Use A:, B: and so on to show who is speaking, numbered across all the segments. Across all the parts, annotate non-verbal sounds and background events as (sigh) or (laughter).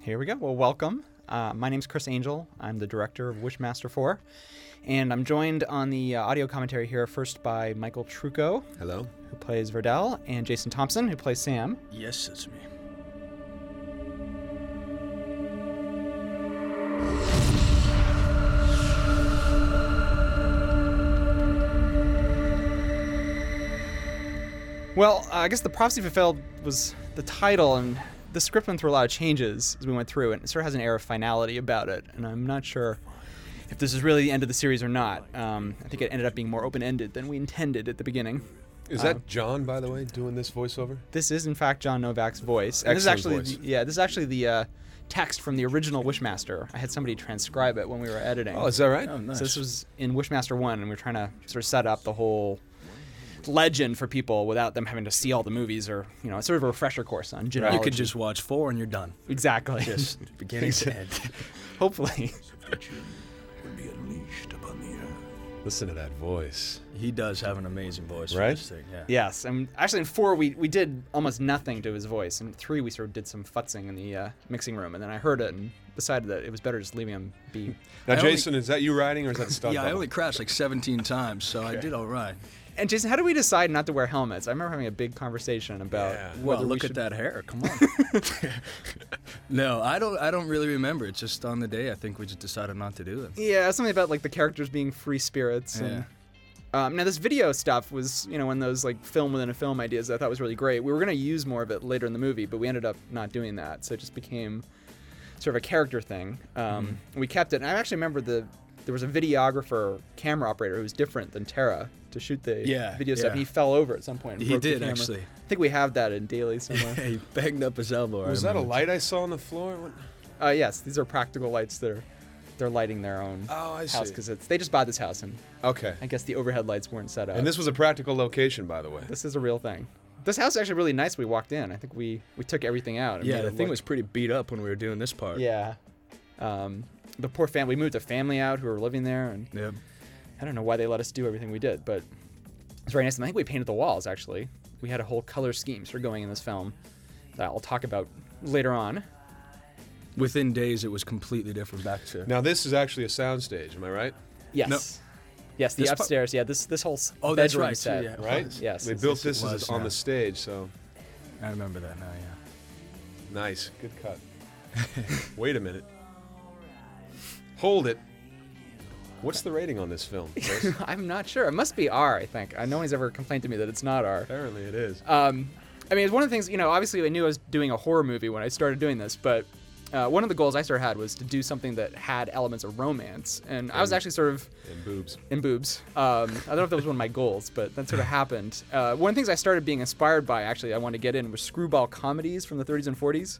A: Here we go. Well, welcome. Uh, my name's Chris Angel. I'm the director of Wishmaster 4. And I'm joined on the uh, audio commentary here first by Michael Trucco,
B: Hello.
A: who plays Verdell, and Jason Thompson, who plays Sam.
B: Yes, it's me.
A: Well, uh, I guess the prophecy fulfilled was the title, and the script went through a lot of changes as we went through, and it sort of has an air of finality about it. And I'm not sure if this is really the end of the series or not. Um, I think it ended up being more open-ended than we intended at the beginning.
B: Is that John, by the way, doing this voiceover?
A: This is, in fact, John Novak's voice. And this is actually, The,
B: Excellent voice.
A: yeah, this is actually the uh, text from the original Wishmaster. I had somebody transcribe it when we were editing.
B: Oh, is that right?
A: So this was in Wishmaster One, and we were trying to sort of set up the whole legend for people without them having to see all the movies, or you know, it's sort of a refresher course on general.
C: You could just watch four and you're done.
A: exactly.
B: Yes, beginning to end.
A: (laughs) Hopefully,
B: Listen to that voice.
C: He does have an amazing voice,
B: Right?
C: For this thing. Yeah.
A: yes. And actually, in four we we did almost nothing to his voice, and three we sort of did some futzing in the uh, mixing room, and then I heard it and decided that it was better just leaving him be.
B: Now,
C: I only-
B: Jason, is that you writing or is that stunt?
C: Yeah, I
B: double?
C: only crashed like 17 times, so I did all right.
A: And Jason, how do we decide not to wear helmets? I remember having a big conversation about.
B: Yeah.
C: Well,
A: we
C: look
A: should-
C: at that hair. Come on. (laughs) no, I don't. I don't really remember. It's just on the day. I think we just decided not to do it.
A: Yeah, something about like the characters being free spirits. And, um, now this video stuff was, you know, one of those like film within a film ideas that I thought was really great. We were gonna use more of it later in the movie, but we ended up not doing that. So it just became sort of a character thing. Um,
C: Mm-hmm.
A: We kept it, and I actually remember the there was a videographer, camera operator who was different than Tara to shoot the
C: Yeah,
A: video stuff.
C: yeah.
A: And he fell over at some point. and
C: He
A: broke the
C: did,
A: camera.
C: actually.
A: I think we have that in daily
C: (laughs)
A: somewhere.
C: he banged up his elbow. I
B: Was that a
C: remember.
B: light I saw on the floor? What-
A: Uh, yes, these are practical lights that are they're lighting their own
B: Oh, I
A: house
B: see.
A: because it's they just bought this house and
B: Okay.
A: I guess the overhead lights weren't set up.
B: And this was a practical location, by the way.
A: this is a real thing. This house is actually really nice. We walked in. I think we we took everything out. and
C: Yeah,
A: made
C: the
A: it
C: thing
A: look-
C: was pretty beat up when we were doing this part.
A: yeah. Um, the poor family. We moved a family out who were living there, and
C: Yeah.
A: I don't know why they let us do everything we did, but it's very nice. And I think we painted the walls actually. We had a whole color scheme for going in this film that I'll talk about later on.
C: Within days, it was completely different. Back to
B: Now, this is actually a soundstage, am I right?
A: Yes. Yes, the
C: This part-
A: upstairs. yeah, this this whole s-
C: oh, that's
A: bedroom
C: right. too,
A: set.
C: yeah, it
B: Right?
C: was.
A: Yes,
B: They
A: it's-
B: built
C: it's-
B: this
C: it
B: as
C: was,
B: on
C: yeah.
B: the stage, so
C: I remember that now. Yeah.
B: nice. Good
C: (laughs)
B: cut. Wait a minute. Hold it. What's the rating on this
C: (laughs)
B: film? Chris?
A: (laughs) I'm not sure. It must be R, I think. Uh, No one's ever complained to me that it's not R.
B: Apparently, it is.
A: Um, I mean, it's one of the things, you know, obviously I knew I was doing a horror movie when I started doing this, but uh, one of the goals I sort of had was to do something that had elements of romance. And I was actually sort of
B: and boobs.
A: in boobs. Um, I don't know if that was one of my goals, but that sort of happened. Uh, one of the things I started being inspired by, actually, I wanted to get in was screwball comedies from the 30s and 40s.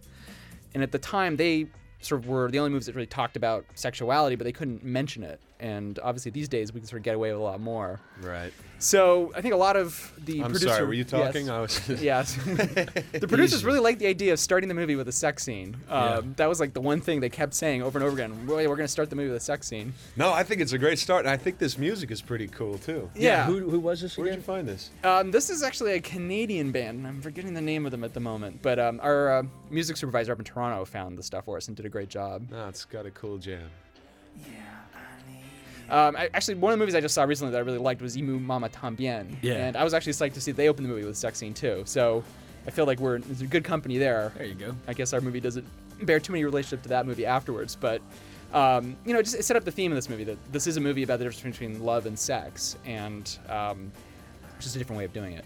A: And at the time, they sort of were the only movies that really talked about sexuality, but they couldn't mention it. And obviously, these days, we can sort of get away with a lot more.
B: Right.
A: So I think a lot of the
B: I'm
A: producer,
B: sorry. Were you
A: Yes. (laughs)
B: talking? Uh, I was. (laughs)
A: Yes. the producers really liked the idea of starting the movie with a sex scene. Um, That was like the one thing they kept saying over and over again. Well, yeah, we're going to start the movie with a sex scene.
B: No, I think it's a great start, and I think this music is pretty cool too.
A: Yeah.
C: Who, who was this
B: Where did
C: again?
B: you find this?
A: Um, this is actually a Canadian band, and I'm forgetting the name of them at the moment. But um, our uh, music supervisor up in Toronto found the stuff for us and did a great job.
B: No, it's got a cool jam.
A: Um, I, actually, one of the movies I just saw recently that I really liked was Imu Mama Tambien.
C: Yeah.
A: And I was actually psyched to see they opened the movie with a sex scene too. So I feel like we're there's a good company there.
C: There you go.
A: I guess our movie doesn't bear too many relationship to that movie afterwards, but um, you know, it just it set up the theme of this movie that this is a movie about the difference between love and sex, and um, it's just a different way of doing it.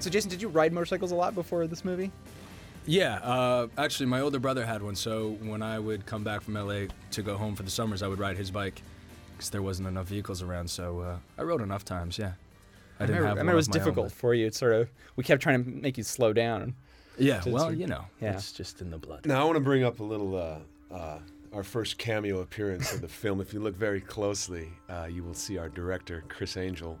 A: So, Jason, did you ride motorcycles a lot before this movie?
C: Yeah, uh, actually, my older brother had one. So when I would come back from LA to go home for the summers, I would ride his bike because there wasn't enough vehicles around. So uh, I rode enough times. Yeah, I,
A: remember,
C: didn't have.
A: I
C: one
A: remember it
C: of
A: was
C: my own,
A: difficult
C: but-
A: for you. It's sort of we kept trying to make you slow down.
C: yeah,
A: to
C: well,
A: sort-
C: you know,
A: yeah.
C: it's just in the blood.
B: Now I want to bring up a little uh, uh, our first cameo appearance of the (laughs) film. If you look very closely, uh, you will see our director Chris Angel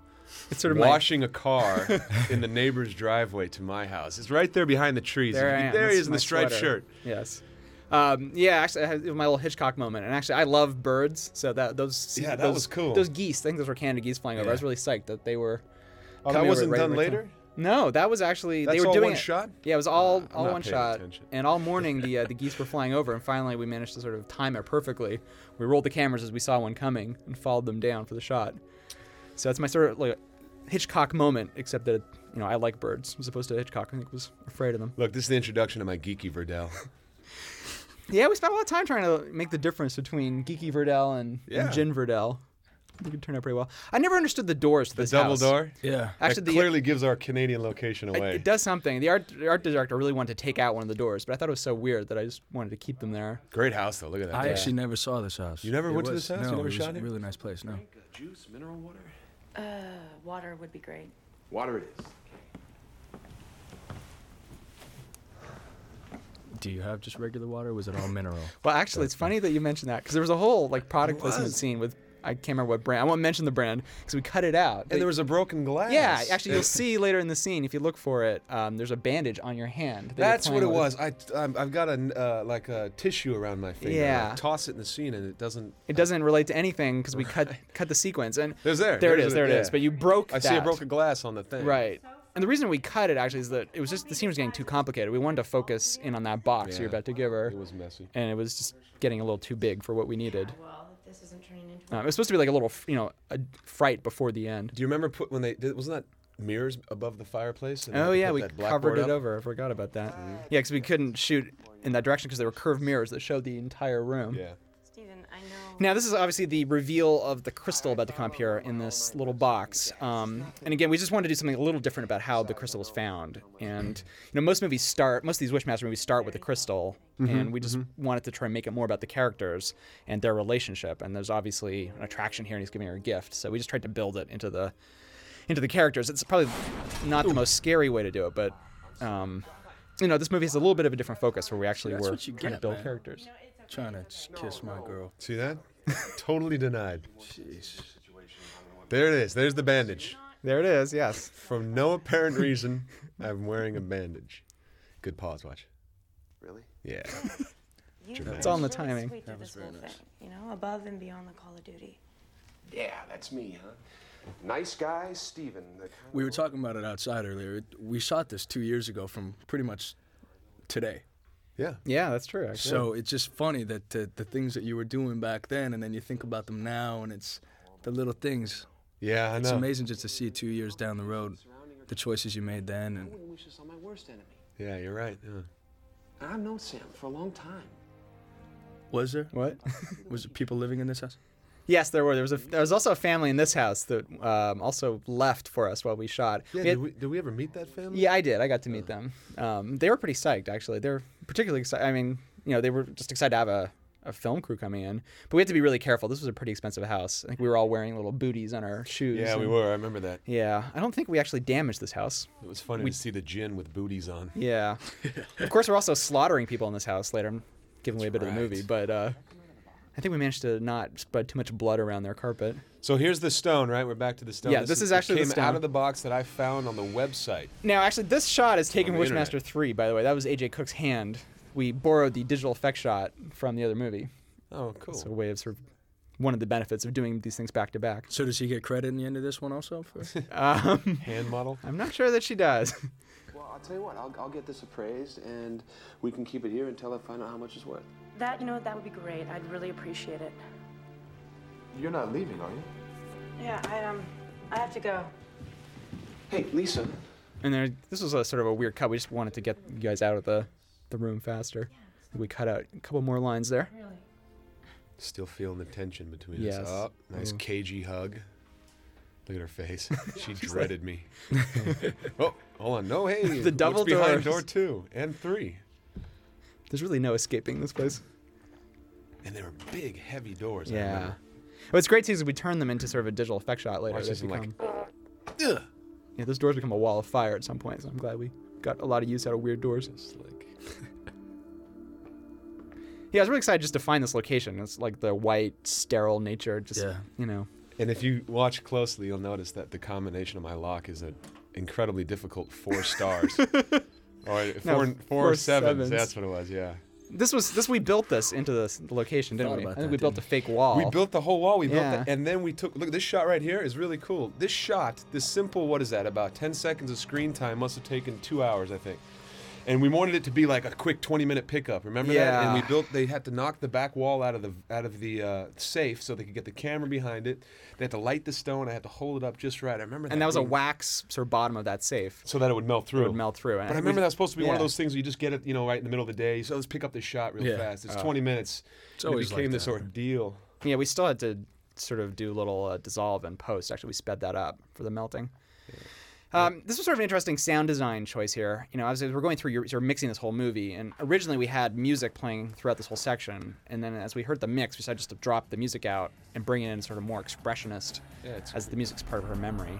A: It's sort of my-
B: washing
A: (laughs)
B: a car in the neighbor's driveway to my house. It's right there behind the trees.
A: There, I am.
B: there
A: This
B: he is in
A: my
B: the striped
A: sweater.
B: shirt.
A: Yes. Um, yeah, actually, I had my little Hitchcock moment, and actually, I love birds, so that those
B: Yeah, that
A: those,
B: was cool.
A: Those geese, I think those were Canada geese flying over. I was really psyched that they were.
B: Oh,
A: coming
B: that
A: over
B: wasn't
A: right
B: done
A: over time.
B: later.
A: No, that was actually
B: That's
A: they were
B: all
A: doing
B: one
A: it-
B: shot? Ah,
A: Yeah, it was all all
B: not
A: one
B: paying
A: shot.
B: attention.
A: And all morning the uh,
B: (laughs)
A: the geese were flying over, and finally we managed to sort of time it perfectly. We rolled the cameras as we saw one coming and followed them down for the shot. So that's my sort of like Hitchcock moment, except that you know I like birds as opposed to Hitchcock. I think was afraid of them.
B: Look, this is the introduction to my geeky
A: (laughs)
B: Verdell.
A: Yeah, we spent a lot of time trying to make the difference between Geeky Verdell and,
B: Yeah.
A: and Jin Verdell. You could turn out pretty well. I never understood the doors to
B: The
A: this
B: double
A: house.
B: door.
C: Yeah.
A: Actually,
B: that
A: the-
B: clearly gives our Canadian location
A: It,
B: away.
A: it does something. The art the art director really wanted to take out one of the doors, but I thought it was so weird that I just wanted to keep them there.
B: Great house though. Look at that.
C: I
B: Yeah.
C: actually never saw this house.
B: You never
C: It
B: went to
C: was-
B: this house? You
C: No,
B: never
C: it was
B: shot
C: a
B: it?
C: really nice place. No.
B: Juice, mineral water.
D: Uh, water would be great.
E: Water it is.
C: Do you have just regular water? Or was it all mineral?
A: Well, actually, it's funny that you mentioned that because there was a whole like product placement
B: was.
A: scene with I can't remember what brand. I won't mention the brand because we cut it out.
B: And there was a broken glass.
A: yeah, actually,
B: (laughs)
A: you'll
B: It-
A: see later in the scene if you look for it. Um, there's a bandage on your hand. They were
B: That's what
A: playing
B: it
A: with-
B: was. I I'm, I've got a uh, like a tissue around my finger.
A: Yeah.
B: I toss it in the scene and it doesn't.
A: It doesn't relate to anything because we cut cut the sequence and
B: There's there.
A: There it
B: There's
A: is.
B: it.
A: There it
B: Yeah.
A: is. But you broke.
B: I see a
A: that.
B: broken glass on the thing.
A: Right. And the reason we cut it actually is that it was just the scene was getting too complicated. We wanted to focus in on that box you're
B: Yeah.
A: about to give her,
B: It was messy.
A: and it was just getting a little too big for what we needed.
D: Well, if this isn't turning into.
A: Um, it was supposed to be like a little, f- you know, a fright before the end.
B: Do you remember put when they did? Wasn't that mirrors above the fireplace? And they
A: Oh
B: had to
A: yeah,
B: put
A: we
B: that
A: covered
B: blackboard
A: it
B: up? Mm-hmm.
A: over. I forgot about that. Yeah, because we couldn't shoot in that direction because there were curved mirrors that showed the entire room.
B: Yeah.
D: Steven, I know.
A: Now, this is obviously the reveal of the crystal about to come up here in this little box. Um, and again, we just wanted to do something a little different about how the crystal was found. And you know, most movies start, most of these Wishmaster movies start with the crystal,
C: Mm-hmm,
A: and we just wanted to try and make it more about the characters and their relationship. And there's obviously an attraction here, and he's giving her a gift. So we just tried to build it into the into the characters. It's probably not the most scary way to do it, but um, you know, this movie has a little bit of a different focus where we actually
C: That's
A: were
C: what you
A: trying to
C: get,
A: build
C: man.
A: characters.
C: Trying to just kiss my girl.
B: See that? totally denied.
C: Jeez.
B: There it is. There's the bandage.
A: There it is. Yes.
B: From no apparent reason, I'm wearing a bandage. Good pause. Watch.
E: Really?
B: Yeah.
D: You
A: It's all in the
D: really
A: timing.
D: sweet through this whole thing, you know, above and beyond the Call of Duty.
E: Yeah, that's me, huh? Nice guy, Steven. The kind
C: We were
E: of-
C: talking about it outside earlier. It- We shot this two years ago from pretty much today.
B: Yeah.
A: Yeah, that's true. Actually.
C: So it's just funny that the, the things that you were doing back then, and then you think about them now, and it's the little things.
B: Yeah. I
C: It's
B: know.
C: amazing just to see two years down the road, the choices you made then, and
E: Doing wishes on my worst enemy.
B: Yeah, you're right. Yeah.
E: And I've known Sam for a long time.
C: was there
A: what?
C: was it people living in this house?
A: (laughs) yes, there were. There was a. There was also a family in this house that um, also left for us while we shot.
B: Yeah.
A: We had-
B: Did we, Oh. did we ever meet that family?
A: yeah, I did. I got to meet them. Um, they were pretty psyched, actually. They're particularly excited. I mean, you know, they were just excited to have a, a film crew coming in. But we had to be really careful. This was a pretty expensive house. I think we were all wearing little booties on our shoes.
B: Yeah, we
A: and-
B: were. I remember that.
A: Yeah, I don't think we actually damaged this house.
B: It was funny to see the gin with booties on. (laughs)
A: Yeah. of course, we're also slaughtering people in this house later. I'm giving away a bit of the
B: right.
A: movie, but uh, I think we managed to not spread too much blood around their carpet.
B: So here's the stone, right? We're back to the stone.
A: Yeah, this is
B: it
A: actually the
B: came out
A: stone.
B: of the box that I found on the website.
A: Now, actually, this shot is taken
B: On
A: from
B: the internet.
A: Wishmaster 3, by the way. That was AJ Cook's hand. We borrowed the digital effect shot from the other movie.
B: Oh, cool.
A: It's a way of sort of one of the benefits of doing these things back to back.
C: So does he get credit in the end of this one also? For?
B: Hand model.
A: I'm not sure that she does. (laughs)
E: Well, I'll tell you what, I'll, I'll get this appraised and we can keep it here until I find out how much it's worth.
D: That, you know, that would be great. I'd really appreciate it.
E: You're not leaving, are you?
D: Yeah, I um, I have to go.
E: Hey, Lisa.
A: and there, this was a sort of a weird cut. We just wanted to get you guys out of the, the room faster. We cut out a couple more lines there.
D: Really.
B: Still feeling the tension between
A: Yes.
B: us. Oh, nice cagey hug. Look at her face. She dreaded me. oh, hold on. No, hey. what's
A: double doors.
B: behind door two and three.
A: There's really no escaping this place.
B: And they were big, heavy doors. I
A: Yeah.
B: remember.
A: What's great too is we turn them into sort of a digital effect shot later.
B: Watch
A: They
B: this and, like,
A: become-
B: Ugh.
A: yeah, those doors become a wall of fire at some point. So I'm glad we got a lot of use out of weird doors.
B: It's like
A: Yeah, I was really excited just to find this location. It's like the white, sterile nature. Just
C: Yeah.
A: you know,
B: And if you watch closely, you'll notice that the combination of my lock is an
A: (laughs)
B: incredibly difficult four stars. or four, four,
A: four
B: sevens.
A: sevens.
B: That's what it was, yeah.
A: This was this we built this into this location, didn't
C: Thought
A: we? I
C: about
A: think
C: that,
A: we built a
C: didn't
A: fake wall.
B: We built the whole wall. We
A: Yeah.
B: built that, and then we took. Look, this shot right here is really cool. This shot, this simple, what is that? About 10 seconds of screen time must have taken two hours, I think. And we wanted it to be like a quick 20-minute pickup. Remember that? And we
A: Yeah.
B: built. They had to knock the back wall out of the out of the uh, safe so they could get the camera behind it. They had to light the stone. I had to hold it up just right. I remember that.
A: and that was a
B: being-
A: wax sort of bottom of that safe.
B: So that it would melt through.
A: would melt through.
B: But I remember that was supposed to be one of
A: yeah.
B: those things where you just get it, you know, right in the middle of the day. So let's pick up this shot real
C: Yeah.
B: fast.
A: Uh,
B: It's 20 minutes.
C: It's
B: and it
C: always like
B: became this
C: that.
B: ordeal.
A: Yeah, we still had to sort of do little uh, dissolve and post. Actually, we sped that up for the melting. Um, this was sort of an interesting sound design choice here. You know, as we're going through, you're, you're mixing this whole movie, and originally we had music playing throughout this whole section, and then as we heard the mix, we decided just to drop the music out and bring in sort of more expressionist
B: Yeah, it's
A: as the music's part of her memory.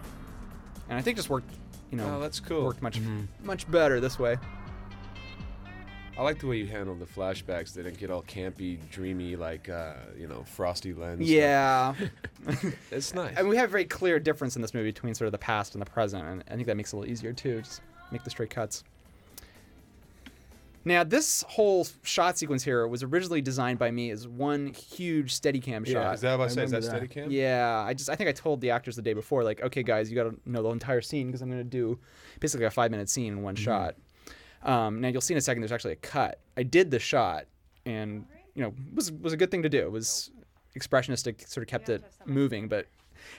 A: And I think just worked, you know,
B: Oh, that's cool. Mm-hmm.
A: worked much much better this way.
B: I like the way you handled the flashbacks. They didn't get all campy, dreamy, like uh, you know, frosty lens.
A: Yeah,
B: it's nice.
A: and we have a very clear difference in this movie between sort of the past and the present, and I think that makes it a little easier too. Just make the straight cuts. Now, this whole shot sequence here was originally designed by me as one huge Steadicam
B: yeah,
A: shot.
B: is that what I
C: I
B: say? Is that
C: remember
B: steady
C: that.
B: cam?
A: Yeah, I just I think I told the actors the day before, like, okay, guys, you got to know the entire scene because I'm going to do basically a five minute scene in one
B: Mm-hmm.
A: shot. Um, now you'll see in a second. There's actually a cut. I did the shot, and you know it was was a good thing to do. It was expressionistic, sort of kept it moving. But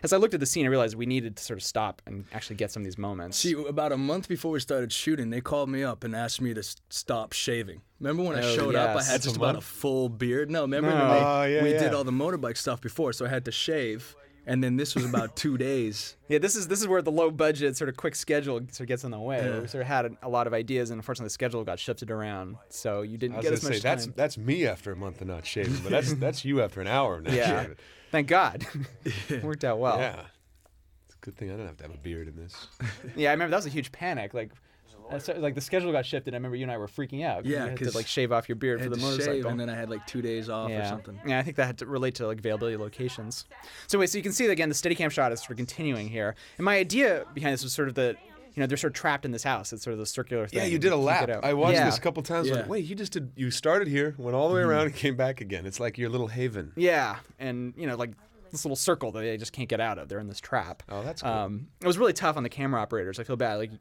A: as I looked at the scene, I realized we needed to sort of stop and actually get some of these moments.
C: See, about a month before we started shooting, they called me up and asked me to s- stop shaving. Remember when I
A: Oh,
C: showed up, I
A: yes.
C: had
A: That's
C: just
B: a
C: about a
B: month?
C: full beard. No, remember
A: No.
C: when they-
B: Oh, yeah,
C: we
B: yeah.
C: did all the motorbike stuff before, so I had to shave, and then this was about two days.
A: yeah, this is this is where the low budget, sort of quick schedule sort of gets in the way. We sort of had a, a lot of ideas, and unfortunately, the schedule got shifted around, so you didn't
B: I was
A: get
B: gonna
A: as much
B: say that's
A: time.
B: that's me after a month of not shaving,
A: (laughs)
B: but that's that's you after an hour of not
A: Yeah. Oh.
B: shaving.
A: Thank God. (laughs) Worked out well.
B: Yeah, it's a good thing I don't have to have a beard in this.
A: Yeah, I remember that was a huge panic. Like, uh, so- like the schedule got shifted. I remember you and I were freaking out.
C: Yeah,
A: you had to
C: 'cause
A: like shave off your beard for
C: I had
A: the
C: to shave,
A: motorcycle.
C: and then I had like two days off
A: yeah.
C: or something.
A: yeah, I think that had to relate to like availability of locations. So anyway, so you can see again the Steadicam shot is sort of continuing here. And my idea behind this was sort of that you know they're sort of trapped in this house. It's sort of the circular thing.
B: Yeah, you did a
A: can't
B: lap.
A: get out.
B: I watched
A: Yeah.
B: this a couple times.
C: Yeah.
B: Like, wait, you just did. You started here, went all the way around, and came back again. It's like your little (laughs) haven.
A: Yeah, and you know, like this little circle that they just can't get out of. They're in this trap.
B: Oh, that's cool.
A: Um, it was really tough on the camera operators. I feel bad. Like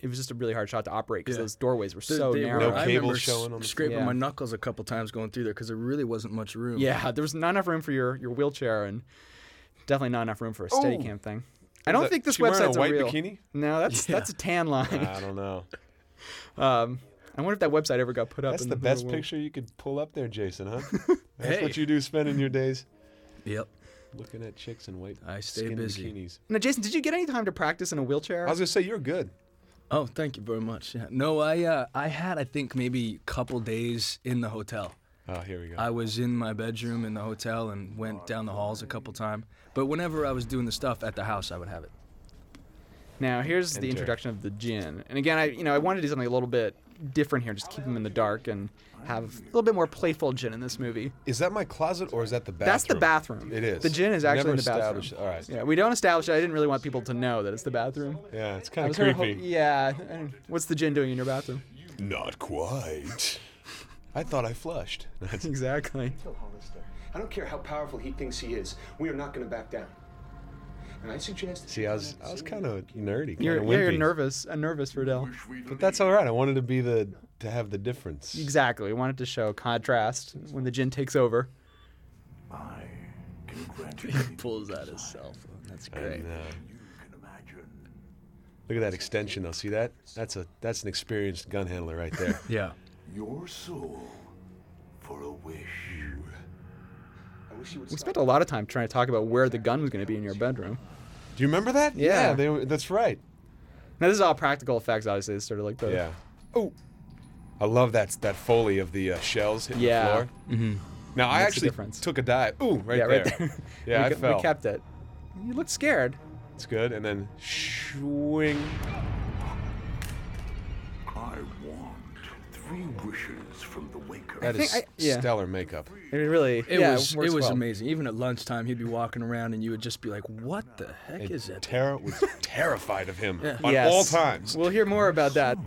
A: it was just a really hard shot to operate because
C: Yeah.
A: those doorways were
C: They-
A: so
C: they were-
A: narrow.
B: No
C: I
B: cable
C: remember
B: showing
C: s-
B: on the-
C: scraping
A: Yeah.
C: my knuckles a couple times going through there because there really wasn't much room.
A: Yeah, there was not enough room for your, your wheelchair and definitely not enough room for a Steadicam thing. I don't
B: Oh. that-
A: think this
B: she wearing a
A: website's
B: white
A: real.
B: bikini?
A: No, that's that's a tan line.
B: I don't know.
A: (laughs) I wonder if that website ever got put up.
B: That's
A: in
B: the
A: real
B: best
A: world.
B: picture you could pull up there, Jason, (laughs) huh? That's
C: Hey.
B: what you do spending your days.
C: Yep.
B: (laughs) Looking at chicks in white
C: I stay
B: skin
C: busy.
B: bikinis.
A: Now, Jason, did you get any time to practice in a wheelchair?
B: I was gonna say you're good.
C: Oh, thank you very much. Yeah. No, I uh, I had I think maybe a couple days in the hotel.
B: Oh, here we go.
A: Uh,
C: I was in my bedroom in the hotel and went down the halls a couple times. But whenever I was doing the stuff at the house, I would have it.
A: Now here's the
B: Enter.
A: introduction of the gin, and again, I you know I wanted to do something a little bit different here, just keep them in the dark and have a little bit more playful gin in this movie.
B: is that my closet or is that the bathroom?
A: That's the bathroom.
B: It is.
A: The gin is
B: Never
A: actually in the bathroom.
B: established- All right. Yeah,
A: Yeah, we don't establish it. I didn't really want people to know that it's the bathroom.
B: it's
A: I
B: kind of
A: was kinda ho-
B: creepy.
A: yeah. and What's the gin doing in your
B: (laughs)
A: bathroom? (laughs)
B: Not quite. I thought I flushed. (laughs) That's-
A: Exactly.
E: Phil Hollister. I don't care how powerful he thinks he is. We are not going to back down. And I suggest.
B: See, I was I was kind (laughs) of nerdy. Kind
A: You're,
B: of
A: yeah, you're nervous. A nervous Riddell.
B: But that's all right. I wanted to be the to have the difference.
A: Exactly. We wanted to show contrast when the gin takes over.
F: I congratulate
C: Pulls out his cell phone. That's great.
B: And, uh,
F: you can imagine.
B: look at that extension though. See that? That's a that's an experienced gun handler right there.
C: Yeah.
F: Your soul for a wish.
E: I wish you would
A: We
E: stop.
A: spent a lot of time trying to talk about where the gun was going to be in your bedroom.
B: (laughs) Do you remember that?
A: Yeah.
B: they were- that's right.
A: Now this is all practical effects, obviously. It's sort of like the
B: Yeah. Oh, I love that that foley of the uh, shells hitting
A: Yeah.
B: the floor. Mm-hmm. Now I
A: Makes a
B: actually
A: difference.
B: took a dive. Ooh, right
A: yeah,
B: there.
A: right there. (laughs)
B: Yeah,
A: we,
B: I
A: ke-
B: fell.
A: we kept it. You looked scared.
B: It's good. And then swing.
F: I want three wishes from the waker.
B: That is
A: think I- yeah.
B: stellar makeup.
A: It really.
C: It
A: yeah,
C: was it,
A: works
C: was
A: well.
C: amazing. Even at lunchtime, he'd be walking around and you would just be like, "What the heck is
B: And
C: that?"
B: Tara was (laughs) terrified of him
C: Yeah.
B: on
A: Yes.
B: all times.
C: Hmm.
A: We'll hear more about that.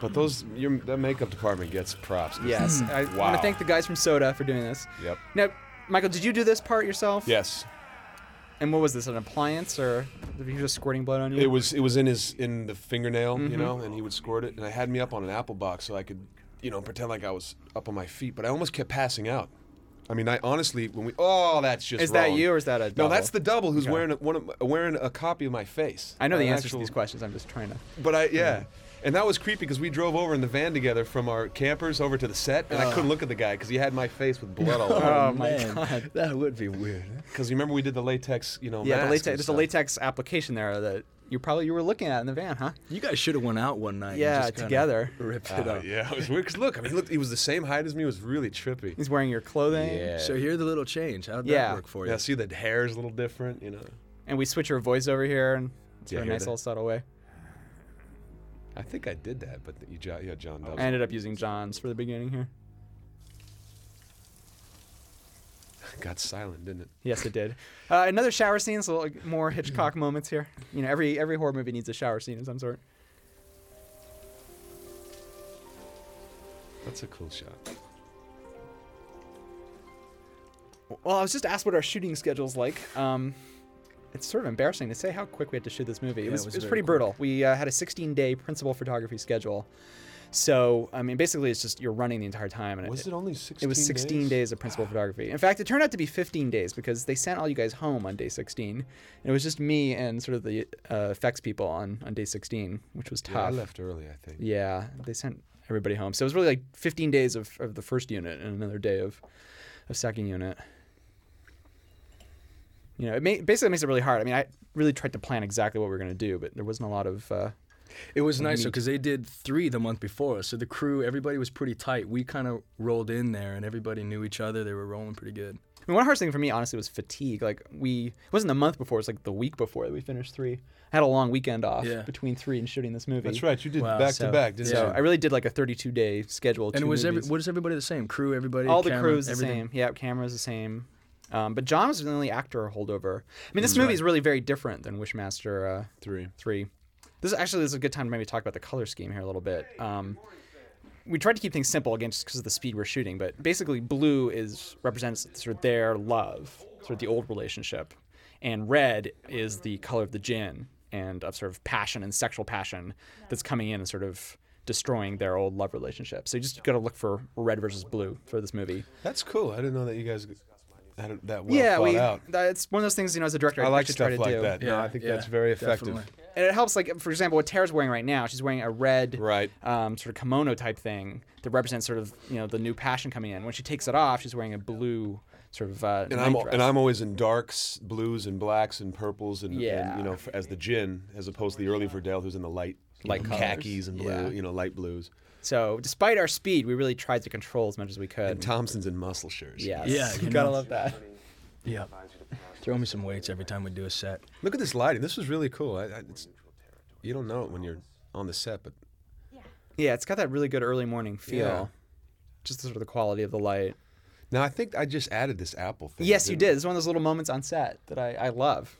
B: But those, your that makeup department gets props. 'cause
A: Yes. I want
B: Wow.
A: to thank the guys from Soda for doing this.
B: Yep.
A: Now, Michael, did you do this part yourself?
B: Yes.
A: And what was this, an appliance or were you just squirting blood on you?
B: It was it was in his in the fingernail,
A: Mm-hmm.
B: you know, and he would squirt it. And I had me up on an apple box so I could, you know, pretend like I was up on my feet. But I almost kept passing out. I mean, I honestly, when we oh, that's just
A: Is that
B: wrong.
A: you or is that a
B: no? That's
A: double?
B: the double who's wearing a, one of, my- wearing a copy of my face.
A: I know the
B: An
A: answers to
B: actual-
A: these questions. I'm just trying to.
B: But I yeah. And that was creepy because we drove over in the van together from our campers over to the set, and I couldn't look at the guy because he had my face with blood all over.
A: (laughs) Oh, my god.
C: (laughs) That would be weird.
B: Because remember we did the latex, you know,
A: Yeah, the
B: mask
A: latex,
B: and
A: there's a
B: stuff.
A: latex application there that you probably you were looking at in the van, huh?
C: You guys should have went out one night. and
A: Yeah,
C: just kinda
A: together.
C: Ripped it
B: Uh, (laughs)
C: up.
B: yeah, it was weird. 'cause look, I mean, he looked, he was the same height as me. It was
A: (laughs)
B: really trippy.
A: He's wearing your clothing.
C: So here the little change. How'd
A: Yeah.
C: that work for you?
B: Yeah, see the hair's a little different, you know.
A: And we switch your voice over here and it's
B: Yeah,
A: a
B: hear
A: nice
B: that.
A: little subtle way.
B: I think I did that, but you, jo- yeah, John Dobbs.
A: I ended up using John's for the beginning here.
B: got silent, didn't it?
A: Yes, it did. Uh, another shower scene, so like more Hitchcock moments here. You know, every every horror movie needs a shower scene of some sort.
B: That's a cool shot.
A: Well, I was just asked what our shooting schedule's like. Um, it's sort of embarrassing to say how quick we had to shoot this movie. it
C: it
A: was, it
C: was
A: was,
C: very
A: pretty
C: quick.
A: brutal. We uh, had a 16 day principal photography schedule. So, I mean, basically, it's just you're running the entire time. And
B: Was it only 16
A: It was 16 days, of principal photography. In fact, it turned out to be 15 days because they sent all you guys home on day 16. And it was just me and sort of the uh, effects people on, on day 16, which was
B: Yeah, I
A: tough.
B: left early, I think.
A: Yeah, they sent everybody home. So it was really like 15 days of, of the first unit and another day of of second unit. You know, it ma- basically makes it really hard. I mean, I really tried to plan exactly what we were going to do, but there wasn't a lot of. Uh,
C: It was nice because they did three the month before, so the crew, everybody was pretty tight. We kind of rolled in there, and everybody knew each other. They were rolling pretty good.
A: I mean, one hardest thing for me, honestly, was fatigue. Like we, it wasn't the month before; it's like the week before that we finished three. I had a long weekend off
C: Yeah.
A: between three and shooting this movie.
B: That's right. You did
C: Wow,
B: back
A: So,
B: to back, didn't
A: so
B: you?
A: I really did like a 32-day schedule.
C: And
A: two
C: was every,
A: movies.
C: was everybody the same? Crew, everybody,
A: all the
C: camera,
A: crew's the
C: everything?
A: same. Yeah, camera's the same. Um, but John was the only actor holdover. I mean, this movie is really very different than Wishmaster uh,
B: Mm, Three.
A: Three. This is actually this is a good time to maybe talk about the color scheme here a little bit. Um, we tried to keep things simple again, just because of the speed we're shooting. But basically, blue is represents sort of their love, sort of the old relationship, and red is the color of the gin and of sort of passion and sexual passion that's coming in and sort of destroying their old love relationship. So you just got to look for red versus blue for this movie.
B: That's cool. I didn't know that you guys had it that well
A: yeah,
B: thought
A: we.
B: out.
A: That's one of those things you know as a director.
B: I like
A: should
B: stuff
A: try to
B: like
A: do.
B: that. no,
C: Yeah,
B: I think
C: yeah,
B: that's very effective.
C: definitely.
A: and it helps like for example what tara's wearing right now she's wearing a red
B: Right.
A: um, sort of kimono type thing that represents sort of you know the new passion coming in when she takes it off she's wearing a blue sort of uh,
B: And I'm
A: night dress.
B: and I'm always in darks, blues, and blacks, and purples, and,
A: Yeah.
B: and you know, f as the gin, as opposed to the early Verdell, who's in the light,
A: Light
B: like
A: colours.
B: khakis and blue,
A: Yeah.
B: you know, light blues.
A: so despite our speed we really tried to control as much as we could
B: And Thompson's in muscle shirts.
A: yes. (laughs)
C: Yeah,
A: you
C: you
A: gotta
C: know.
A: love that
C: Yeah. Throw me some weights every time we do a set.
B: Look at this lighting. This is really cool. I, I, it's, you don't know it when you're on the set, but
A: yeah it's got that really good early morning feel
B: Yeah.
A: just the sort of the quality of the light
B: now I think I just added this apple thing.
A: yes you
B: didn't
A: did it's one of those little moments on set that i, I love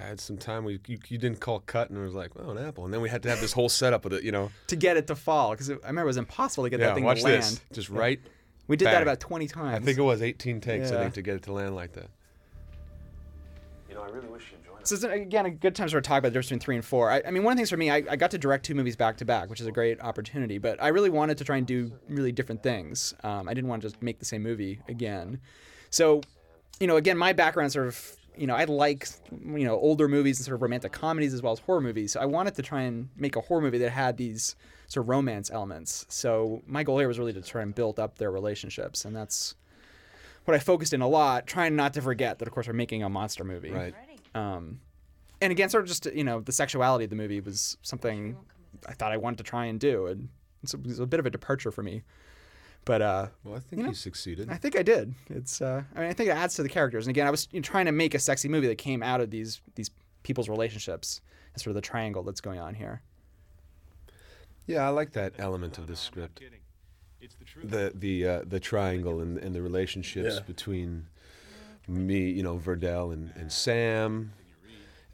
B: I? I had some time we you, you didn't call cut, and I was like, oh, an apple, and then we had to have this whole setup with it. You
A: (laughs)
B: know,
A: to get it to fall because i remember it was impossible to get
B: yeah.
A: that thing
B: watch
A: to land
B: this. Just right.
A: we did that
B: Bang.
A: about 20 times
B: I think it was 18 takes.
A: Yeah.
B: I think to get it to land like that.
E: You know, I really wish you'd join us.
A: So it's, again, a good time to sort of talk about the difference between three and four. I, I mean, one of the things for me, I, I got to direct two movies back to back, which is a great opportunity. But I really wanted to try and do really different things. Um, I didn't want to just make the same movie again. So, you know, again, my background sort of, you know, I like, you know, older movies and sort of romantic comedies as well as horror movies. So I wanted to try and make a horror movie that had these sort of romance elements. So my goal here was really to try and build up their relationships, and that's what I focused in a lot, trying not to forget that, of course, we're making a monster movie
B: Right.
A: and again, sort of just you know, the sexuality of the movie was something I thought I wanted to try and do, and it's a, it was a bit of a departure for me. But uh,
B: Well, I think
A: You know,
B: he succeeded.
A: I think I did. It's uh, I mean, I think it adds to the characters. And again, I was you know, trying to make a sexy movie that came out of these these people's relationships and sort of the triangle that's going on here.
B: Yeah, I like that element of this script. The the uh, the triangle and, and the relationships
C: Yeah.
B: between me, you know, Verdell and, and Sam,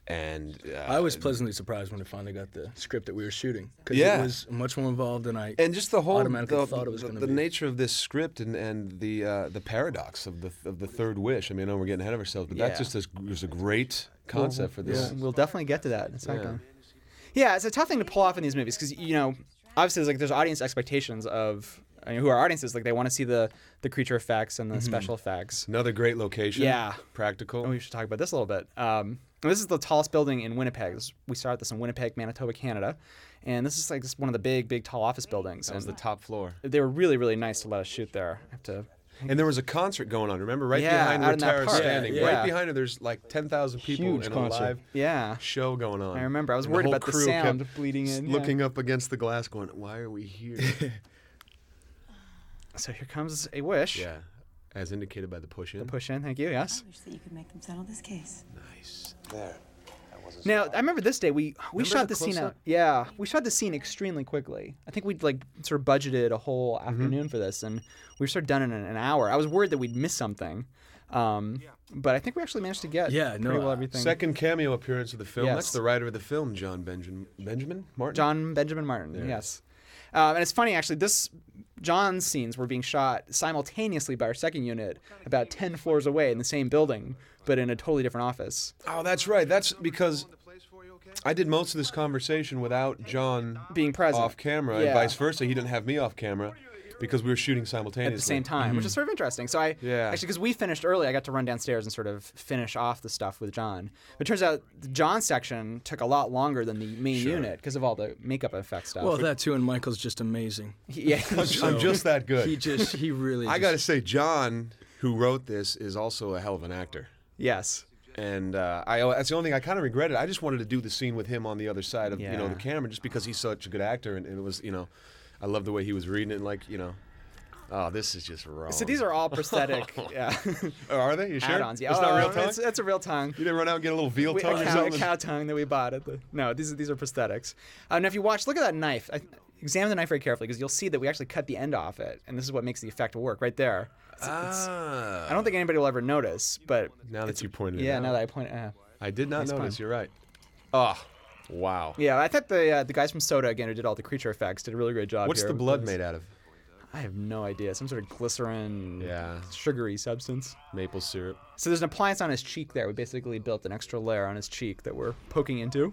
B: and uh,
C: I was pleasantly surprised when I finally got the script that we were shooting because
B: Yeah.
C: it was much more involved than I
B: and just the whole
C: automatically
B: the,
C: thought it was
B: the,
C: going
B: the
C: to be.
B: nature of this script and and the uh, the paradox of the of the third wish. I mean, I know we're getting ahead of ourselves, but that's
A: Yeah.
B: just a, was a great concept for this.
C: Mm-hmm.
A: We'll, we'll definitely get to that in a second. Yeah, it's a tough thing to pull off in these movies because you know, obviously, there's like there's audience expectations of I mean, who our audience is. Like they want to see the the creature effects and the special effects.
B: Another great location.
A: Yeah.
B: practical.
A: Oh, we should talk about this a little bit. Um, and this is the tallest building in Winnipeg. This- We started this in Winnipeg, Manitoba, Canada, and this is like this one of the big, big tall office buildings.
B: That was the
A: and
B: top floor.
A: they were really, really nice to let us shoot there. I have to.
B: And there was a concert going on. Remember, right
A: Yeah,
B: behind
A: out
B: where
A: in that
B: Tara's
A: park.
B: standing,
A: Yeah,
B: right
A: yeah.
B: behind her, there's like ten thousand people
C: Huge
B: in
C: concert.
B: a live
A: Yeah,
B: show going on.
A: I remember. I was
B: And
A: worried
B: whole
A: about the
B: crew kept
A: sound bleeding
B: s-
A: in, yeah.
B: Looking up against the glass, going, "Why are
A: (laughs)
B: we here?"
A: so here comes a wish.
B: yeah, as indicated by the push in.
A: Push in, thank you. Yes.
D: Wish that you could make them settle this case.
B: nice.
E: There. That wasn't
A: Now I remember this day we we
B: Remember
A: shot
B: the
A: the scene
B: close-up?
A: out. Yeah, we shot the scene extremely quickly. I think we'd like sort of budgeted a whole
B: Mm-hmm.
A: afternoon for this, and we were sort of done in an hour. I was worried that we'd miss something, um, but I think we actually managed to get
C: Yeah,
A: pretty
C: no,
A: well
C: uh,
A: everything.
B: Second cameo appearance of the film. That's
A: Yes.
B: the writer of the film, John Benjamin. Benjamin Martin.
A: John Benjamin Martin. Yes. Um, and it's funny actually. This John's scenes were being shot simultaneously by our second unit, about ten floors away in the same building, but in a totally different office.
B: Oh, that's right. That's because I did most of this conversation without John
A: Being present.
B: off camera, and
A: Yeah.
B: vice versa. He didn't have me off camera because we were shooting simultaneously
A: at the
B: (laughs)
A: same time, which is sort of interesting. So I
B: Mm-hmm. Yeah.
A: actually because we finished early, I got to run downstairs and sort of finish off the stuff with John. But it turns out the John section took a lot longer than the main unit because of all the makeup effect stuff.
C: well that too. And Michael's just amazing.
A: (laughs) yeah,
B: I'm just that good.
C: He just he really.
B: I
C: just-
B: got to say, John, who wrote this, is also a hell of an actor.
A: yes,
B: And uh, I, that's the only thing I kind of regretted. I just wanted to do the scene with him on the other side of you know
A: Yeah.
B: the camera, just because he's such a good actor, and, and it was you know, I love the way he was reading it, and like you know, oh, this is just wrong.
A: so these are all prosthetic
B: (laughs)
A: yeah, (laughs)
B: Oh, are they? You sure?
A: add-ons. Yeah,
B: it's not
A: Oh,
B: real tongue.
A: It's, it's a real tongue.
B: you didn't run out and get a little veal
A: We, a,
B: tongue or
A: cow, a
B: something.
A: cow tongue that we bought at the no these are these are prosthetics uh, now if you watch look at that knife I, examine the knife very carefully because you'll see that we actually cut the end off it and this is what makes the effect work right there It's- it's-
B: Ah.
A: i don't think anybody will ever notice but
B: Now that you pointed it
A: yeah
B: out.
A: now that i point uh,
B: I did not
A: Nice
B: notice.
A: pun.
B: You're right. Oh, wow.
A: Yeah, I thought the uh, the guys from Soda again who did all the creature effects did a really great job.
B: What's
A: here
B: the
A: with
B: blood
A: those.
B: made out of?
A: I have no idea. Some sort of glycerin,
B: Yeah.
A: sugary substance.
B: Maple syrup.
A: So there's an appliance on his cheek there. We basically built an extra layer on his cheek that we're poking into.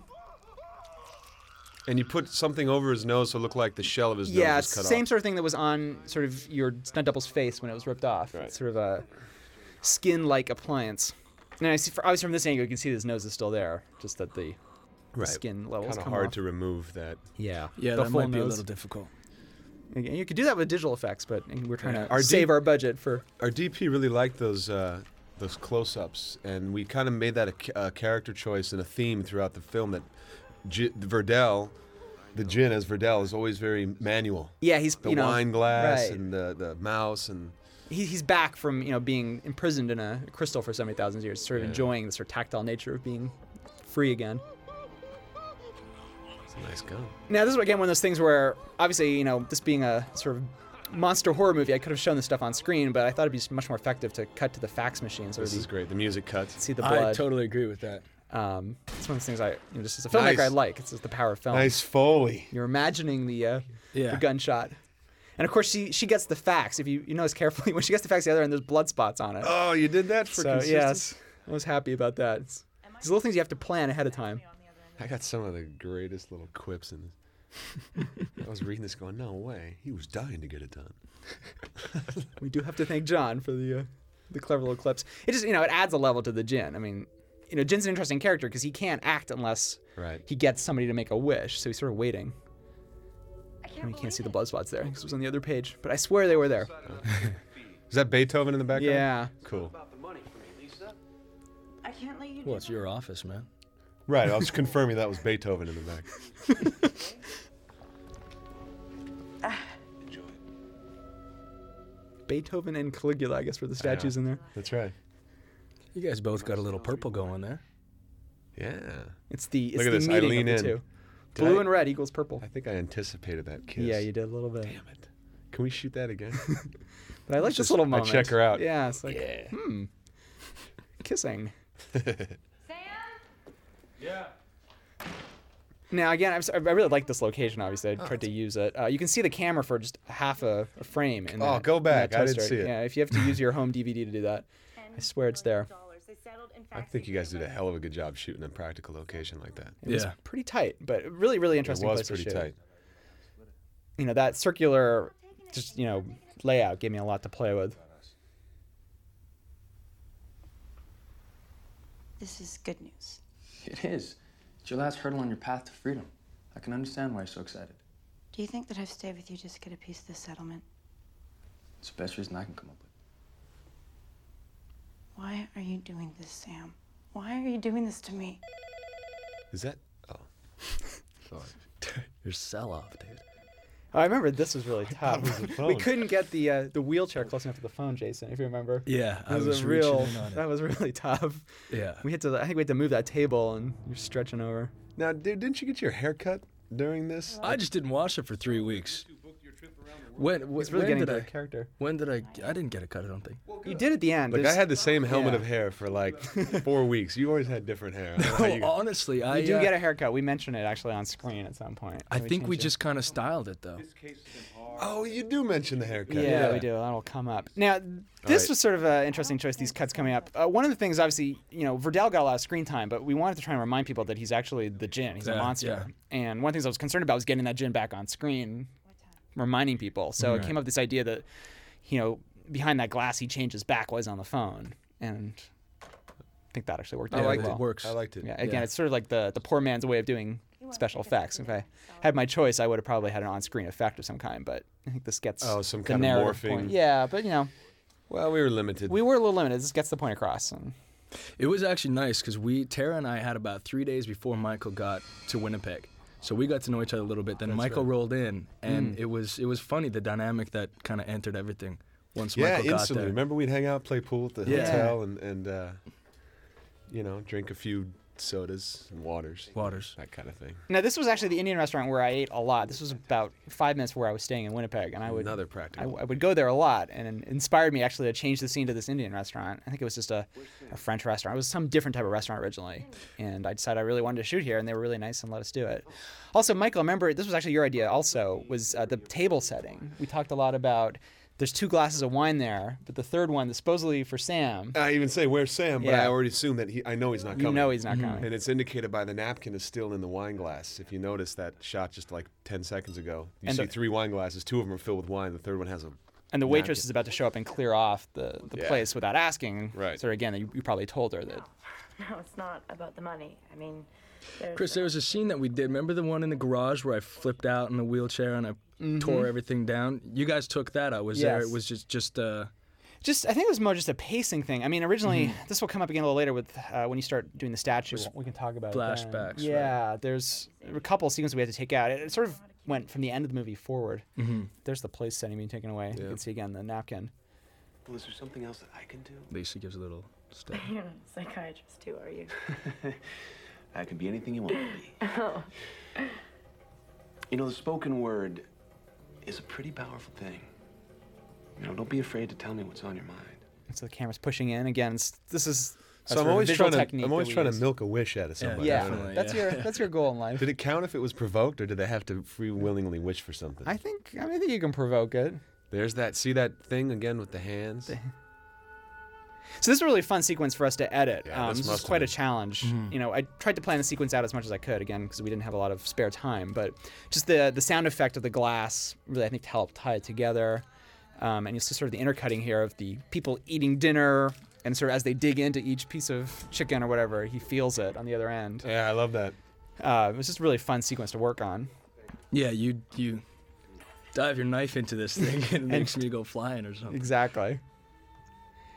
B: And you put something over his nose so it looked like the shell of his
A: yeah,
B: nose was
A: it's
B: cut
A: same
B: off.
A: sort of thing that was on sort of your stunt double's face when it was ripped off. It's sort of a skin-like appliance. And I see, for, obviously from this angle, you can see his nose is still there, just that the
B: Right.
A: skin levels
B: Kind of
A: come
B: hard
A: off.
B: to remove that.
A: yeah
C: Yeah,
A: the
C: that
A: full
C: might be a
A: nose.
C: little difficult.
A: And You could do that with digital effects, but we're trying to
B: Our
A: save
B: deep-
A: our budget for
B: Our DP really liked those uh, those close-ups, and we kind of made that a, ca- a character choice and a theme throughout the film that G- Verdell, the gin as Verdell, is always very manual.
A: Yeah, he's
B: The
A: you know
B: wine glass
A: right.
B: and the, the mouse and
A: he, he's back from you know being imprisoned in a crystal for so many thousand years, sort of
B: Yeah.
A: enjoying the sort of tactile nature of being free again.
B: it's a nice gun.
A: Now this is again one of those things where obviously you know this being a sort of monster horror movie, I could have shown this stuff on screen, but I thought it'd be just much more effective to cut to the fax machine so
B: This is
A: we
B: great. The music cuts.
A: see the
C: I
A: blood.
C: totally agree with that.
A: um, it's one of those things I you know, just as a filmmaker I
B: Nice.
A: like. It's just the power of film.
B: foley.
A: You're imagining the uh,
C: Yeah.
A: the gunshot. And of course, she, she gets the fax. If you, you notice carefully, (laughs) when she gets the fax, the other end, there's blood spots on it.
B: Oh, you did that for
A: So
B: consistency.
A: yes, I was happy about that. It's, these little things you have to plan ahead of time.
B: I got some of the greatest little quips in this. (laughs) I was reading this going, no way. He was dying to get it done.
A: We do have to thank John for the uh, the clever little clips. It just you know it adds a level to the Jin. I mean, you know Jin's an interesting character because he can't act unless
B: Right.
A: he gets somebody to make a wish. So he's sort of waiting.
D: I can't,
A: I mean, you can't see the
D: blood.
A: blood spots there because it was on the other page. But I swear they were there.
B: Is that Beethoven in the background?
A: Yeah.
B: Cool.
E: about the money for me, Lisa.
D: I can't let you.
C: Well, it's your office, man.
B: Right, I was confirming that was Beethoven in the back.
E: Enjoy it.
A: Beethoven and Caligula, I guess, were the statues in there.
B: That's right.
C: You guys both got a little purple going there.
B: Yeah.
A: It's the it's
B: Look at
A: the
B: this, I
A: meeting
B: lean
A: of
B: in.
A: the two.
B: Did
A: Blue
B: I-
A: and red equals purple.
B: I think I anticipated that kiss.
A: Yeah, you did a little bit.
B: Damn it. Can we shoot that again?
A: But I like this little
B: I
A: moment.
B: check her out.
A: Yeah, it's like, hmm, kissing.
G: Sam?
A: Now again, I'm, sorry, I really like this location. Obviously, I
B: Oh,
A: tried to use it. Uh, you can see the camera for just half a, a frame. In
B: Oh,
A: that-
B: go
A: in that
B: back. I
A: Toy
B: didn't
A: Story.
B: see it.
A: Yeah, if you have to use your home DVD to do that, I swear it's there.
B: (laughs) I think you guys did a hell of a good job shooting a practical location like that.
A: It was
C: Yeah.
A: pretty tight, but really, really
B: It
A: interesting.
B: was
A: place to
B: pretty
A: shoot.
B: tight.
A: You know that circular, just you know, layout gave me a lot to play with.
D: This is good news.
G: It is. It's your last hurdle on your path to freedom. I can understand why you're so excited.
D: Do you think that I've stayed with you just to get a piece of this settlement?
G: It's the best reason I can come up with.
D: Why are you doing this, Sam? Why are you doing this to (laughs) me?
B: Is that? Oh,
H: Your sell off, dude.
A: Oh, I remember this was really tough. we couldn't get the uh, the wheelchair close enough to the phone, Jason. If you remember.
C: Yeah,
A: That
C: I
A: was,
C: was
A: a
C: reaching
A: real.
C: in on it.
A: That was (laughs) really tough.
C: (laughs) Yeah.
A: We had to. I think we had to move that table, and you're stretching over.
B: now, dude, didn't you get your hair cut during this?
C: I just didn't wash it for three weeks. When, wh-
A: It's really getting
C: when did
A: to
C: I?
A: the character.
C: When did I? I didn't get a cut. I don't think.
A: You did at the end.
B: Like I
A: There's-
B: had the same helmet
A: yeah.
B: of hair for like four weeks. You always had different hair. I don't know
A: (laughs)
B: how
C: Oh,
B: you got-
C: honestly, I.
A: You do
C: uh,
A: get a haircut. We mentioned it actually on screen at some point.
C: I
A: So
C: think we
A: changed it.
C: just kind of styled it though.
B: oh, you do mention the haircut.
A: Yeah, we do. That'll come up. Now, this
B: right.
A: was sort of an interesting choice. These cuts coming up. Uh, one of the things, obviously, you know, Verdell got a lot of screen time, but we wanted to try and remind people that he's actually the Jin. He's a
C: Yeah,
A: monster.
C: yeah.
A: And one of the things I was concerned about was getting that Jin back on screen, reminding people. So it came up with this idea that, you know, behind that glass, he changes back while he's on the phone, and I think that actually worked out
C: Yeah,
A: really
C: it
A: well.
C: works.
B: I liked it.
A: Yeah, again, it's sort of like the, the poor man's way of doing special effects. If I had my choice, I would have probably had an on screen effect of some kind, but I think this gets
B: Oh, some
A: the
B: kind of
A: narrative
B: morphing.
A: Point. Yeah, but you know,
B: Well, we were limited.
A: we were a little limited. This gets the point across. And
C: It was actually nice because we Tara and I had about three days before Michael got to Winnipeg, so we got to know each other a little bit. Then Michael rolled in, and it was it was funny the dynamic that kind of entered everything once
B: yeah,
C: Michael got
B: instantly.
C: there.
B: Remember, we'd hang out, play pool at the
C: Yeah.
B: hotel, and and uh, you know, drink a few sodas and waters,
C: Waters.
B: that kind of thing.
A: now this was actually the Indian restaurant where I ate a lot. This was about five minutes where I was staying in Winnipeg, and I would
B: Another
A: I,
B: practical.
A: I would go there a lot, and it inspired me actually to change the scene to this Indian restaurant. I think it was just a, a French restaurant. It was some different type of restaurant originally, and I decided I really wanted to shoot here, and they were really nice and let us do it. Also, Michael, remember this was actually your idea. Also, was uh, the table setting. We talked a lot about. There's two glasses of wine there, but the third one, supposedly for Sam,
B: I even say where's Sam, but I
A: Yeah.
B: already assume that he. I know he's not
A: you
B: coming. Mm-hmm.
A: know he's not coming.
B: And it's indicated by the napkin is still in the wine glass. If you notice that shot just like 10 seconds ago, you
A: And
B: see
A: the-
B: three wine glasses. Two of them are filled with wine. The third one has a.
A: And the waitress
B: napkin.
A: is about to show up and clear off the, the
B: Yeah.
A: place without asking.
B: Right.
A: So again, you, you probably told her that.
I: No, it's not about the money. I mean, there's
C: Chris, there was a scene that we did. Remember the one in the garage where I flipped out in the wheelchair and I
B: Mm-hmm.
C: tore everything down? You guys took that. I was there.
A: Yes.
C: It was just just uh,
A: Just I think it was more just a pacing thing. I mean, originally
B: Mm-hmm.
A: this will come up again a little later with uh, when you start doing the statue. We can talk about it then.
C: flashbacks, right.
A: Yeah, there's a couple sequences we had to take out. It, it sort of went from the end of the movie forward. Mm-hmm. There's the place setting being taken away. You can see again the napkin.
E: Well, is there something else that I can do?
C: Lisa gives a little step.
I: you're not a (laughs) psychiatrist too, are you?
E: I can be anything you want me to be. You know, the spoken word is a pretty powerful thing. You know, don't be afraid to tell me what's on your mind.
A: So the camera's pushing in again. It's, this is a
B: So
A: sort
B: I'm
A: of
B: always
A: visual
B: trying to.
A: technique
B: I'm
A: that
B: always
A: we
B: trying
A: use.
B: to milk a wish out of somebody.
A: Yeah,
B: don't I?
C: Definitely,
A: that's
C: yeah.
A: your that's your
B: (laughs)
A: goal in life.
B: Did it count if it was provoked, or did they have to free willingly wish for something?
A: I think I, mean, I think you can provoke it.
B: There's that. See that thing again with the hands.
A: So this was a really fun sequence for us to edit.
B: Yeah,
A: um,
B: this
A: this
B: must
A: was
B: have
A: quite a
B: been.
A: challenge. You know, I tried to plan the sequence out as much as I could again because we didn't have a lot of spare time. But just the the sound effect of the glass really I think helped tie it together. Um, and you see sort of the intercutting here of the people eating dinner and sort of as they dig into each piece of chicken or whatever, he feels it on the other end.
B: Yeah, I love that.
A: Uh, it was just a really fun sequence to work on.
C: Yeah, you you dive your knife into this thing
B: (laughs)
C: and it makes me go flying or something.
A: Exactly.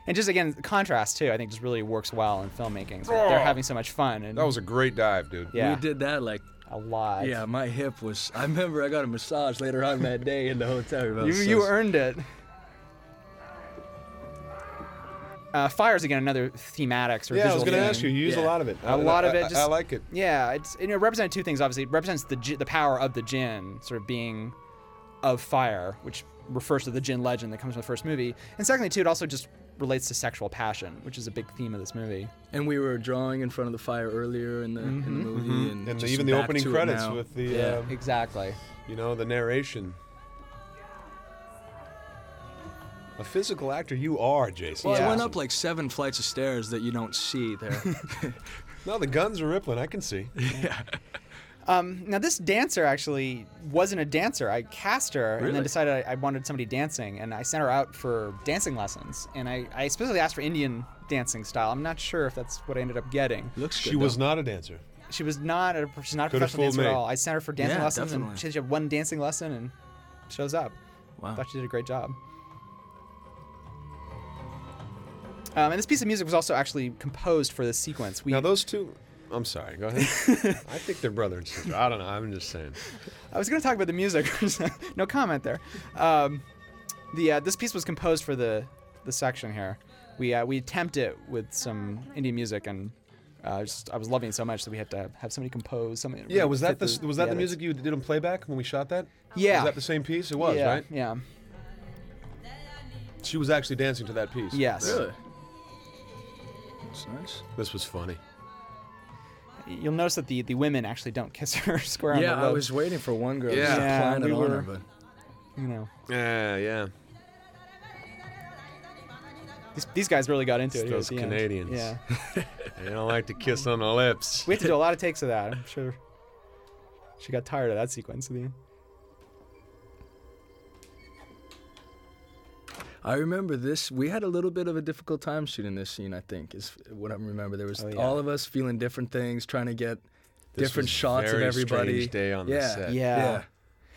A: And just again, contrast too. I think just really works well in filmmaking. So They're having so much fun, and
B: Oh. That was a great dive, dude.
A: yeah,
C: We did that like
A: a lot.
C: yeah, my hip was I remember I got a massage later on that day in the hotel room. I
A: You,
C: was so
A: you
C: s-
A: earned it. Uh, fires again, another thematic sort of
B: Yeah, I was
A: visual
B: gonna
A: thing.
B: ask you. You use a
C: Yeah.
B: lot of it.
A: A lot of
B: I-
A: it.
B: I-
A: Just,
B: I like it.
A: Yeah, it's and it represented two things. Obviously, it represents the gi- the power of the gin, sort of being of fire, which refers to the Jin legend that comes from the first movie. And secondly, too, it also just relates to sexual passion, which is a big theme of this movie.
C: And we were drawing in front of the fire earlier in the, in the movie, and,
B: Mm-hmm. And
C: just
B: even the
C: back
B: opening
C: to it
B: credits
C: now.
B: with the,
C: yeah.
B: um,
A: Exactly.
B: you know, the narration. A physical actor you are, Jason.
C: Well, I went
B: Jackson.
C: up like seven flights of stairs that you don't see there.
B: (laughs) No, the guns are rippling. I can see.
A: Now, this dancer actually wasn't a dancer. I cast her and
C: Really?
A: then decided I, I wanted somebody dancing, and I sent her out for dancing lessons. And I, I specifically asked for Indian dancing style. I'm not sure if that's what I ended up getting.
C: Looks good.
B: She was
C: though.
B: not a dancer.
A: She was not a she's not a
B: Could've
A: professional
B: fooled
A: dancer at
B: me.
A: all. I sent her for dancing
C: Yeah,
A: lessons,
C: definitely.
A: and she had one dancing lesson and shows up.
C: Wow.
A: Thought she did a great job. Um, and this piece of music was also actually composed for this sequence. We
B: Now those two. I'm sorry. Go ahead. I think they're brother and sister. I don't know. I'm just saying.
A: I was going to talk about the music. (laughs) no comment there. Um, the uh, this piece was composed for the the section here. We uh, we attempt it with some Indian music, and uh, I just I was loving it so much that we had to have somebody compose something.
B: Yeah. Was that
A: fit
B: the, was that the
A: edits.
B: music you did in playback when we shot that?
A: Yeah.
B: Was that the same piece? It was
A: yeah,
B: right.
A: Yeah.
B: She was actually dancing to that piece.
A: Yes.
C: Really? That's nice.
B: This was funny.
A: You'll notice that the, the women actually don't kiss her (laughs) square
C: yeah,
A: on the
C: I
A: lips.
C: was waiting for one girl.
B: Yeah.
A: Yeah,
C: Yeah, yeah
A: we
C: it on her,
A: were-
C: but
A: You know,
B: Yeah. Yeah.
A: these, these guys really got into it. here at
B: those
A: the end.
B: Canadians.
A: Yeah.
B: They don't like to kiss on the
A: (laughs)
B: lips.
A: We had to do a lot
B: (laughs)
A: of takes of that. I'm sure she got tired of that sequence at the end.
C: I remember this. We had a little bit of a difficult time shooting this scene. I think is what I remember. There was
A: Oh, yeah.
C: all of us feeling different things, trying to get
B: This
C: different
B: was a
C: shots
B: very
C: of everybody.
B: strange day on the
C: yeah.
B: set.
A: Yeah.
C: yeah,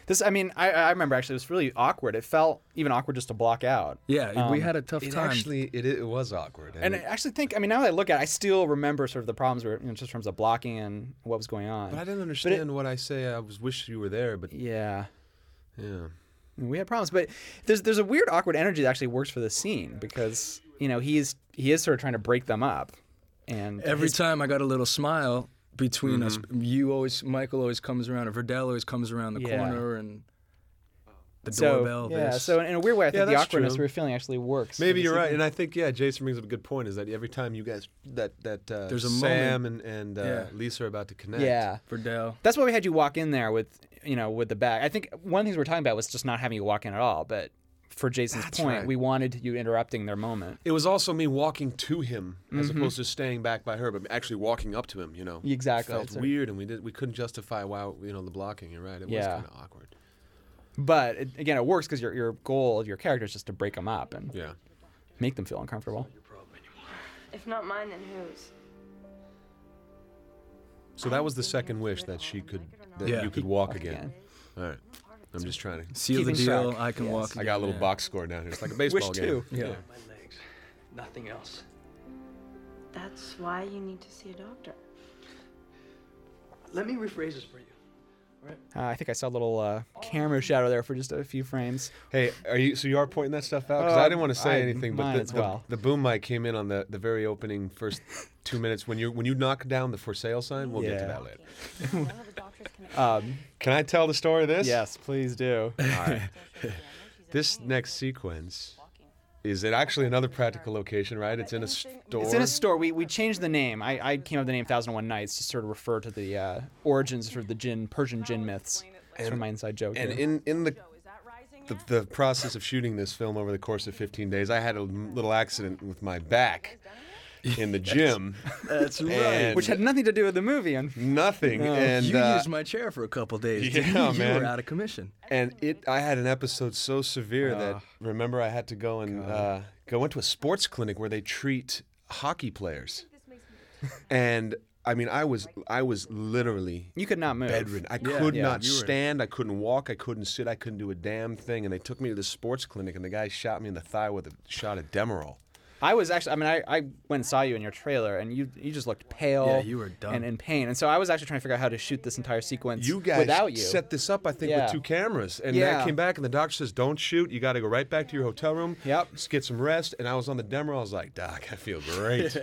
A: This, I mean, I, I remember actually, it was really awkward. It felt even awkward just to block out.
C: yeah. we
A: Um,
C: had a tough
B: It
C: time.
B: actually it, it was awkward.
A: And I
B: it-
A: actually think, I mean, now that I look at it, I still remember sort of the problems where, you know, just in terms of blocking and what was going on.
B: but I didn't understand what I say. I was wish you were there, but
A: Yeah.
B: yeah.
A: We had problems, but there's there's a weird awkward energy that actually works for this scene because you know he is he is sort of trying to break them up, and
C: Every
A: his-
C: time I got a little smile between us.
B: Mm-hmm.
C: You always, Michael always comes around, or Verdell always comes around the
A: Yeah.
C: corner, and the
A: so,
C: doorbell.
A: Yeah,
C: this.
A: so in, in a weird way, I think the
B: that's
A: awkwardness
B: true.
A: we were feeling actually works. for
B: Maybe
A: the
B: you're right,
A: scene.
B: and I think yeah, Jason brings up a good point. Is that every time you guys that that uh,
C: There's a
B: Sam and and uh,
C: Yeah.
B: Lisa are about to connect.
A: Yeah,
C: Verdell.
A: that's why we had you walk in there with you know with the bag. I think one of the things we are talking about was just not having you walk in at all. But for Jason's point,
B: right.
A: we wanted you interrupting their moment.
B: it was also me walking to him as opposed to staying back by her, but actually walking up to him. You know,
A: Exactly,
B: Felt
A: it's a-
B: weird, and we did we couldn't justify why you know the blocking. You're right. It was
A: Yeah.
B: kind of awkward.
A: But it, again, it works because your your goal of your character is just to break them up and
B: Yeah.
A: make them feel uncomfortable.
I: If not mine, then whose?
B: So that was the second wish that she could that
C: Yeah.
B: you could walk
A: Walk
B: again. All right. I'm just trying to.
C: Seal the
A: Keeping
C: deal.
A: track.
C: I can
A: Yes.
C: walk.
B: I got a
C: again,
B: little
C: yeah.
B: box score down here. It's like a baseball game.
A: two.
C: Yeah.
B: Yeah.
E: My legs. Nothing else.
I: That's why you need to see
H: (laughs)
I: a doctor.
E: Let me rephrase this for you.
A: Uh, I think I saw a little uh, camera shadow there for just a few frames.
B: Hey, are you? So you are pointing that stuff out? Because I
A: Uh,
B: didn't want to say
A: I
B: anything, but
A: might
B: the,
A: as
B: the-
A: well.
B: the boom mic came in on the, the very opening first two minutes when you when you knock down the for sale sign. We'll get to
A: Yeah.
B: that later.
H: One of the doctors can
A: Um,
B: Can I tell the story of this?
A: yes, please do. (laughs)
B: This next sequence is it actually another practical location? Right? It's in a
H: Anything-
B: store.
A: It's in a store. We, we changed the name. I, I came up with the name Thousand and One Nights to sort of refer to the uh, origins for the Jin Persian Jin myths. That's from my inside joke.
B: and
A: here.
B: in in the
H: Is that rising
B: the,
H: yet?
B: the process of shooting this film over the course of 15 days, I had a little accident with my back
C: (laughs)
B: in the gym. That's right.
A: which had nothing to do with the movie. And
B: nothing. And
C: you
B: uh,
C: used my chair for a couple days.
B: (laughs) yeah,
C: didn't you? you
B: man.
C: were out of commission.
B: and it, I had an episode so severe
C: Ah.
B: that remember I had to go and uh, go into a sports clinic where they treat hockey players, and I mean I was I was literally
A: you could not move.
B: bedridden. I could
A: Yeah.
B: not
C: You were-
B: stand. I couldn't walk. I couldn't sit. I couldn't do a damn thing. And they took me to the sports clinic, and the guy shot me in the thigh with a shot of Demerol.
A: I was actually. I mean, I, I went and saw you in your trailer, and you you just looked pale.
C: Yeah, you were done.
A: and in pain. And so I was actually trying to figure out how to shoot this entire sequence
B: You guys
A: without you.
B: set this up, I think,
A: Yeah.
B: with two cameras, and
A: Yeah.
B: that came back, and the doctor says, "Don't shoot. You got to go right back to your hotel room.
A: Yep.
B: just get some rest." And I was on the demo. I was like, "Doc, I feel
A: (laughs)
B: great,"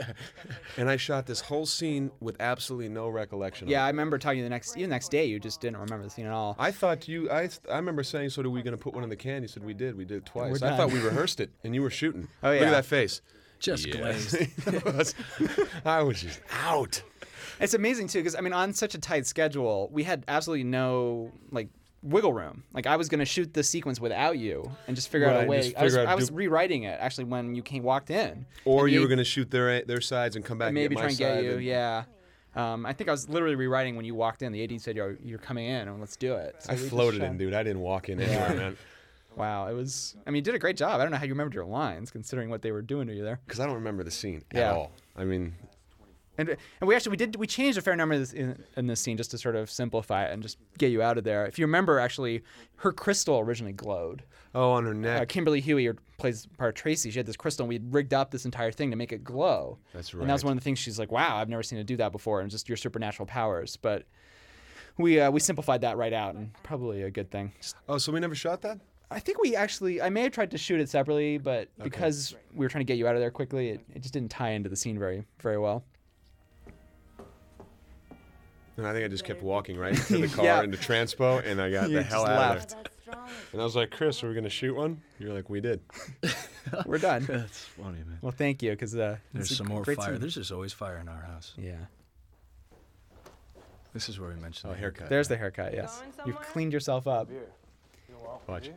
B: and I shot this whole scene with absolutely no recollection. of
A: yeah,
B: it.
A: I remember talking to you the next even the next day. You just didn't remember the scene at all.
B: I thought you. I I remember saying, "So, are we going to put one in the can?" You said, "We did. We did it twice."
A: We're
B: I thought
A: done.
B: we rehearsed it, and you were shooting.
A: Oh,
B: Look
A: yeah.
B: at that face.
C: Just glazed.
B: (laughs) It was- (laughs) I was just out.
A: It's amazing too, because I mean, on such a tight schedule, we had absolutely no like wiggle room. Like I was gonna shoot this sequence without you and just figure out
B: Right,
A: a way.
B: just
A: I was,
B: figure out
A: I was
B: do-
A: rewriting it actually when you came walked in.
B: Or
A: And
B: you were going to shoot their their sides and come back.
A: and maybe
B: and get my
A: try and get
B: side
A: you.
B: and-
A: Yeah. Um, I think I was literally rewriting when you walked in. The AD said, "Yo, you're coming in, and let's do it." So
B: I
A: we just
B: floated
A: shot-
B: in, dude. I didn't walk in anywhere, man.
A: Wow, it was. I mean, you did a great job. I don't know how you remembered your lines, considering what they were doing to you there.
B: because I don't remember the scene
A: Yeah.
B: at all. I mean,
A: And and we actually we did we changed a fair number of this in, in this scene just to sort of simplify it and just get you out of there. If you remember, actually, her crystal originally glowed.
B: oh, on her neck.
A: Uh, Kimberly Huey or- plays the part of Tracy. She had this crystal, and we had rigged up this entire thing to make it glow.
B: That's
A: And that was
B: right.
A: one of the things she's like, "Wow, I've never seen it do that before," and just your supernatural powers. But we uh, we simplified that right out, and probably a good thing.
B: oh, so we never shot that?
A: I think we actually, I may have tried to shoot it separately, but because we were trying to get you out of there quickly, it, it just didn't tie into the scene very, very well.
B: And I think I just kept walking right
A: (laughs)
B: to the car
A: Yeah.
B: into transpo, and I got
A: You
B: the hell
A: just
B: out
A: left.
B: of there.
H: That's strong.
B: And I was like, Chris, are we gonna shoot one? You're like, we did.
A: (laughs) We're done.
C: That's funny, man.
A: well, thank you, because uh, this
C: There's
A: is
C: some
A: a
C: more
A: great
C: fire.
A: scene.
C: There's just always fire in our house.
A: Yeah.
C: This is where we mentioned
B: Oh,
C: the
B: haircut.
A: There's the haircut, yes.
H: Going
A: You've
H: somewhere?
A: cleaned yourself up.
B: Watch.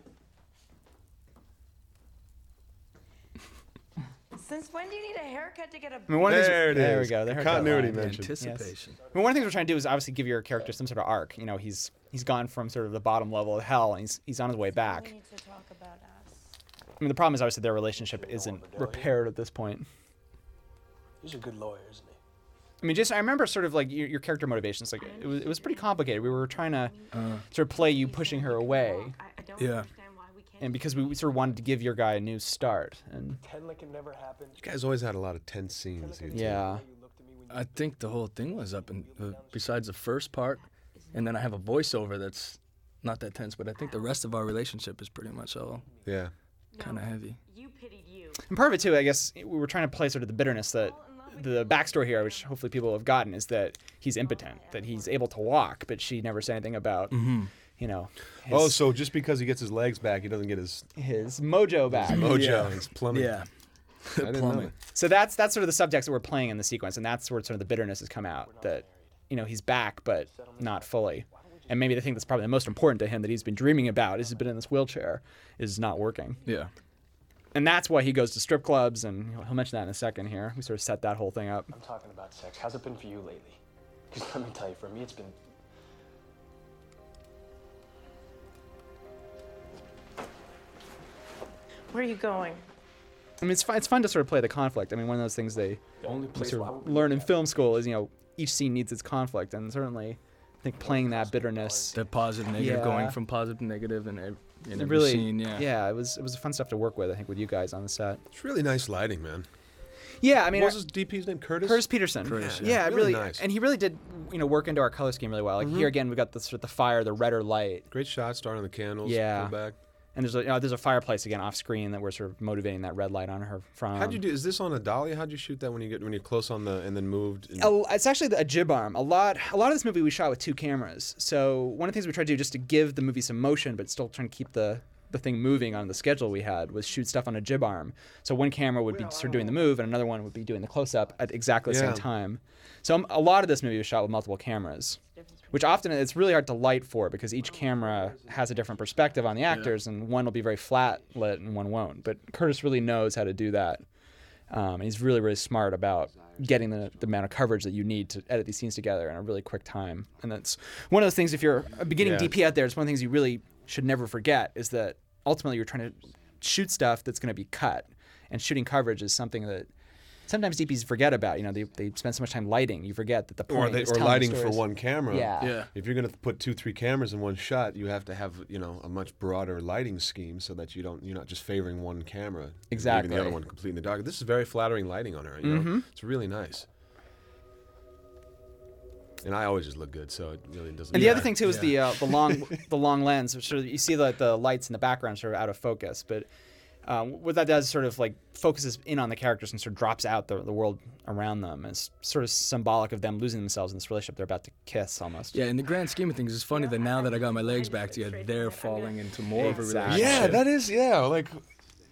H: Since when do you need a haircut to get a
A: I mean, one of the
B: There it
A: things, there
B: is.
A: we go. The haircut
B: Continuity
A: line.
B: man. mentioned.
C: Anticipation.
A: I mean, one of the things we're trying to do is obviously give your character some sort of arc. You know, he's he's gone from sort of the bottom level of hell, and he's he's on his way back.
H: We need to talk about us.
A: I mean, the problem is obviously their relationship isn't repaired at this point.
J: He's a good lawyer, isn't he?
A: I mean, Jason, I remember sort of like your, your character motivations. Like it was, it was pretty complicated. We were trying to
B: Uh.
A: sort of play you pushing her away,
I: I, I don't
C: Yeah.
I: understand why we can't.
A: and because we sort of wanted to give your guy a new start. And
J: Ten like it never happened.
B: You guys always had a lot of tense scenes. you two.
A: yeah,
J: You looked at me when you
C: I think the whole thing was up in uh, besides the first part, and then I have a voiceover that's not that tense, but I think the rest of our relationship is pretty much all
B: Yeah.
C: kind of heavy.
I: You pitied you.
A: and part of it too, I guess, we were trying to play sort of the bitterness that the backstory here, which hopefully people have gotten, is that he's impotent, that he's able to walk, but she never said anything about, you know, his,
B: Mm-hmm. Oh, so just because he gets his legs back, he doesn't
A: (laughs)
B: get his
A: his mojo back.
B: mojo, his plumbing.
C: Yeah.
B: (laughs) I didn't know
C: Plumbing.
B: that.
A: So that's that's sort of the subjects that we're playing in the sequence, and that's where sort of the bitterness has come out. That you know he's back, but not fully. And maybe the thing that's probably the most important to him that he's been dreaming about is he's been in this wheelchair is not working,
C: Yeah.
A: and that's why he goes to strip clubs. And he'll- he'll mention that in a second here. We sort of set that whole thing up.
J: I'm talking about sex. How's it been for you lately? (laughs) Because let me tell you, for me, it's been.
I: Where are you going?
A: I mean, it's fun, it's fun to sort of play the conflict. I mean, one of those things they
J: The only
A: we
J: place
A: sort
J: where I
A: of
J: would
A: learn in film school is you know each scene needs its conflict, and certainly I think playing that bitterness.
C: The positive, negative, going
A: Yeah.
C: from positive to negative, and every, in
A: it
C: every
A: really,
C: scene. Yeah.
A: yeah, it was it was fun stuff to work with. I think with you guys on the set.
B: It's really nice lighting, man.
A: Yeah, I mean,
B: What was
A: I-
B: his DP's name? Curtis.
A: Curtis Peterson.
C: Curtis,
A: yeah,
C: yeah.
A: it
B: Really
A: really,
B: nice.
A: and he really did, you know, work into our color scheme really well. Like
B: Mm-hmm.
A: here again, we got the sort of the fire, the redder light,
B: Great shot, starting on the candles.
A: Yeah.
B: pull back.
A: and there's a you know, there's a fireplace again off screen that we're sort of motivating that red light on her from.
B: How'd you do? Is this on a dolly? How'd you shoot that when you get when you're close on the and then moved? and-
A: a- it's actually a jib arm. A lot, a lot of this movie we shot with two cameras. So one of the things we tried to do, just to give the movie some motion, but still trying to keep the the thing moving on the schedule we had, was shoot stuff on a jib arm. So one camera would be sort of doing the move, and another one would be doing the close up at exactly the
B: Yeah.
A: same time. So um, a lot of this movie was shot with multiple cameras, which often it's really hard to light for because each camera has a different perspective on the actors, and one will be very flat lit and one won't. But Curtis really knows how to do that. Um, and he's really, really smart about getting the, the amount of coverage that you need to edit these scenes together in a really quick time. And that's one of those things, if you're a beginning
B: Yeah.
A: DP out there, it's one of the things you really should never forget is that ultimately you're trying to shoot stuff that's going to be cut. And shooting coverage is something that sometimes DPs forget about. You know, they, they spend so much time lighting, you forget that the point
B: or they,
A: is
B: or
A: telling
B: lighting for
A: stories.
B: one camera.
A: Yeah.
C: Yeah.
B: If you're gonna put two, three cameras in one shot, you have to have you know a much broader lighting scheme so that you don't you're not just favoring one camera, and leaving
A: Exactly. Mm-hmm.
B: the other one completely in the dark. This is very flattering lighting on her. You know, it's really nice. And I always just look good, so it really doesn't.
A: And the other
B: matter.
A: thing too is the uh, the
B: (laughs)
A: long the long lens, which sort of, you see like the lights in the background sort of out of focus. But um, what that does is sort of like focuses in on the characters and sort of drops out the, the world around them. It's sort of symbolic of them losing themselves in this relationship they're about to kiss almost.
C: Yeah, in the grand scheme of things, it's funny that now that I got my legs back together, they're falling into more of a
A: Exactly.
C: relationship.
B: Yeah, that is yeah, like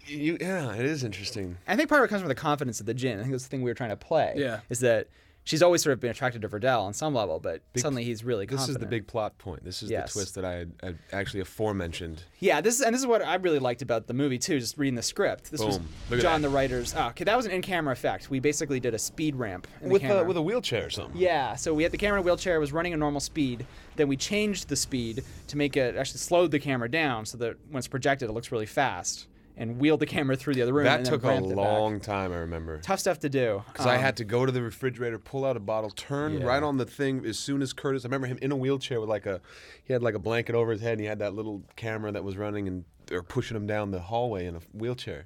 B: you yeah, it is interesting.
A: I think part of it comes from the confidence of the Jin. I think that's the thing we were trying to play.
C: Yeah.
A: Is that she's always sort of been attracted to Verdell on some level, but suddenly he's really
B: This
A: confident.
B: is the big plot point. This is
A: Yes.
B: the twist that I had, had actually aforementioned.
A: Yeah, this is, and this is what I really liked about the movie too. Just reading the script, this
B: Boom. Look
A: was
B: at
A: John
B: that.
A: the writer's. Oh, okay, that was an in-camera effect. We basically did a speed ramp in
B: with
A: the camera.
B: a, with a wheelchair or something.
A: yeah, so we had the camera in a wheelchair was running a normal speed. Then we changed the speed to make it actually slowed the camera down so that when it's projected, it looks really fast, and wheeled the (laughs) camera through the other room.
B: That
A: and then
B: took a
A: ramped it back.
B: long time, I remember.
A: tough stuff to do. Um,
B: Because I had to go to the refrigerator, pull out a bottle, turn right on the thing as soon as Curtis. I remember him in a wheelchair with like a, he had like a blanket over his head, and he had that little camera that was running and or pushing him down the hallway in a wheelchair,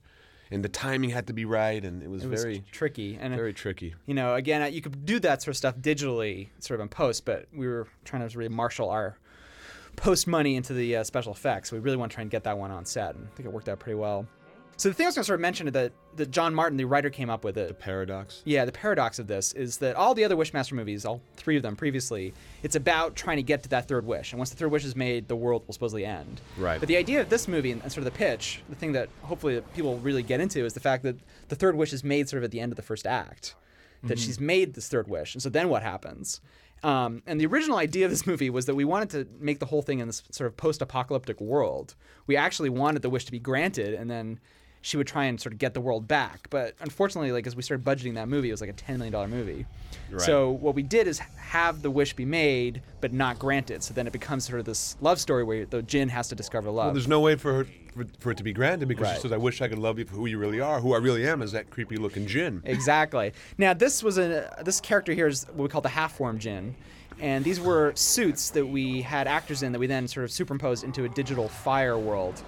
B: and the timing had to be right, and it was
A: It was
B: very,
A: tricky and
B: very tricky.
A: you know, again, uh, you could do that sort of stuff digitally, sort of in post, but we were trying to really marshal our post money into the uh, special effects. We really want to try and get that one on set, and I think it worked out pretty well. So the thing I was going to sort of mention is that that John Martin, the writer, came up with it.
B: Paradox.
A: Yeah, the paradox of this is that all the other Wishmaster movies, all three of them previously, it's about trying to get to that third wish. And once the third wish is made, the world will supposedly end.
B: Right.
A: But the idea of this movie and and sort of the pitch, the thing that hopefully that people really get into is the fact that the third wish is made sort of at the end of the first act, that she's made this third wish. And so then what happens? Um, and the original idea of this movie was that we wanted to make the whole thing in this sort of post apocalyptic world. We actually wanted the wish to be granted and then she would try and sort of get the world back. But unfortunately, like as we started budgeting that movie, it was like a ten million dollar movie. So what we did is have the wish be made but not granted. So then it becomes sort of this love story where the Jin has to discover love.
B: There's no way for her for, for it to be granted because she
A: Right.
B: says, "I wish I could love you for who you really are. Who I really am is that creepy looking gin."
A: Uh, exactly. Now this was a this character here is what we call the half form Jin, and these were suits that we had actors in that we then sort of superimposed into a digital fire world.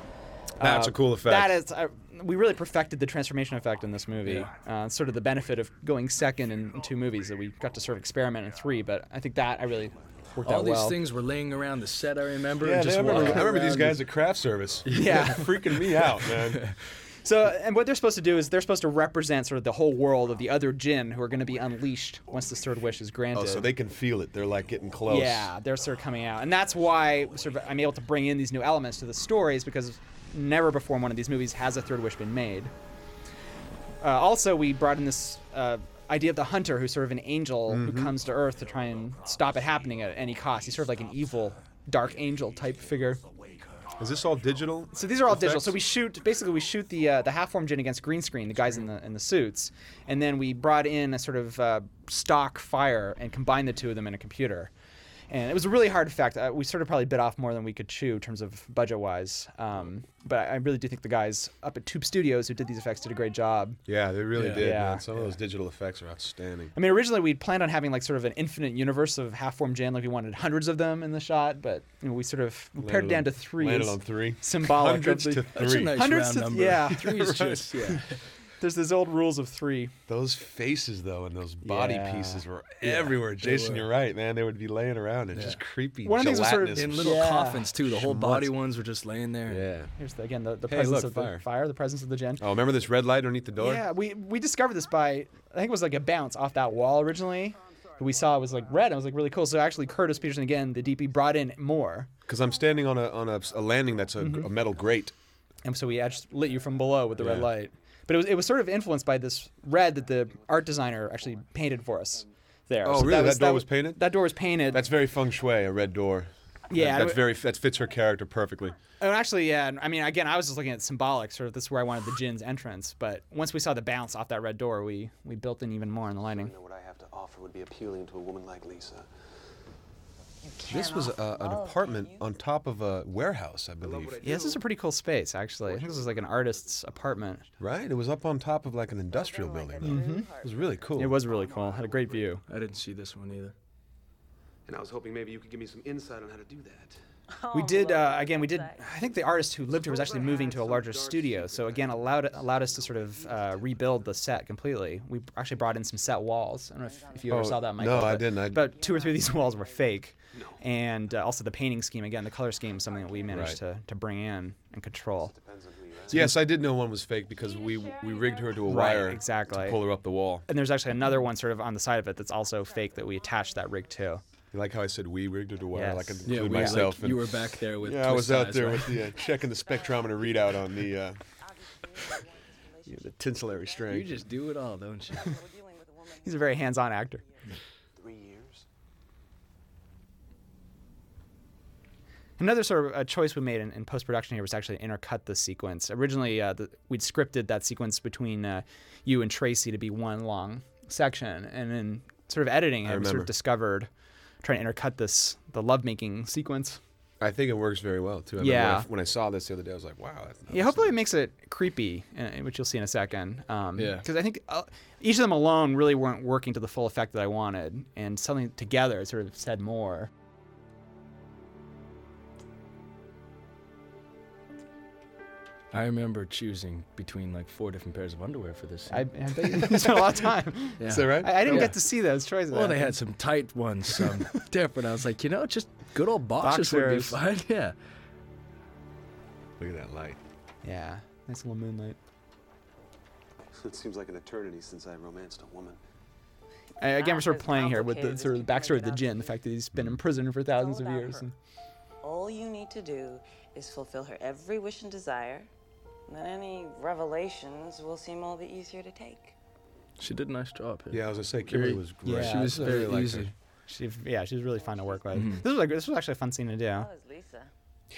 B: That's a cool effect.
A: That is, uh, we really perfected the transformation effect in this movie. Uh, sort of the benefit of going second in, in two movies that we got to sort of experiment in three. But I think that I really worked
C: All
A: out
C: these
A: well.
C: things were laying around the set, I remember.
B: Yeah,
C: and just
B: I remember,
C: walking
B: I remember these
C: around.
B: guys at craft service.
A: (laughs) Yeah.
B: freaking me out,
A: (laughs)
B: man.
A: So, and what they're supposed to do is they're supposed to represent sort of the whole world of the other Jin who are going to be unleashed once this third wish is granted.
B: Oh, so they can feel it. They're like getting close.
A: yeah, they're sort of coming out, and that's why sort of I'm able to bring in these new elements to the stories because never before in one of these movies has a third wish been made. Uh, also, we brought in this uh, idea of the hunter, who's sort of an angel who comes to Earth to try and stop it happening at any cost. He's sort of like an evil, dark angel type figure.
B: Is this all digital?
A: So these are all digital.
B: effects?
A: So we shoot basically we shoot the uh, the half form gin against green screen, the guys in the in the suits, and then we brought in a sort of uh, stock fire and combined the two of them in a computer. And it was a really hard effect. Uh, we sort of probably bit off more than we could chew in terms of budget wise. Um, but I, I really do think the guys up at Tube Studios who did these effects did a great job.
B: Yeah, they really did.
A: Yeah.
B: Man. Some of those digital effects are outstanding.
A: I mean, originally we planned on having like sort of an infinite universe of half form gin, like we wanted hundreds of them in the shot, but you know, we sort of we pared it down to three.
B: Landed
A: as
B: on three.
A: Symbolic. of
B: Hundreds
A: the-
B: to
C: That's a
B: three.
C: nice
A: Hundreds
C: round
A: to-
C: number.
A: yeah.
C: three
B: (laughs)
C: is just yeah.
A: There's these old rules of three.
B: Those faces though, and those body
A: Yeah.
B: pieces were everywhere. Jason,
C: were.
B: you're right, man. They would be laying around and just creepy.
A: One of the things was sort of
B: gelatinous.
C: In little
A: Yeah.
C: coffins too. The whole body ones were just laying there.
B: yeah.
A: Here's the, again the, the
B: Hey,
A: presence
B: look,
A: of
B: fire.
A: the fire, the presence of the gen.
B: Oh, remember this red light underneath the door?
A: Yeah, we we discovered this by I think it was like a bounce off that wall originally. But we saw it was like red. and It was like really cool. So actually, Curtis Peterson again, the DP brought in more,
B: Because I'm standing on a on a, a landing that's a,
A: Mm-hmm.
B: a metal grate.
A: and so we actually lit you from below with the red
B: Yeah.
A: light. But it was it was sort of influenced by this red that the art designer actually painted for us. There.
B: Oh,
A: So
B: really? That door was painted?
A: That door was painted.
B: That's very feng shui. A red door.
A: Yeah,
B: That-
A: it
B: that's
A: w-
B: very that fits her character perfectly.
A: Oh, actually, yeah. and I mean, again, I was just looking at symbolic. Sort of this is where I wanted the Jin's entrance. But once we saw the bounce off that red door, we we built in even more in the lighting.
E: know what I have to offer would be appealing to a woman like Lisa.
B: This was a, an apartment on top of a warehouse, Oh, I believe.
A: Yeah, this is a pretty cool space, actually. I think this is like an artist's apartment.
B: Right? It was up on top of like an industrial building. though. It was really cool.
A: Mm-hmm. It was really cool. Had a great view.
C: I didn't see this one either.
E: And I was hoping maybe you could give me some insight on how to do that.
B: Oh,
H: Oh,
A: We did uh, again. We did. I think the artist who lived here was actually moving to a larger studio, so again allowed allowed us to sort of uh, rebuild the set completely. We actually brought in some set walls. I don't know if, if you ever
B: Oh,
A: saw that,
B: no,
A: Michael.
B: I
A: but
B: didn't. I-
A: About two or three of these walls were fake, and uh, also the painting scheme. Again, the color scheme, is something that we managed to, to bring in and control.
B: Yes, I did know one was fake because we we rigged her to a
A: Right,
B: wire
A: exactly.
B: to pull her up the wall.
A: And there's actually another one sort of on the side of it that's also fake that we attached that rig to.
B: You like how I said we rigged her to a wire?
A: Yes.
B: Like I include
C: Yeah, we, like,
B: myself. and-
C: you were back there with.
B: yeah, I was
C: twist
B: out
C: eyes,
B: there
C: right?
B: with the uh, checking the spectrometer readout on the
A: (laughs)
B: uh, yeah, the tensillary
C: You
B: string.
C: just do it all, don't you?
A: He's a very hands-on actor.
E: Three years? (laughs)
A: Another sort of a choice we made in, in post production here was to actually intercut the sequence. Originally, uh, the, we'd scripted that sequence between uh, you and Tracy to be one long section, and then sort of editing it, we sort
B: remember.
A: of discovered trying to intercut this the lovemaking sequence.
B: I think it works very well too. I remember
A: Yeah.
B: When I, when I saw this the other day, I was like, wow. That's
A: Yeah, hopefully it makes it creepy, uh, which you'll see in a second. Um,
C: Yeah.
A: Because I think uh, each of them alone really weren't working to the full effect that I wanted, and something together it sort of said more.
C: (laughs) I remember choosing between like four different pairs of underwear for this.
A: I, I bet you (laughs) spent a lot of time.
C: yeah.
B: Is that right?
A: I, I didn't
C: Yeah.
A: get to see those choices.
C: Well, they had some tight ones,
B: (laughs)
C: some different. I was like, you know, just good old boxers would be
A: Boxers.
C: fine. (laughs) Yeah.
B: Look at that light.
A: Yeah, nice little moonlight.
E: It seems like an eternity since I romanced a woman.
A: I, again, we're sort of
H: as
A: playing here with the
H: complicated
A: sort
H: as
A: of
H: you
A: the
H: can
A: backstory
H: make
A: of the
H: it out
A: djinn,
H: to
A: the fact that he's been in prison for thousands of years. and-
H: All you need to do is fulfill her every wish and desire, and then any revelations will seem all the easier to take.
C: She did a nice job.
B: Yeah, I was gonna say Kimberly
C: Very-
B: was great.
A: yeah,
C: She was
B: I
C: very
B: liked
C: easy.
B: her.
A: She, yeah, she's Oh, really fun to work with.
C: Mm-hmm.
A: This was like this was actually a fun scene to do.
H: That was Lisa.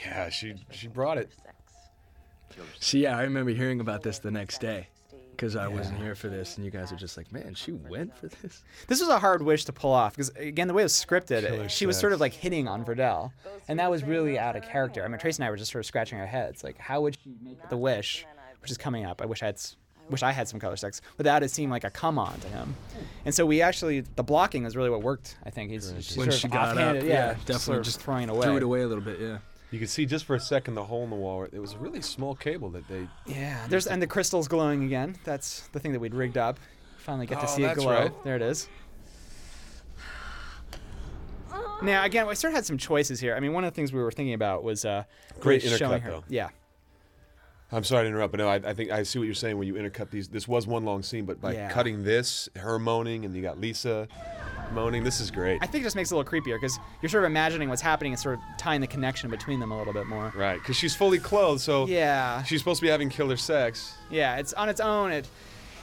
B: Yeah, she she brought it.
H: Sex.
C: See, yeah, I remember hearing about this the next day because I wasn't here for this, and you guys are just like, man, she went for this.
A: This was a hard wish to pull off because again, the way it was scripted, it- she was sort of like hitting on Verdell, and that was really out of character. I mean, Trace and I were just sort of scratching our heads, like, how would she make the wish, which is coming up? I wish I had. s- Wish I Hmm. had some color sex without it seeming like a come on to him, and so we actually the blocking was really what worked. I think he's she's
C: When
A: sort
C: she
A: of
C: got up,
A: offhanded,
C: yeah, definitely
A: sort of
C: just
A: throwing
C: Threw it away a little bit, yeah.
B: You could see just for a second the hole in the wall. where- It was a really small cable that they.
A: Yeah, there's and the crystal's glowing again. That's the thing that we'd rigged up. Finally get to
B: Oh,
A: see it
B: that's
A: glow.
B: right.
A: There it is. Now again, we sort of had some choices here. I mean, one of the things we were thinking about was uh,
B: Great
A: really showing
B: intercut,
A: her-
B: though.
A: Yeah,
B: I'm sorry to interrupt, but no, I, I think I see what you're saying when you intercut these. This was one long scene, but by
A: Yeah.
B: cutting this, her moaning, and you got Lisa moaning. This is great.
A: I think it just makes it a little creepier because you're sort of imagining what's happening and sort of tying the connection between them a little bit more.
B: Right, because she's fully clothed, so
A: Yeah.
B: she's supposed to be having killer sex.
A: Yeah, it's on its own. It,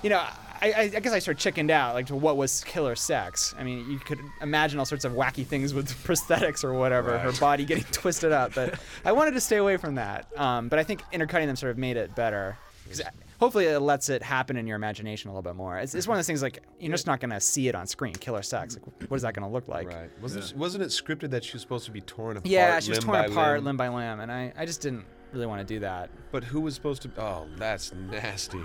A: you know, I, I, I guess I sort of chickened out like to what was killer sex. I mean, you could imagine all sorts of wacky things with (laughs) prosthetics or whatever, her
B: Right.
A: body
B: (laughs)
A: getting twisted up. But I wanted to stay away from that. Um, but I think intercutting them sort of made it better. 'Cause Hopefully it lets it happen in your imagination a little bit more. It's, it's one of those things like you're just not gonna see it on screen. Killer sex, like what is that gonna look like?
B: Right, wasn't wasn't it scripted that she was supposed to be torn apart?
A: Yeah, she was
B: limb
A: torn
B: by
A: apart
B: limb?
A: limb by limb, and I, I just didn't really want to do that.
B: But who was supposed to? Oh, that's nasty.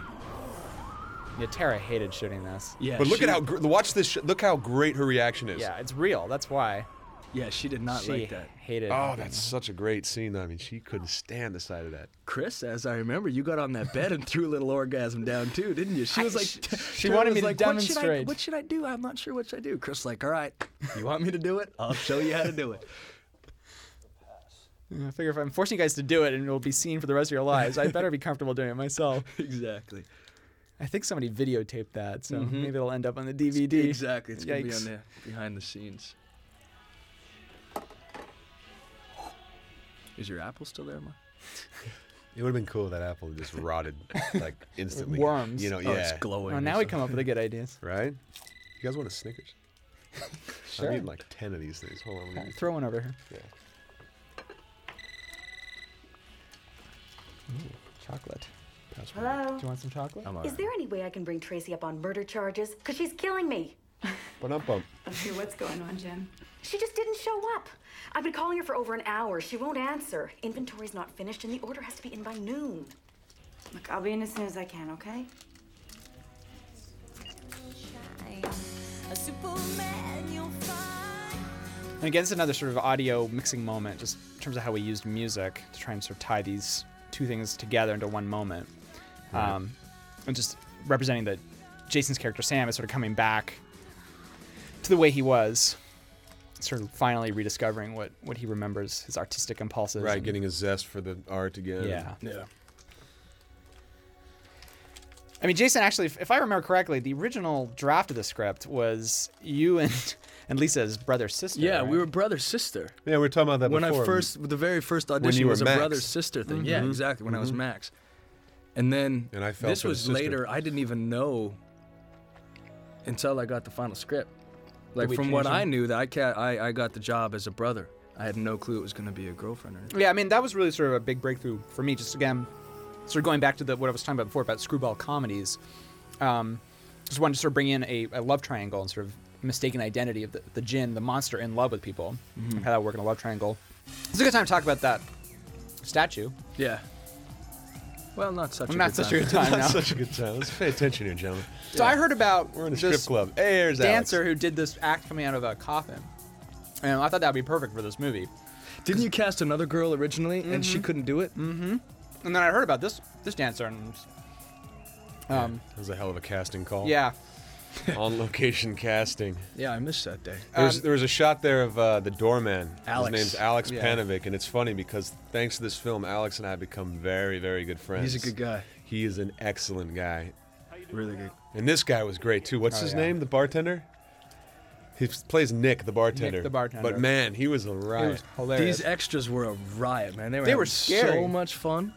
A: Yeah, Tara hated shooting this.
C: Yeah.
B: But look
C: she-
B: at how gr- watch this. Sh- look how great her reaction is.
A: Yeah, it's real. That's why.
C: Yeah, she did not
A: she
C: like that.
A: hated.
B: Oh, that's such a great scene. though. I mean, she couldn't stand the sight of that.
C: Chris, as I remember, you got on that bed and threw a little orgasm down too, didn't you? She was (laughs) like, she
A: wanted me to
C: like,
A: demonstrate.
C: What should, I, what should I do? I'm not sure what should I do. Chris, like, all right, you want me to do it? I'll show you how
B: (laughs)
C: to do it.
A: I figure if I'm forcing you guys to do it and it'll be seen for the rest of your lives, I
B: (laughs)
A: better be comfortable doing it myself.
C: exactly.
A: I think somebody videotaped that, so
B: Mm-hmm.
A: maybe it'll end up on the DVD.
C: Exactly. It's gonna be
A: Yikes.
C: on the behind the scenes. Is your apple still there, Ma?
B: It would have been cool if that apple
C: (laughs)
B: just rotted like instantly.
A: Worms.
B: You know,
C: Oh,
B: yeah.
C: it's glowing.
A: Well,
C: or
A: now we
C: something.
A: come up with the good
B: (laughs)
A: ideas.
B: right? You guys want a
C: (laughs)
B: Snickers?
A: Sure.
B: I need like ten of these things. Hold on. let me-
A: Throw one over here.
B: Yeah.
A: Chocolate.
B: Pass me that.
K: Hello?
A: Do you want some chocolate?
C: I'm all
K: Is
C: right.
K: there any way I can bring Tracy up on murder charges? Because she's killing me.
B: Ba-dum-bum.
K: I'm sure what's going on, Jen. She just didn't show up. I've been calling her for over an hour. She won't answer. Inventory's not finished, and the order has to be in by noon.
D: Look, I'll be in as soon as I can, okay?
A: And again, it's another sort of audio mixing moment, just in terms of how we used music to try and sort of tie these two things together into one moment.
L: Right.
A: Um, and just representing that Jason's character Sam is sort of coming back to the way he was, sort of finally rediscovering what, what he remembers, his artistic impulses.
B: Right,
A: and-
B: getting a zest for the art again.
A: Yeah.
C: Yeah.
A: I mean, Jason, actually, if if I remember correctly, the original draft of the script was you and, (laughs) and Lisa as brother sister.
C: Yeah,
A: right?
C: we were brother sister.
B: Yeah, we were talking about that
C: when
B: before.
C: I first, the very first
B: When
C: audition
B: you were
C: was
B: Max.
C: a brother sister thing. Yeah,
A: Mm-hmm.
B: Mhm.
C: exactly. When I was
B: Mhm.
C: Max, and then
B: And I fell
C: this
B: for the
C: was
B: sister.
C: later. I didn't even know until I got the final script. Like
A: we
C: from what
A: change
C: I
A: them?
C: knew, that I ca I, I got the job as a brother. I had no clue it was going to be a girlfriend or anything.
A: Yeah, I mean that was really sort of a big breakthrough for me. Just again, sort of going back to the, what I was talking about before about screwball comedies. Um, just wanted to sort of bring in a, a love triangle and sort of mistaken identity of the, the djinn, the monster in love with people,
B: Mm-hmm.
C: Mhm.
A: how that would work in a love triangle. It's a good time to talk about that statue.
C: Yeah. Well, not such. a
A: Not
C: good
A: such a
C: time.
A: good time
B: Not
A: now.
B: (laughs) such a good time. Let's pay attention here, gentlemen.
A: So I heard about
B: We're in a
A: this
B: strip club. Hey, there's Alex.
A: dancer who did this act coming out of a coffin, and I thought that would be perfect for this movie.
C: Didn't you cast another girl originally, and she
A: Mhm.
C: couldn't do it?
A: Mm-hmm. And then I heard about this this dancer, and um,
B: That was a hell of a casting call.
A: Yeah.
B: (laughs) On location casting.
C: Yeah, I missed that day.
B: There was, there was a shot there of uh, the doorman.
C: Um, Alex.
B: His name's Alex
C: Yeah.
B: Panovic, and it's funny because thanks to this film, Alex and I have become very, very good friends.
C: good guy.
B: He is an excellent guy.
C: Really good.
B: And this guy was great too. What's
C: Oh,
B: his
C: yeah.
B: name? The bartender. He s- plays Nick, the bartender.
C: the bartender.
B: But man, he was a riot.
C: These extras were a riot, man. They were,
A: They were
C: having
A: scary.
C: so much fun.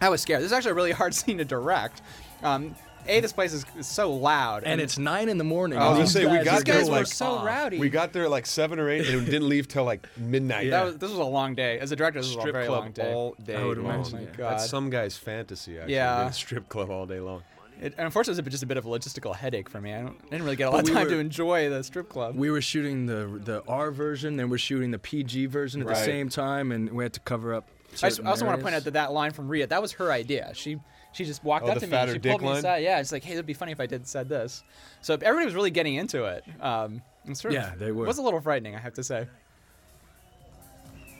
A: I was scared. This is actually a really (laughs) hard scene to direct. Um, a, this place is, is so loud, Oh,
C: And it's nine in the morning.
B: I was gonna
C: These
B: say we
C: guys
B: got
C: are
B: there
C: going
B: like
A: so
B: off.
A: rowdy.
B: We got there like seven or eight, and didn't leave till like midnight.
A: That was, this was a long day. As a director, this was a
B: strip
A: very
B: club
A: long day. Oh
B: all day. long. That's some guy's fantasy. Actually,
A: Yeah.
B: being a strip club all day long.
A: It, and unfortunately, it was just a bit of a logistical headache for me. I, don't, I didn't really get a
C: But
A: lot of
C: we
A: time
C: were-
A: to enjoy the strip club.
C: We were shooting the the R version, then we're shooting the PG version at the
A: Right.
C: same time, and we had to cover up.
A: I, s- I
C: certain
A: also want to
C: areas.
A: point out that that line from Rhea, that was her idea. She she just walked
C: Oh,
A: up
C: the
A: to me,
C: fatter
A: she
C: dick
A: pulled me
C: line?
A: aside. Yeah, it's like, hey, it'd be funny if I did said this. So everybody was really getting into it. Um, and sort
C: Yeah,
A: of,
C: they were.
A: It was a little frightening, I have to say.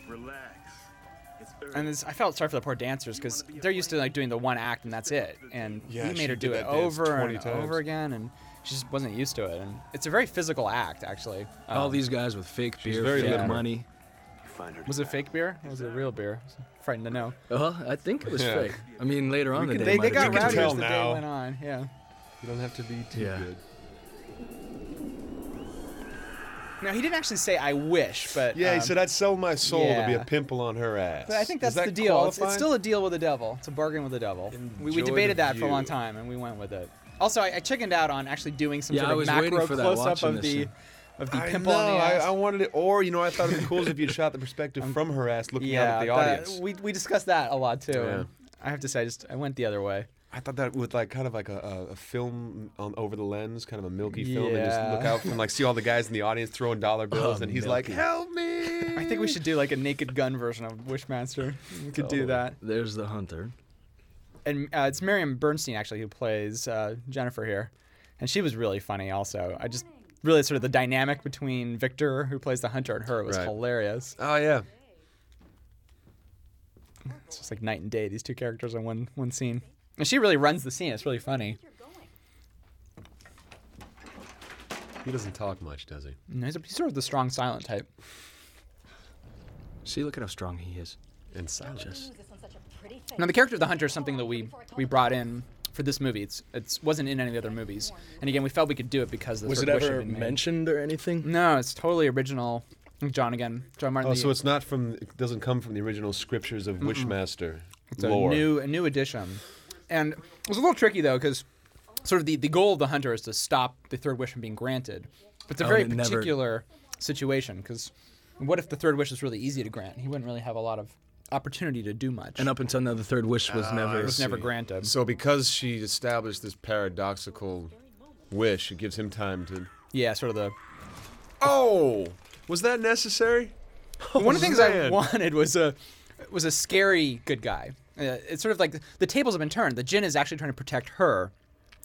M: Relax. It's
A: And this, I felt sorry for the poor dancers because they're used to like doing the one act and that's it. And
B: Yeah,
A: we
B: she
A: made her
B: did
A: do it
B: that dance
A: over
B: 20
A: and
B: times.
A: over again, and she just wasn't used to it. And it's a very physical act, actually.
C: all
A: Um,
C: these guys with fake
A: She's
C: beer,
A: very
C: fake
A: limber.
C: money.
A: was it fake beer? Or was it real beer? Frightened to know.
C: Uh, I think it was
A: Yeah.
C: fake. I mean, later on
A: We
C: in the
A: can-
C: day,
A: they-
C: might
A: they got
C: have been.
A: rowdier as the day went on, yeah.
B: You don't have to be too
C: Yeah.
B: good.
A: Now he didn't actually say I wish, but
B: Yeah, he
A: um,
B: said I'd sell my soul to be
A: yeah.
B: a pimple on her ass.
A: But I think
B: Does
A: that's the
B: that
A: deal. It's, it's
B: qualify?
A: still a deal with the devil. It's a bargain with the devil. We, we
B: Enjoy the
A: debated that for a long
B: view.
A: time, and we went with it. Also, I, I chickened out on actually doing some
B: Yeah, I
A: sort of
B: was waiting
A: macro
B: for that,
A: close-up
B: watching
A: of
B: this
A: the
B: thing.
A: of the
B: I
A: pimple on
B: know,
A: the
B: I-
A: ass. Um,
B: I wanted it, or you know, I thought it'd be cool if you'd shot the perspective from her ass, looking out at the
A: that-
B: audience.
A: we we discussed that a lot too.
B: Yeah.
A: and I have to say, I just I went the other way.
B: I thought that with like kind of like a, a- a film on, over the lens, kind of a milky film, and just look
A: Yeah.
B: out and like see all the guys in the audience throwing dollar bills,
A: Oh,
B: and he's like,
A: milky.
B: "Help me!"
A: I think we should do like a Naked Gun version of Wishmaster. We could do
C: Totally.
A: that.
C: There's the hunter.
A: And uh, it's Miriam Bernstein actually who plays uh, Jennifer here, and she was really funny. Also, I just really sort of the dynamic between Victor, who plays the hunter, and her was
B: Right.
A: hilarious.
B: Oh yeah.
A: It's just like night and day. These two characters in one one scene, and she really runs the scene. It's really funny.
B: He doesn't talk much, does he?
A: And He's, he's sort of the strong silent type.
C: See, look at how strong he is.
B: And silent.
A: Now the character of the hunter is something that we we brought in for this movie. It's it's wasn't in any of the other movies, and again we felt we could do it because the
C: Was
A: sort
C: it
A: of wish had
C: ever
A: been made.
C: mentioned or anything?
A: No, it's totally original. John again, John Martin.
B: Oh,
A: the-
B: so it's not from it doesn't come from the original scriptures of
A: Mm-mm.
B: Wishmaster
A: It's
B: lore.
A: a new a new edition, and it was a little tricky though because sort of the, the goal of the hunter is to stop the third wish from being granted, but it's a
C: Oh,
A: very
C: and it never-
A: particular situation because what if the third wish is really easy to grant? He wouldn't really have a lot of opportunity to do much.
C: And up until now, the third wish was
A: Ah,
C: never
A: I was never see. granted.
B: So because she established this paradoxical wish, it gives him time to.
A: Yeah, sort of the.
B: Oh. Was that necessary?
A: (laughs) One of the things I
B: Man.
A: wanted was a was a scary good guy. Uh, it's sort of like the tables have been turned. The Jin is actually trying to protect her,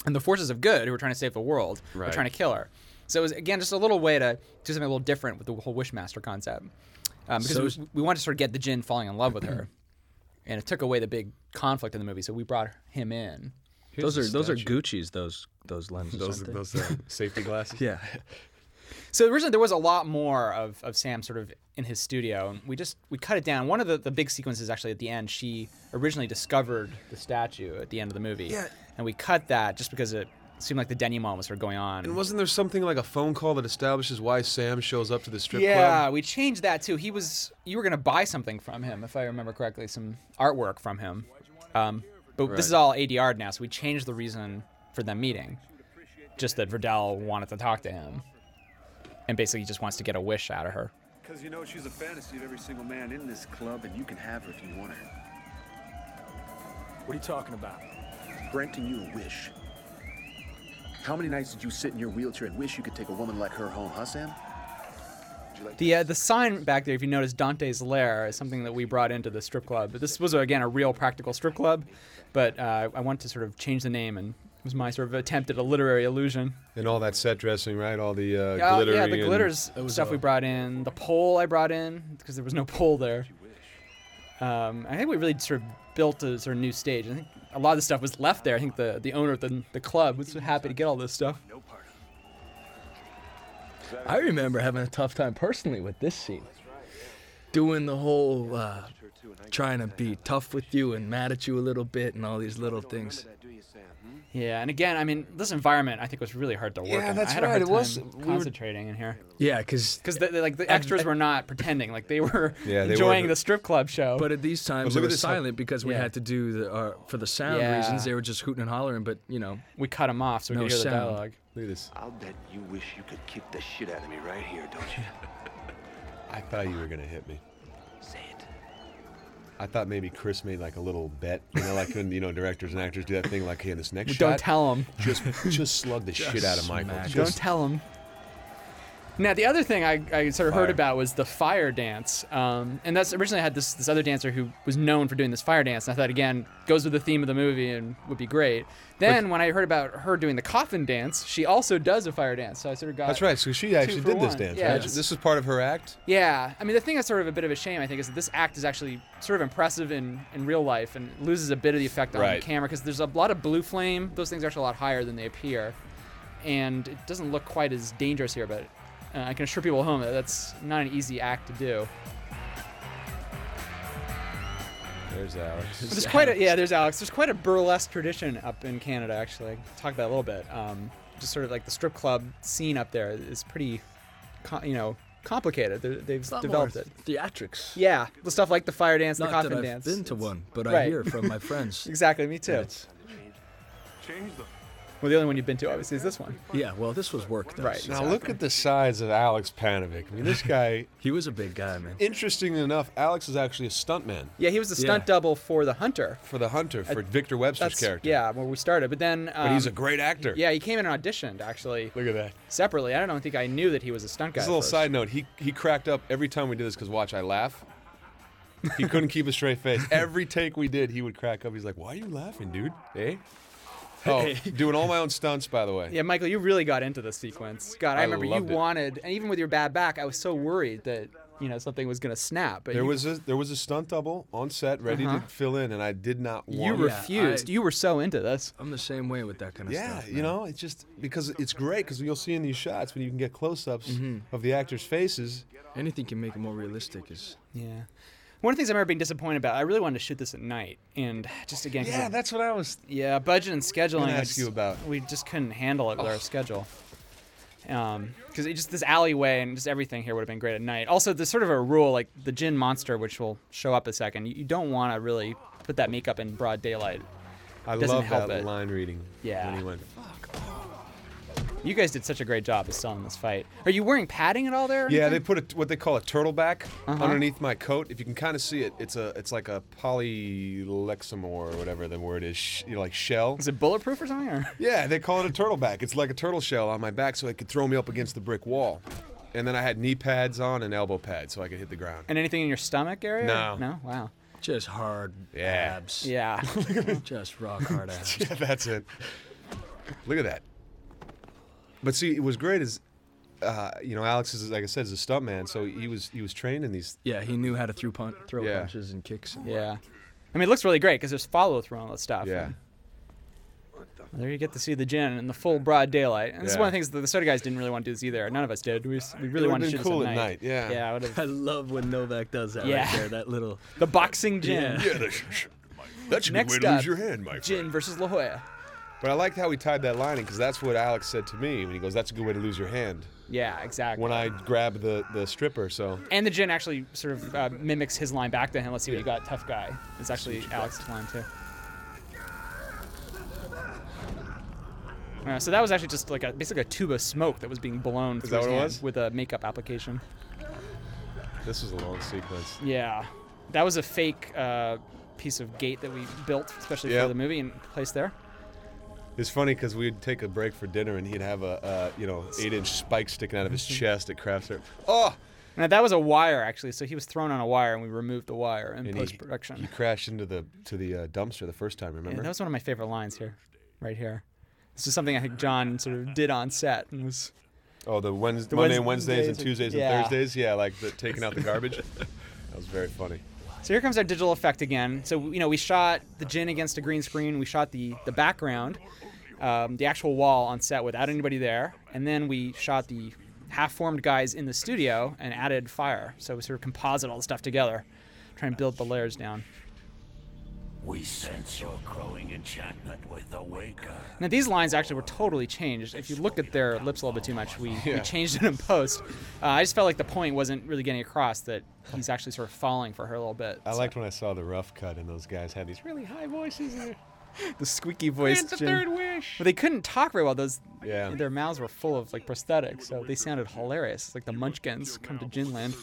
A: and the forces of good who are trying to save the world
B: Right.
A: are trying to kill her. So it was again just a little way to do something a little different with the whole Wishmaster concept, um, because
C: So
A: we-
C: is-
A: we wanted to sort of get the Jin falling in love with
C: (clears throat)
A: her, and it took away the big conflict in the movie. So we brought him in.
C: those are those are Gucci's. Those those lenses.
A: Those-
C: aren't they?
A: those, (laughs) uh,
B: safety glasses.
C: Yeah.
A: So originally there was a lot more of, of Sam sort of in his studio, and we just we cut it down. One of the, the big sequences actually at the end, she originally discovered the statue at the end of the movie,
B: Yeah.
A: and we cut that just because it seemed like the denouement was sort of going on.
B: And wasn't there something like a phone call that establishes why Sam shows up to the strip
A: yeah,
B: club?
A: we changed that too. He was you were gonna buy something from him, if I remember correctly, some artwork from him. Um, but
B: Right.
A: this is all ADR'd now, so we changed the reason for them meeting. Just that Verdell wanted to talk to him, and basically he just wants to get a wish out of her.
L: Because you know she's a fantasy of every single man in this club, and you can have her if you want her. What are you talking about? Granting you a wish. How many nights did you sit in your wheelchair and wish you could take a woman like her home, huh, Sam?
A: The uh, the sign back there, if you notice, Dante's Lair is something that we brought into the strip club. But this was again a real practical strip club, but uh, I wanted to sort of change the name, and it was my sort of attempt at a literary illusion.
B: And all that set dressing, right? All the uh,
A: Yeah,
B: glittery
A: yeah, the
B: and-
A: glitters stuff
C: uh,
A: we brought in, the pole I brought in because there was no pole there. Um, I think we really sort of built a sort of new stage. I think a lot of the stuff was left there. I think the, the owner of the, the club was happy to get all this stuff.
C: I remember having a tough time personally with this scene. Doing the whole uh, trying to be tough with you and mad at you a little bit and all these little things.
A: Yeah, and again, I mean, this environment I think was really hard to work
C: Yeah,
A: in.
C: that's
A: I had a
C: right,
A: hard
C: it was-
A: time
C: we were-
A: concentrating in here.
C: Yeah, because
A: because the, the- like the extras were not pretending, like
C: (laughs)
A: they were
C: Yeah, they
A: enjoying
C: were-
A: the strip club show.
C: But at these times it was silent because we
A: Yeah.
C: had to do the uh, for the sound
A: Yeah.
C: reasons they were just hooting and hollering. But you know
A: we cut them off so we
C: no
A: could hear the
C: sound.
A: dialogue.
B: Look at this.
E: I'll bet you wish you could kick the shit out of me right here, don't you?
B: I thought you were gonna hit me.
E: Say it.
B: I thought maybe Chris made like a little bet, you know, like when you know directors and actors do that thing, like hey, in this next
A: Well,
B: shot,
A: don't tell 'em.
B: Just, just slug the shit out of
A: Just
B: Michael.
A: smack.
B: Just,
A: Don't tell him. Now the other thing I, I sort of
B: Fire.
A: heard about was the fire dance, um, and that's originally I had this this other dancer who was known for doing this fire dance, and I thought again goes with the theme of the movie and would be great. Then when I heard about her doing the coffin dance, she also does a fire dance, so I sort of got
B: That's right. So she
A: two
B: actually
A: for
B: did this
A: one.
B: dance.
A: Yeah,
B: right?
A: it's-
B: This was part of her act.
A: Yeah, I mean the thing that's sort of a bit of a shame I think is that this act is actually sort of impressive in, in real life and loses a bit of the effect on
B: Right.
A: camera because there's a lot of blue flame. Those things are actually a lot higher than they appear, and it doesn't look quite as dangerous here. But uh, I can assure people at home that that's not an easy act to do.
B: There's Alex.
A: But there's quite a yeah. There's Alex. There's quite a burlesque tradition up in Canada. Actually, I can talk about it a little bit. Um, just sort of like the strip club scene up there is pretty, co you know, complicated. They're, they've
C: lot more
A: developed it.
C: Theatrics.
A: Yeah, the stuff like the fire dance, and
C: Not
A: the
C: that
A: coffin
C: I've
A: dance.
C: been to one, but I hear
A: (laughs)
C: from my friends.
A: exactly, me too.
C: that it's-
F: Change them.
A: Well, the only one you've been to obviously is this one.
C: Yeah, well, this was work. Though,
A: Right,
B: Now look at the size of Alex Panovic. I mean, this guy.
C: he was a big guy, man.
B: Interestingly enough, Alex is actually a stuntman
A: Yeah, he was the
B: Yeah.
A: stunt double for the Hunter.
B: for the Hunter for
A: At-
B: Victor Webster's
A: That's-
B: character.
A: Yeah, where we started, but then. Um,
B: But he's a great actor.
A: Yeah, he came in and auditioned actually.
B: Look at that.
A: Separately, I don't think I knew that he was a stunt guy.
B: Just a little
A: at first.
B: side note. He he cracked up every time we did this because watch, I laugh.
A: (laughs)
B: He couldn't keep a straight face. Every take we did, he would crack up. He's like, "Why are you laughing, dude? Eh? Oh, doing all my own stunts, by the way.
A: Yeah, Michael, you really got into this sequence. God, I,
B: I
A: remember you
B: loved it.
A: wanted, and even with your bad back, I was so worried that you know something was gonna snap. But
B: There
A: you,
B: was a there was a stunt double on set ready
A: Uh-huh.
B: to fill in, and I did not
A: You
B: want.
A: refused. you were so into this.
C: I'm the same way with that kind of
B: Yeah,
C: stuff.
B: you know, it's just because it's great because you'll see in these shots when you can get close-ups
A: Mm-hmm.
B: of the actors' faces.
C: Anything can make it more realistic. Is
A: yeah. One of the things I remember being disappointed about, I really wanted to shoot this at night, and just again. 'cause
B: Yeah,
A: of-
B: that's what I was.
A: Yeah, budget and scheduling.
B: Gonna
A: I
B: ask
A: just-
B: you about.
A: We just couldn't handle it with our schedule. Um, because just this alleyway and just everything here would have been great at night. Also, there's sort of a rule like the gin monster, which will show up a second. You, you don't want to really put that makeup in broad daylight.
B: I
A: Doesn't
B: love
A: help
B: that
A: it.
B: line reading.
A: Yeah.
B: When he went,
A: You guys did such a great job of selling this fight. Are you wearing padding at all there? or
B: Yeah, they
A: anything?
B: put a, what they call a turtleback
A: Uh-huh.
B: underneath my coat. If you can kind of see it, it's a it's like a polylexamor or whatever the word is, sh- you know, like shell. Is
A: it bulletproof or (laughs) something? Or?
B: Yeah, they call it a turtleback. It's like a turtle shell on my back, so it could throw me up against the brick wall. And then I had knee pads on and elbow pads so I could hit the ground.
A: And anything in your stomach area?
B: No.
A: No? Wow.
C: Just hard abs.
A: Yeah.
C: (laughs) Just rock hard abs.
B: (laughs) yeah, that's it. Look at that. But see, it was great is, uh, you know, Alex is like I said, is a stuntman, so he was he was trained in these.
C: Yeah, he knew how to throw punch, throw
B: Yeah.
C: punches and kicks. And
A: Yeah. I mean, it looks really great because there's follow through on all that stuff.
B: Yeah.
A: and- There you get to see the gin in the full broad daylight, and this is
B: Yeah.
A: one of the things that the soda guys didn't really want to do this either. None of us did. We, s- we really
B: would've
A: wanted to
B: been
A: shoot
B: cool
A: this
B: at night, yeah.
A: Yeah. I would've-
B: (laughs)
C: I love when Novak does that
A: Yeah.
C: right there. That (laughs) little.
A: The boxing gin.
C: Yeah. Yeah,
B: that should, that should be a
A: Next
B: way to lose
A: up,
B: your hand, my
A: Gin versus La Jolla.
B: But I liked how he tied that line in because that's what Alex said to me when he goes, "That's a good way to lose your hand."
A: Yeah, exactly.
B: When I grabbed the the stripper, so
A: And the gin actually sort of uh, mimics his line back to him. Let's see what you got, tough guy. It's actually Alex's line too. Uh, so that was actually just like a, basically a tube of smoke that was being blown
B: Is
A: through
B: that
A: his
B: what it
A: hand
B: was?
A: with a makeup application.
B: this was a long sequence.
A: Yeah, that was a fake uh, piece of gate that we built especially
B: Yep.
A: for the movie and placed there.
B: It's funny because we'd take a break for dinner and he'd have a uh, you know eight inch spike sticking out of
A: Mm-hmm.
B: his chest at Kraft Syrup. Oh,
A: now that was a wire actually. So he was thrown on a wire, and we removed the wire in
B: And he-
A: post production.
B: He crashed into the to the uh, dumpster the first time. Remember?
A: Yeah, that was one of my favorite lines here, right here. This is something I think John sort of did on set and was.
B: Oh, the Wednes
A: The
B: Monday, and
A: Wednes-
B: Wednesdays, and
A: days are-
B: Tuesdays
A: yeah.
B: and Thursdays. Yeah, like the,
A: (laughs)
B: taking out the garbage. that was very funny.
A: So here comes our digital effect again. So you know we shot the gin against a green screen. We shot the the background, um, the actual wall on set without anybody there, and then we shot the half-formed guys in the studio and added fire. So we sort of composite all the stuff together, try and build the layers down.
F: We sense your growing enchantment with the Waker.
A: Now these lines actually were totally changed. If you look at their lips a little bit too much, we, we
F: Yeah.
A: changed it in post. Uh, I just felt like the point wasn't really getting across that he's actually sort of falling for her a little bit.
B: I
A: So-
B: liked when I saw the rough cut and those guys had these really high voices. and-
A: the squeaky voice.
B: Grant the
A: Jim.
B: third wish.
A: But they couldn't talk very well. Those
B: Yeah.
A: their mouths were full of like prosthetics, so they sounded hilarious. It's like the Munchkins come to Ginland.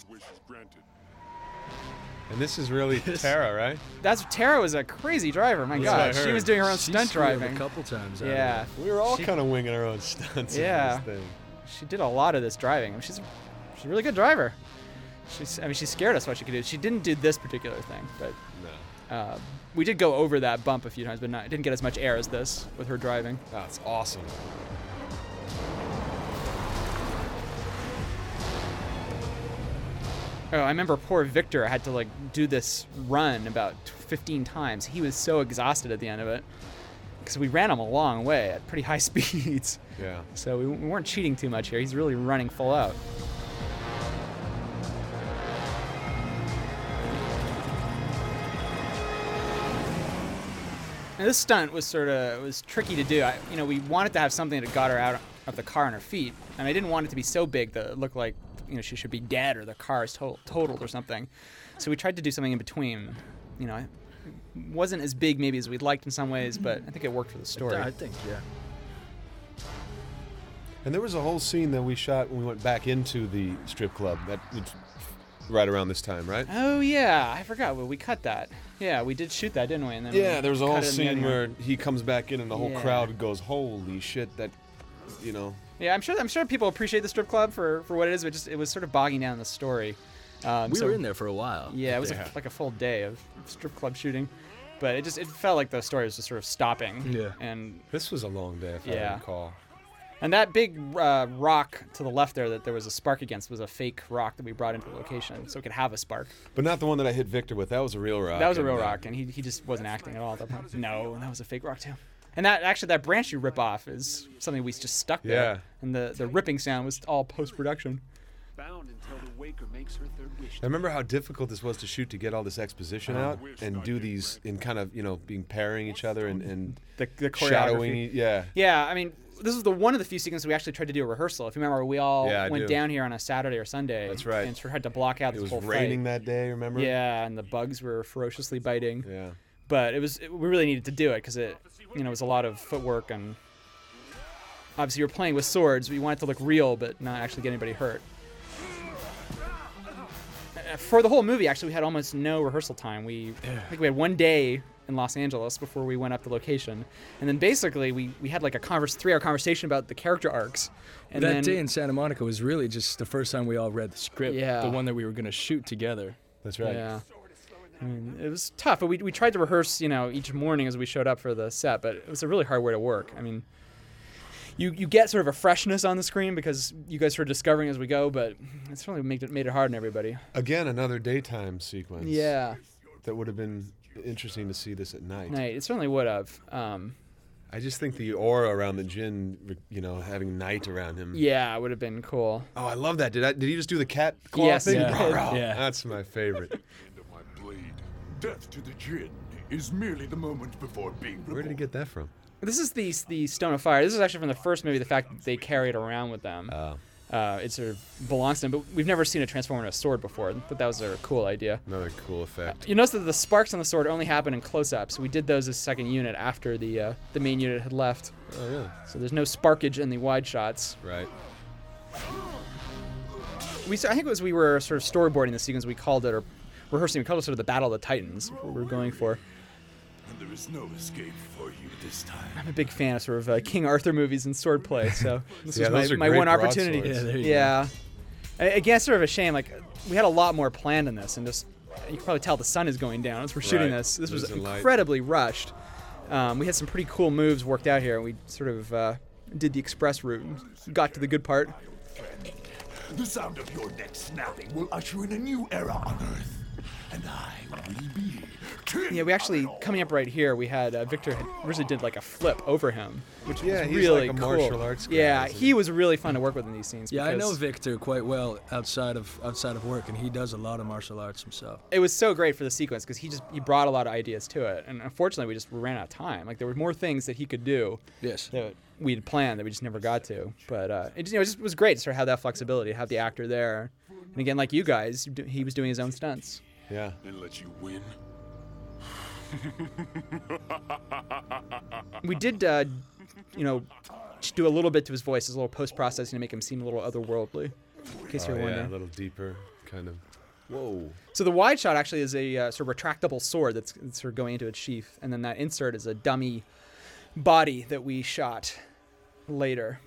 B: And this
A: (laughs)
B: is really Tara, right?
A: That's Tara was a crazy driver. My
B: That's what I
A: God, she was
B: heard.
A: doing her own
C: She
A: stunt
C: screwed up a
A: driving
C: couple times out of
A: Yeah,
B: it. We were all
A: She-
B: kinda winging our own stunts in
A: Yeah,
B: this thing.
A: she did a lot of this driving. I mean, She's she's a really good driver. She's I mean she scared us what she could do. She didn't do this particular thing, but
B: No.
A: uh, we did go over that bump a few times, but not, it didn't get as much air as this with her driving.
B: That's Oh, awesome.
A: Oh, I remember poor Victor had to like do this run about 15 times. He was so exhausted at the end of it because we ran him a long way at pretty high (laughs) speeds.
B: Yeah.
A: So we, we weren't cheating too much here. He's really running full out. And this stunt was sort of was tricky to do. I, you know, we wanted to have something that got her out of the car on her feet, and I didn't want it to be so big that it looked like you know she should be dead or the car is total, totaled or something. So we tried to do something in between. You know, it wasn't as big maybe as we'd liked in some ways, but I think it worked for the story.
C: I think, yeah.
B: And there was a whole scene that we shot when we went back into the strip club that was right around this time, right?
A: Oh yeah, I forgot. Well, we cut that. Yeah, we did shoot that, didn't we? And then
B: Yeah,
A: we
B: there was a
A: cut
B: whole
A: it in the
B: scene
A: editing room.
B: where he comes back in and the whole
A: Yeah.
B: crowd goes, "Holy shit!" That, you know,
A: Yeah, I'm sure. I'm sure people appreciate the strip club for, for what it is, but just it was sort of bogging down the story. Um,
C: We
A: so-
C: were in there for a while.
A: Yeah, it was
C: Yeah.
A: A, like a full day of strip club shooting, but it just it felt like the story was just sort of stopping.
B: Yeah.
A: And
B: this was a long day if
A: Yeah.
B: I recall.
A: and that big uh, rock to the left there that there was a spark against was a fake rock that we brought into the location so it could have a spark.
B: But not the one that I hit Victor with. That was a real rock.
A: That was a
B: and,
A: real
B: uh,
A: rock, and he, he just wasn't acting at all at that point. No, that was a fake rock too. And that actually that branch you rip off is something we just stuck there.
B: Yeah.
A: And the, the ripping sound was all post production.
L: Bound until the Waker makes her third wish.
B: I remember how difficult this was to shoot to get all this exposition
A: Oh.
B: out and do these in kind of you know being pairing each other and and
A: the, the
B: shadowing. e-
A: choreography.
B: Yeah.
A: Yeah, I mean, this is the one of the few sequences we actually tried to do a rehearsal. If you remember, we all
B: Yeah, I
A: went
B: do.
A: down here on a Saturday or Sunday. That's right. And tried to block out
B: It
A: this
B: was
A: whole
B: raining
A: fight.
B: that day. Remember?
A: Yeah, and the bugs were ferociously biting.
B: Yeah.
A: But it was it- we really needed to do it because it you know was a lot of footwork and obviously you're playing with swords. But you want it to look real, but not actually get anybody hurt. Uh, for the whole movie, actually, we had almost no rehearsal time. We I think we had one day in Los Angeles before we went up to location, and then basically we, we had like a converse three hour conversation about the character arcs. And
C: that
A: then,
C: day in Santa Monica was really just the first time we all read the script,
A: Yeah.
C: the one that we were going to shoot together.
B: That's
A: Yeah. I mean, it was tough, but we, we tried to rehearse, you know, each morning as we showed up for the set, but it was a really hard way to work. I mean, you, you get sort of a freshness on the screen because you guys are discovering as we go, but it's really made it, made it hard on everybody.
B: Again, another daytime sequence.
A: Yeah.
B: That would have been interesting to see this at night.
A: Night, it certainly would have. Um,
B: I just think the aura around the gin, you know, having night around him.
A: yeah, it would have been cool.
B: Oh, I love that. Did I, did he just do the cat claw
A: Yes, he
B: (laughs) thing?
A: did.
B: Rah-rah.
A: Yeah.
B: That's my favorite.
M: Death to the Jinn is merely the moment before being reborn.
B: Where did he get that from?
A: This is the the Stone of Fire. This is actually from the first movie. The fact that they carry it around with them, uh, it sort of belongs to them. But we've never seen it transform into a sword before. But that was a cool idea.
B: Another cool effect.
A: You notice that the sparks on the sword only happen in close-ups. We did those as second unit after the uh, the main unit had left.
B: Oh yeah.
A: So there's no sparkage in the wide shots.
B: Right.
A: We s- I think it was we were sort of storyboarding the sequence. We called it or rehearsing. We called it sort of the Battle of the Titans. What we were going for.
M: And there is no escape for you this time.
A: I'm a big fan of sort of uh, King Arthur movies and swordplay,
B: (laughs)
A: so this
B: Yeah,
A: was
B: those
A: my, my
B: are great
A: one opportunity.
B: broadswords. Yeah, there you go.
A: yeah. I, again, it's sort of a shame. Like we had a lot more planned in this, and just you can probably tell the sun is going down as we're shooting
B: Right.
A: this. This was
B: Losing light.
A: incredibly rushed. Um, we had some pretty cool moves worked out here, and we sort of uh, did the express route, and got to the good part.
M: The sound of your neck snapping will usher in a new era on Earth. And I will be.
A: Yeah, we actually coming up right here. We had uh, Victor had originally did like a flip over him, which
B: Yeah,
A: was
B: he's
A: really
B: like a
A: cool.
B: martial arts guy,
A: yeah,
B: isn't
A: he was really fun to work with in these scenes.
C: Yeah, I know
A: because-
C: Victor quite well outside of outside of work, and he does a lot of martial arts himself.
A: it was so great for the sequence because he just he brought a lot of ideas to it, and unfortunately we just ran out of time. Like there were more things that he could do.
C: Yes.
A: That we had planned that we just never got to, but uh, it, you know, it just was great to sort of have that flexibility, have the actor there, and again, like you guys, you do- he was doing his own stunts.
B: Yeah.
M: And let you win.
A: We did, uh, you know, just do a little bit to his voice, his little post processing to make him seem a little otherworldly. In case
B: oh,
A: you're
B: yeah,
A: wondering.
B: a little deeper, kind of. Whoa.
A: So the wide shot actually is a uh, sort of retractable sword that's, that's sort of going into its sheath, and then that insert is a dummy body that we shot later.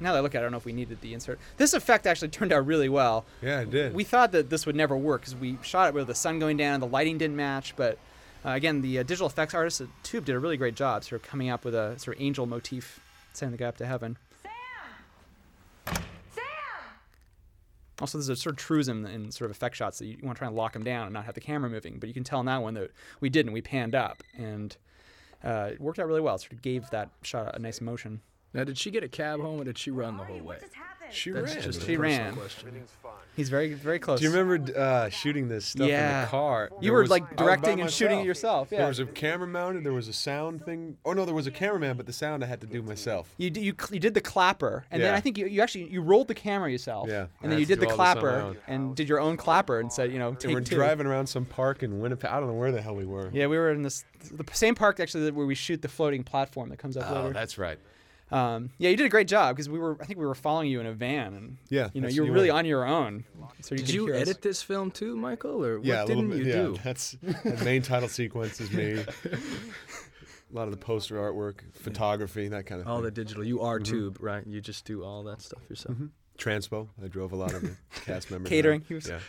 A: Now that I look at it, I don't know if we needed the insert. This effect actually turned out really well.
B: Yeah, it did.
A: We thought that this would never work because we shot it with the sun going down, the lighting didn't match, but uh, again, the uh, digital effects artist at Tube did a really great job sort of coming up with a sort of angel motif, sending the guy up to heaven. Also, there's a sort of truism in sort of effect shots that you want to try and lock him down and not have the camera moving. But you can tell in that one that we didn't. We panned up, and uh, it worked out really well. It sort of gave that shot a nice motion.
C: Now, did she get a cab home, or did she run the whole way?
B: She
C: That's
B: ran.
C: Just a
A: She
C: personal
A: ran.
C: Question.
A: He's very, very close.
B: Do you remember uh, shooting this stuff in
A: Yeah.
B: the car? Oh,
A: You were, like, directing and shooting it yourself, yeah.
B: There was a camera mounted. There was a sound thing. Oh no, there was a cameraman, but the sound I had to do myself.
A: You, d- you, cl- you did the clapper, and then
B: Yeah.
A: I think you, you actually you rolled the camera yourself.
B: Yeah, I
A: And then
B: had
A: you
B: to
A: did
B: do
A: the
B: all this on my
A: clapper
B: own.
A: and did your own clapper and said, you know, take
B: and we're
A: two.
B: driving around some park in Winnipeg. I don't know where the hell we were.
A: Yeah, we were in this the same park actually that- where we shoot the floating platform that comes up
B: Oh,
A: later.
B: that's right.
A: Um, yeah, you did a great job because we were I think we were following you in a van and
B: Yeah,
A: you know
B: that's
A: you were
B: what you
A: really
B: were.
A: on your own. So you
C: Did
A: could
C: you
A: hear us.
C: edit this film too, Michael, or
B: yeah,
C: what
B: a little
C: didn't
B: bit.
C: you
B: yeah, (laughs)
C: do?
B: that's the main title sequence
A: (laughs)
B: is me. a lot of the poster artwork, photography, that kind of
C: all
B: thing.
C: the digital. You are
B: Mhm.
C: tube, right? You just do all that stuff yourself.
B: Mm-hmm. Transpo. I drove a lot of
A: (laughs)
B: the cast members. around.
A: Catering, he was-
B: Yeah.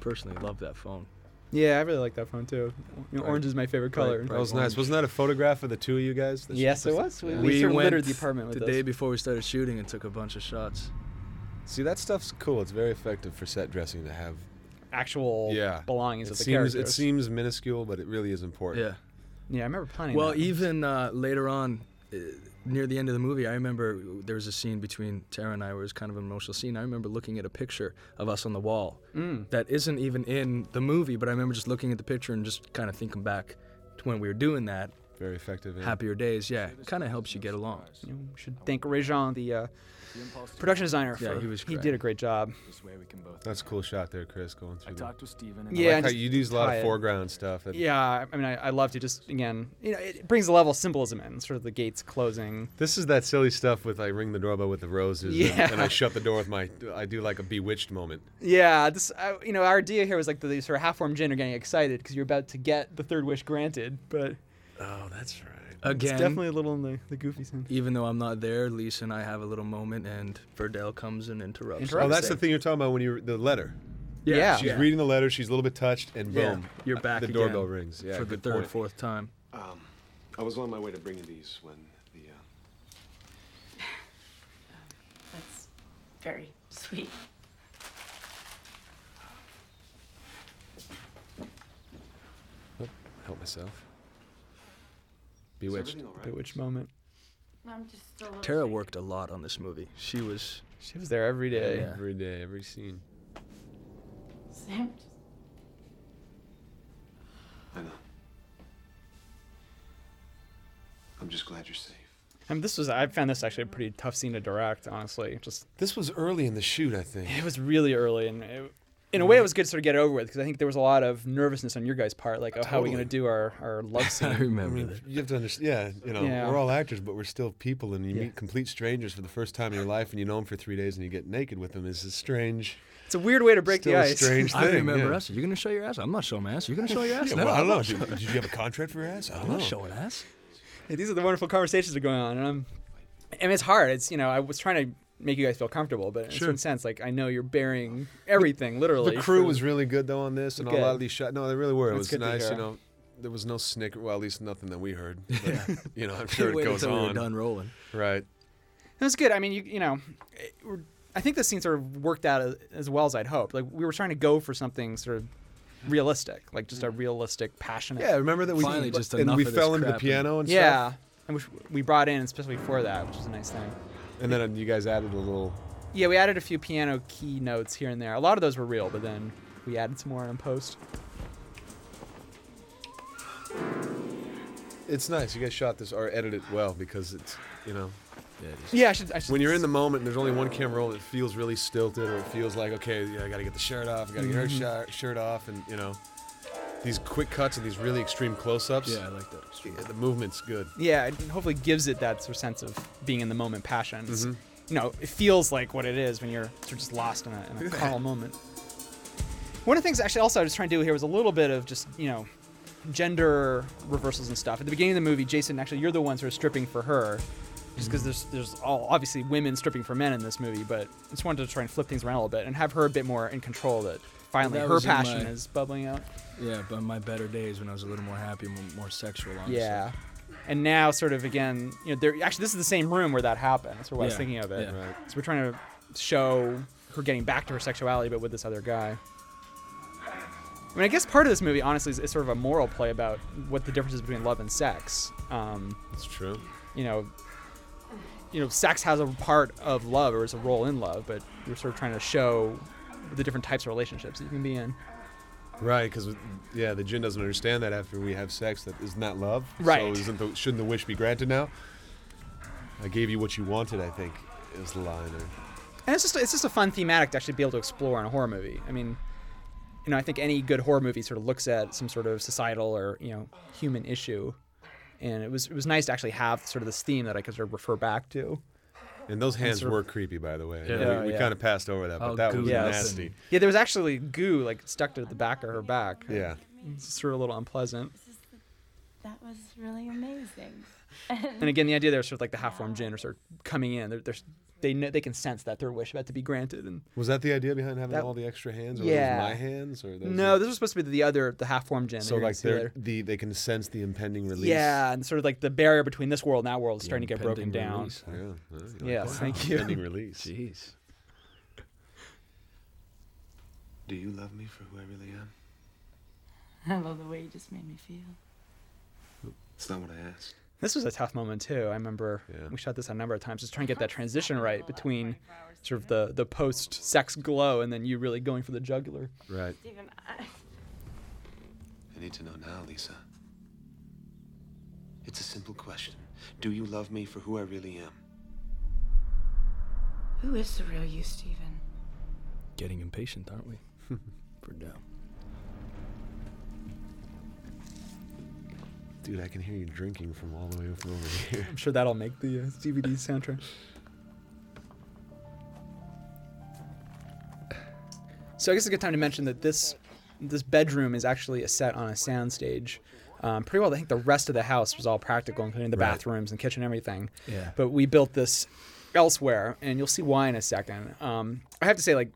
C: Personally, love that phone.
A: Yeah, I really like that phone too. You know,
C: Bright-
A: orange is my favorite
C: bright-
A: color.
C: bright
B: That was
C: orange.
B: nice. Wasn't that a photograph of the two of you guys? that she
A: Yes, it
B: posted?
A: was. We- we- sort of littered the apartment with
C: the
A: those.
C: day before we started shooting and took a bunch of shots.
B: See, that stuff's cool. It's very effective for set dressing to have
A: Actual
B: yeah
A: belongings
B: it
A: of the
B: seems, It
A: characters.
B: seems minuscule, but it really is important.
C: Yeah.
A: Yeah, I remember planning.
C: Well,
A: that.
C: even uh, later on, uh, near the end of the movie, I remember there was a scene between Tara and I where it was kind of an emotional scene. I remember looking at a picture of us on the wall
A: Mm.
C: that isn't even in the movie, but I remember just looking at the picture and just kind of thinking back to when we were doing that
B: Very effective. yeah.
C: happier days. Yeah, kind of helps you get along.
A: You should thank Rajon, the uh, production designer.
B: Yeah,
A: for-
B: he was
A: He
B: great.
A: did a great job.
B: That's a cool shot there, Chris. Going through. the-
A: talked
J: with Steven
A: Yeah,
B: I like
A: and
B: how
A: just
B: you use a lot
A: tie
B: of
A: it.
B: foreground stuff. That,
A: Yeah, I mean, I, I love to just again, you know, it brings the level of symbolism in, sort of the gates closing.
B: This is that silly stuff with I ring the doorbell with the roses, and-
A: Yeah.
B: and, I shut the door with my. I do like a bewitched moment.
A: Yeah, this I, you know, our idea here was like the, the sort of half-formed Jin are getting excited because you're about to get the third wish granted, but
B: oh, that's right.
C: Again,
A: it's definitely a little in the, the goofy side.
C: even though I'm not there, Lisa and I have a little moment, and Verdell comes and interrupts.
B: Oh, that's the thing you're talking about when you the letter.
C: Yeah. Yeah.
B: She's
C: Yeah.
B: reading the letter. She's a little bit touched, and
C: Yeah,
B: boom, uh,
C: you're back
B: The doorbell
C: again
B: rings. Yeah,
C: for the
B: good
C: third,
B: point.
C: fourth time.
E: Um, I was on my way to bring you these when the. Uh,
I: That's very sweet.
B: Oh, help myself.
A: Bewitched, bewitched moment.
I: I'm just still.
H: (laughs)
C: Tara worked a lot on this movie. She was
A: she was there every day.
B: every day, every scene.
I: Sam,
E: I know. I'm just glad you're safe.
A: I mean, this was I found this actually a pretty tough scene to direct, honestly. Just
B: this was early in the shoot, I think.
A: It was really early, and it, in a way, it was good to sort of get it over with because I think there was a lot of nervousness on your guys' part, like, oh, how are we going to
B: Totally.
A: do our our love
C: (laughs)
A: scene?
B: mean, You have to understand. Yeah, you know,
A: Yeah.
B: we're all actors, but we're still people, and you
A: Yeah.
B: meet complete strangers for the first time in your life, and you know them for three days, and you get naked with them. Is a strange.
A: It's a weird way to break
B: still
A: the
B: a
A: ice.
B: Strange
C: I
B: thing,
C: remember
B: yeah.
C: us. You're gonna show your ass. I'm not showing my ass. You're gonna show
B: (laughs)
C: your ass.
B: Yeah,
C: No,
B: well, I don't
C: I'm
B: know.
C: not
B: Did,
C: showing-
B: did you have a contract for your ass? I
C: I'm
B: don't know.
C: not showing ass.
A: Yeah, these are the wonderful conversations that are going on, and I'm, I mean, it's hard. It's you know, I was trying to make you guys feel comfortable, but in a
B: Sure.
A: certain sense, like I know you're bearing everything, literally.
B: The crew
A: for-
B: was really good though on this, and a
A: Good.
B: lot of these shots. No, they really were. It
A: That's
B: was
A: good to
B: nice,
A: hear.
B: you know. There was no snicker. Well, at least nothing that we heard. But, (laughs) You know, I'm sure it
C: (laughs) Wait
B: goes
C: until we
B: on.
C: were done rolling.
B: Right.
A: It was good. I mean, you you know, it- we're- I think this scene sort of worked out as, as well as I'd hoped. Like we were trying to go for something sort of realistic, like just a realistic, passionate.
B: Mm. Yeah, remember that we- Finally, but- just and enough we of this fell into the crap and- piano and
A: yeah,
B: stuff?
A: and which we brought in especially for that, which is a nice thing.
B: And then you guys added a little.
A: Yeah, we added a few piano key notes here and there. A lot of those were real, but then we added some more in post.
B: It's nice. You guys shot this or edited it well because it's you know. Yeah,
A: Yeah, I should- I should-
B: When you're in the moment, and there's only one camera roll. It feels really stilted, or it feels like okay, yeah, I got to get the shirt off. I got to get her
A: Mhm.
B: shi- shirt off, and you know, these quick cuts and these really extreme close-ups.
A: Yeah, I
B: like that. the movement's good.
A: Yeah, it hopefully gives it that sort of sense of being in the moment passion. It's-
C: Mm-hmm.
A: You know, it feels like what it is when you're sort of just lost in a, in a
C: (laughs)
N: Look at
A: calm moment. One of the things actually also I was trying to do here was a little bit of just, you know, gender reversals and stuff. At the beginning of the movie, Jason, actually, you're the one sort of stripping for her. Just
C: Mm-hmm.
A: because there's there's all obviously women stripping for men in this movie, but I just wanted to try and flip things around a little bit and have her a bit more in control. That finally
C: That
A: her
C: was in
A: passion
C: my-
A: is bubbling out.
C: Yeah, but my better days when I was a little more happy, more, more sexual. Honestly.
A: Yeah. And now, sort of again, you know, they're actually this is the same room where that happened. That's what I was
C: Yeah,
A: thinking of it.
C: yeah. Right.
A: So we're trying to show her getting back to her sexuality, but with this other guy. I mean, I guess part of this movie, honestly, is, is sort of a moral play about what the difference is between love and sex. Um,
B: it's true.
A: You know, you know, sex has a part of love or is a role in love, but you're sort of trying to show the different types of relationships that you can be in.
B: Right, because yeah, the Jin doesn't understand that after we have sex, that isn't that love.
A: Right.
B: So isn't the, shouldn't the wish be granted now? I gave you what you wanted. I think is the line. Or,
A: And it's just it's just a fun thematic to actually be able to explore in a horror movie. I mean, you know, I think any good horror movie sort of looks at some sort of societal or you know human issue, and it was it was nice to actually have sort of this theme that I could sort of refer back to.
B: and those hands
A: sort of-
B: were creepy, by the way.
A: Yeah.
B: Yeah, we, we
A: Yeah.
B: kind of passed over that, but
A: Oh,
B: that was
A: goo Yes.
B: nasty.
A: Yeah, there was actually goo like stuck to the back of her back.
B: Yeah.
A: it's sort of a little unpleasant.
I: that was really amazing.
A: And again, the idea there's sort of like the half-formed jinn are sort of coming in. They're, they're, they know, they can sense that their wish about to be granted, and
B: Was that the idea behind having
A: That-
B: all the extra hands? Or
A: Yeah.
B: Was my hands or those
A: no, this was supposed to be the other the half-formed jinn. that
B: So
A: you're gonna
B: like
A: see
B: they're
A: later.
B: the they can sense the impending release.
A: Yeah, and sort of like the barrier between this world and that world is
B: The
A: starting to get broken
B: impending
A: down.
B: release, huh? Oh, Yeah, yeah, you like
A: yes,
B: that.
A: thank you.
B: Impending
A: (laughs)
B: release. Jeez.
E: Do you love me for who I really am?
I: I love the way you just made me feel.
E: It's not what I asked.
A: This was a tough moment too. I remember we shot this a number of times, just trying to get that transition right between sort of the the post sex glow and then you really going for the jugular.
B: Right.
I: Steven, I,
E: I need to know now, Lisa. It's a simple question. Do you love me for who I really am?
D: Who is the real you, Stephen?
C: Getting impatient, aren't
A: (laughs)
C: we? Verdell.
B: Dude, I can hear you drinking from all the way from over here.
A: I'm sure that'll make the uh, DVD soundtrack. So I guess it's a good time to mention that this this bedroom is actually a set on a soundstage. Um, pretty well, I think the rest of the house was all practical, including the
C: Right.
A: bathrooms and kitchen, and everything.
C: Yeah.
A: But we built this elsewhere, and you'll see why in a second. Um, I have to say, like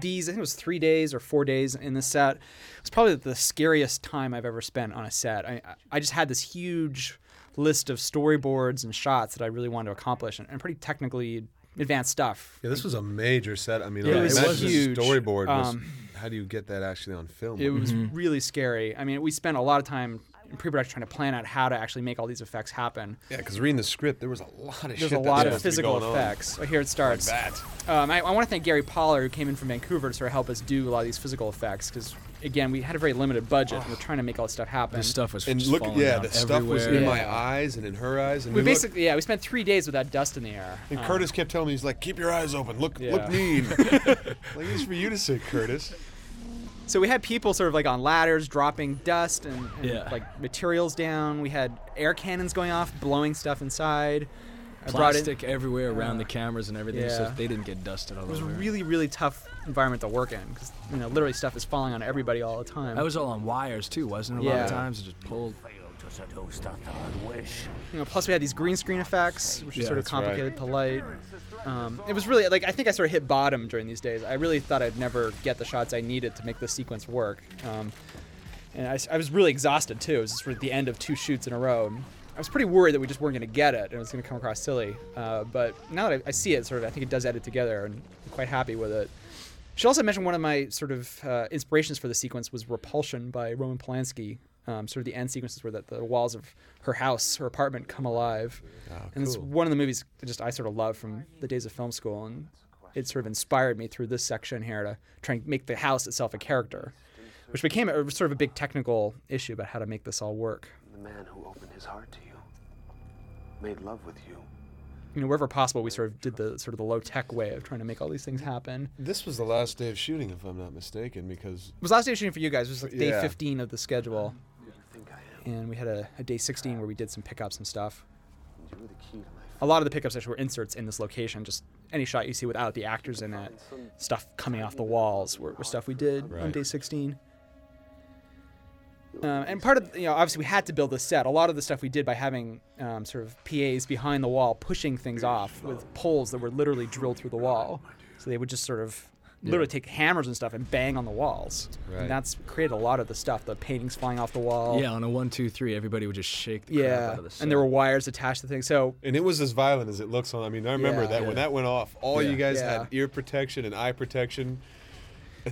A: these, I think it was three days or four days in the set. It's probably the scariest time I've ever spent on a set. I I just had this huge list of storyboards and shots that I really wanted to accomplish, and, and pretty technically advanced stuff.
B: Yeah, this was a major set. I mean,
A: Yeah,
B: I
A: it was
B: imagine the
A: huge.
B: storyboard was.
A: Um,
B: how do you get that actually on film?
A: It was really scary. I mean, we spent a lot of time in pre-production trying to plan out how to actually make all these effects
B: (laughs)
A: happen.
B: Yeah, because reading the script, there was a lot of
A: There's
B: shit.
A: a
B: that's
A: lot of
B: supposed to be
A: physical
B: going on.
A: effects. Oh, here it starts.
B: Like that.
A: Um, I, want to thank Gary Pollard, who came in from Vancouver to sort of help us do a lot of these physical effects, because again, we had a very limited budget. and we're trying to make all this stuff happen.
C: This stuff was
B: And
C: just
B: look,
C: falling
B: yeah,
C: down
B: the stuff was
C: everywhere.
B: in my
A: Yeah.
B: eyes and in her eyes, and
A: we
B: look-
A: basically, yeah, we spent three days with that dust in the air.
B: And
A: Um,
B: Curtis kept telling me, he's like, "Keep your eyes open. Look,
A: Yeah. (laughs)
B: look mean." like this is for you to say, Curtis.
A: So we had people sort of like on ladders dropping dust and, and
B: Yeah.
A: like materials down. We had air cannons going off, blowing stuff inside. I brought in- Ah.
C: Plastic everywhere around the cameras and everything, so
A: yeah.
C: they didn't get dusted all
A: It was a
C: over.
A: really, really tough environment to work in because you know literally stuff is falling on everybody all the time.
C: that was all on wires too, wasn't it? A lot
A: Yeah.
C: of times it just pulled.
A: you know, plus we had these green screen effects, which
C: Yeah,
A: are sort of
C: that's right.
A: complicated, polite. Um, it was really like I think I sort of hit bottom during these days. I really thought I'd never get the shots I needed to make the sequence work, um, and I, s- I was really exhausted too. It was just sort of the end of two shoots in a row. And I was pretty worried that we just weren't going to get it and it was going to come across silly. Uh, but now that I, I see it, sort of, I think it does edit together, and I'm quite happy with it. Should also mention one of my sort of uh, inspirations for the sequence was Repulsion by Roman Polanski. Um, sort of the end sequences where that the walls of her house, her apartment, come alive, and it's
B: cool.
A: one of the movies that just I sort of love from the days of film school, and it sort of inspired me through this section here to try and make the house itself a character, which became a, sort of a big technical issue about how to make this all work.
E: The man who opened his heart to you, made love with you.
A: You know, wherever possible, we sort of did the sort of the low tech way of trying to make all these things happen.
B: This was the last day of shooting, if I'm not mistaken, because
A: It was last day of shooting for you guys. It was like day
B: Yeah.
A: 15 of the schedule. And we had a, a day 16 where we did some pickups and stuff. A lot of the pickups actually were inserts in this location, just any shot you see without the actors in it. Stuff coming off the walls were, were stuff we did on
B: Right.
A: day 16. Um, and part of, you know, obviously we had to build the set. A lot of the stuff we did by having um, sort of PAs behind the wall pushing things off with poles that were literally drilled through the wall. So they would just sort of literally take hammers and stuff and bang on the walls.
C: Right.
A: And that's created a lot of the stuff, the paintings flying off the wall.
C: Yeah, on a one, two, three, everybody would just shake the crap
A: Yeah.
C: out of the set.
A: And there were wires attached to things. So
B: and it was as violent as it looks on. I mean, I remember
A: Yeah.
B: that when
A: Yeah.
B: that went off, all you
A: Yeah.
B: guys
A: Yeah.
B: had ear protection and eye protection.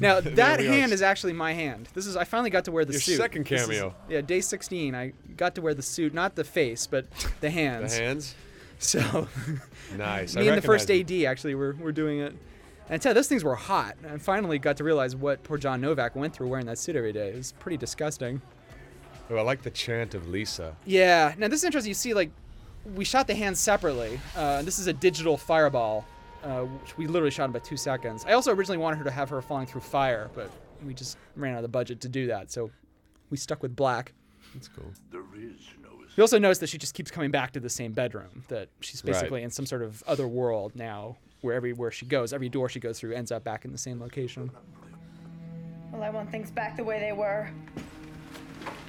A: now
B: (laughs) There
A: that
B: we are.
A: hand is actually my hand. This is I finally got to wear the
B: Your
A: suit.
B: second
A: This is-
B: cameo.
A: yeah, day 16. I got to wear the suit, not the face, but the
B: (laughs) the
A: hands.
B: hands. (laughs)
A: So (laughs)
B: Nice. I
A: Me and the first
B: recognize
A: AD actually were, were doing it. And I tell you, those things were hot. I finally got to realize what poor John Novak went through wearing that suit every day. It was pretty disgusting.
B: Oh, I like the chant of Lisa.
A: Yeah. Now this is interesting. You see, like, we shot the hands separately. Uh, and this is a digital fireball, uh, which we literally shot in about two seconds. I also originally wanted her to have her falling through fire, but we just ran out of the budget to do that, so we stuck with black.
B: That's cool.
F: There is no
A: You also notice that she just keeps coming back to the same bedroom. That she's
B: Right.
A: basically in some sort of other world now, where everywhere she goes, every door she goes through ends up back in the same location.
I: Well, I want things back the way they were.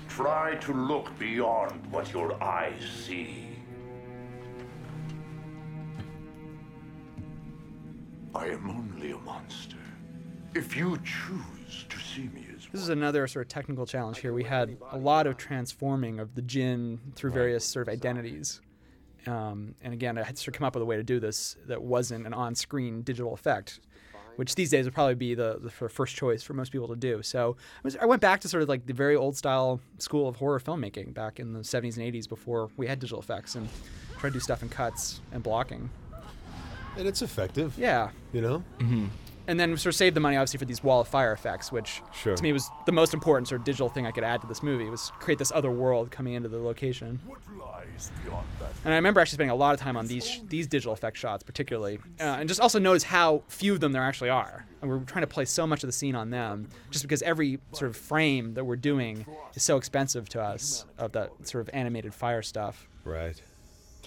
F: Try to look beyond what your eyes see.
M: I am only a monster. If you choose to see me as
A: This is another sort of technical challenge here. We had a lot of transforming of the djinn through various sort of identities. Um, and again, I had to sort of come up with a way to do this that wasn't an on screen digital effect, which these days would probably be the, the sort of first choice for most people to do. So I, was, I went back to sort of like the very old style school of horror filmmaking back in the 70s and 80s before we had digital effects and tried to do stuff in cuts and blocking.
B: And it's effective.
A: Yeah.
B: You know?
C: Mhm.
A: and then sort of save the money obviously for these wall of fire effects, which
B: Sure.
A: to me was the most important sort of digital thing I could add to this movie was create this other world coming into the location.
M: lies beyond that.
A: And I remember actually spending a lot of time on these these digital effect shots, particularly, uh, and just also notice how few of them there actually are. And we're trying to play so much of the scene on them, just because every sort of frame that we're doing is so expensive to us of that sort of animated fire stuff.
B: Right.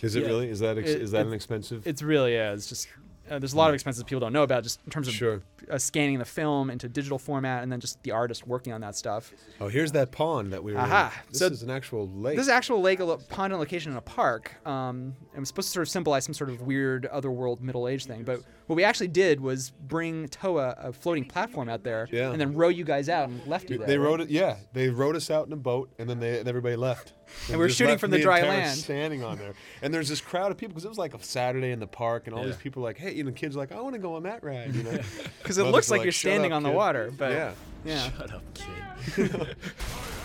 B: Is it
A: Yeah.
B: really? Is that ex-
A: It-
B: is that
A: it-
B: an expensive?
A: It really is. Just uh, there's a lot of expenses people don't know about, just in terms of uh, scanning the film into digital format, and then just the artist working on that stuff.
B: Oh, here's that pond that we were. in.
A: Aha.
B: This
A: So
B: is an actual lake.
A: This is actual lake, a lo- pond and location in a park. Um, and was supposed to sort of symbolize some sort of weird otherworld middle age thing. But what we actually did was bring Toa a floating platform out there
B: Yeah.
A: and then row you guys out and left you there.
B: they
A: right?
B: rode it. Yeah, they rode us out in a boat, and then they and everybody left.
A: And we were
B: just
A: shooting
B: left
A: from the
B: me and
A: dry
B: Terrence
A: land.
B: standing on there. And there's this crowd of people because it was like a Saturday in the park, and all these
A: Yeah.
B: people like, hey, you know, kids are like, I want to go on that ride, you know,
A: (laughs) 'Cause it
B: Mothers
A: looks
B: were
A: like you're
B: "Shut
A: standing
B: up,
A: on the
B: kid."
A: water, but-
B: yeah,
A: Yeah.
C: (laughs) Shut up, kid.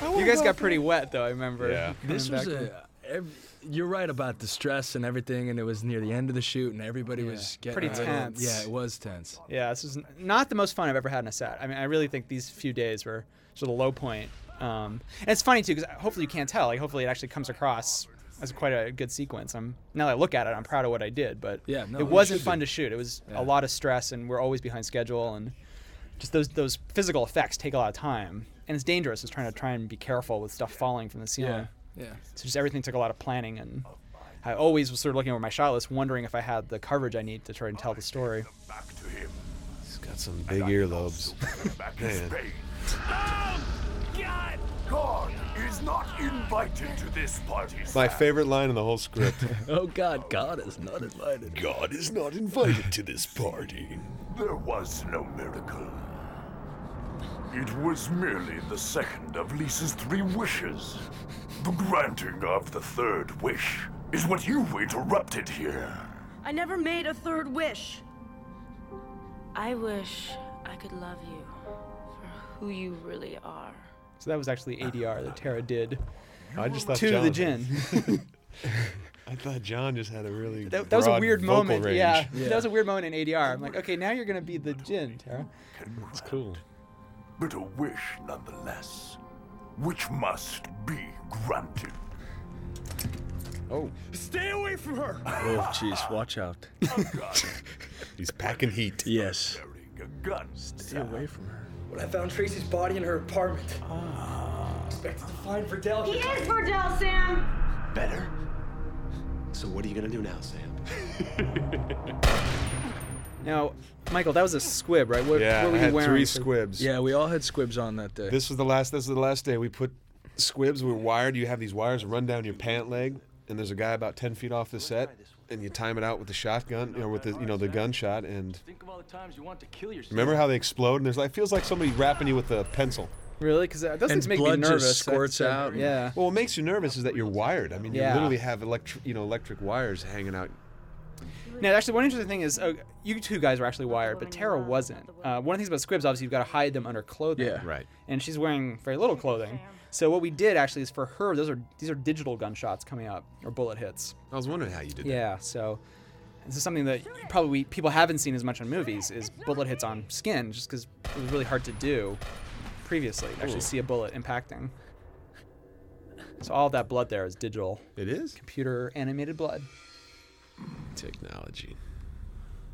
A: You guys got pretty wet though. I remember.
C: Yeah.
A: coming
C: This was
A: back from-
C: a. ev- you're right about the stress and everything, and it was near the end of the shoot, and everybody was getting
A: pretty
C: a little-
A: tense.
C: Yeah, it was tense.
A: Yeah, this was n- not the most fun I've ever had in a set. I mean, I really think these few days were sort of the low point. Um, and it's funny too because hopefully you can't tell. Like, hopefully it actually comes across as quite a good sequence. I'm now that I look at it, I'm proud of what I did, but
C: Yeah, no,
A: it
C: you
A: wasn't
C: should
A: fun
C: be.
A: to shoot. It was
C: Yeah.
A: a lot of stress, and we're always behind schedule, and just those those physical effects take a lot of time, and it's dangerous. It's trying to try and be careful with stuff falling from the ceiling.
C: Yeah, yeah.
A: So just everything took a lot of planning, and I always was sort of looking over my shot list, wondering if I had the coverage I need to try and tell the story.
B: He's got some big earlobes. Man.
E: Oh,
M: God! God is not invited to this party.
B: My
M: Sam.
B: favorite line in the whole script.
C: (laughs) oh God, God is not invited.
M: God is not invited to this party. There was no miracle. It was merely the second of Lisa's three wishes. The granting of the third wish is what you interrupted here.
N: I never made a third wish. I wish I could love you for who you really are.
A: So that was actually ADR
B: (sighs)
A: that Tara did.
B: I just thought
A: to the
B: John-
A: gin.
B: (laughs) I thought John just had a really
A: that, that was a
B: broad
A: weird
B: vocal
A: moment.
B: range.
A: Yeah. that was a weird moment in ADR. I'm like, okay, now you're gonna be the gin, Tara.
B: It's cool.
M: But a wish nonetheless, which must be granted.
B: Oh.
M: Stay away from her!
C: Oh jeez, watch out.
B: He's packing heat.
C: (laughs) Yes.
M: Stay
C: away from her.
O: When I found Tracy's body in her apartment, I expected to find Verdell.
N: He is Verdell, Sam!
E: Better? So what are you gonna do now, Sam?
A: Now, Michael, that was a squib, right? What,
B: Yeah,
A: what were
B: I
A: you
B: had
A: wearing?
B: three
A: for-
B: squibs.
C: Yeah, we all had squibs on that day.
B: This was the last. This is the last day. We put squibs. We were wired. You have these wires run down your pant leg, and there's a guy about ten feet off the set, and you time it out with the shotgun or with the you know the gunshot. And
J: Think of all the times you want to kill yourself.
B: remember how they explode? And there's like it feels like somebody wrapping you with a pencil.
A: Really? Because those
B: And
A: things make me
B: blood just
A: nervous.
B: squirts out.
A: Yeah.
B: Well, what makes you nervous is that you're wired. I mean, you
A: Yeah.
B: literally have electric you know electric wires hanging out.
A: Now, actually, one interesting thing is uh, you two guys were actually wired, but Tara wasn't. Uh, one of the things about squibs, obviously, you've got to hide them under clothing.
B: Yeah. Right.
A: And she's wearing very little clothing. So what we did actually is for her, those are these are digital gunshots coming up or bullet hits.
B: I was wondering how you did.
A: Yeah. So this is something that probably people haven't seen as much in movies is bullet hits on skin, just because it was really hard to do previously to actually
B: Ooh.
A: see a bullet impacting. So all that blood there is digital.
B: It is
A: computer animated blood.
B: Technology.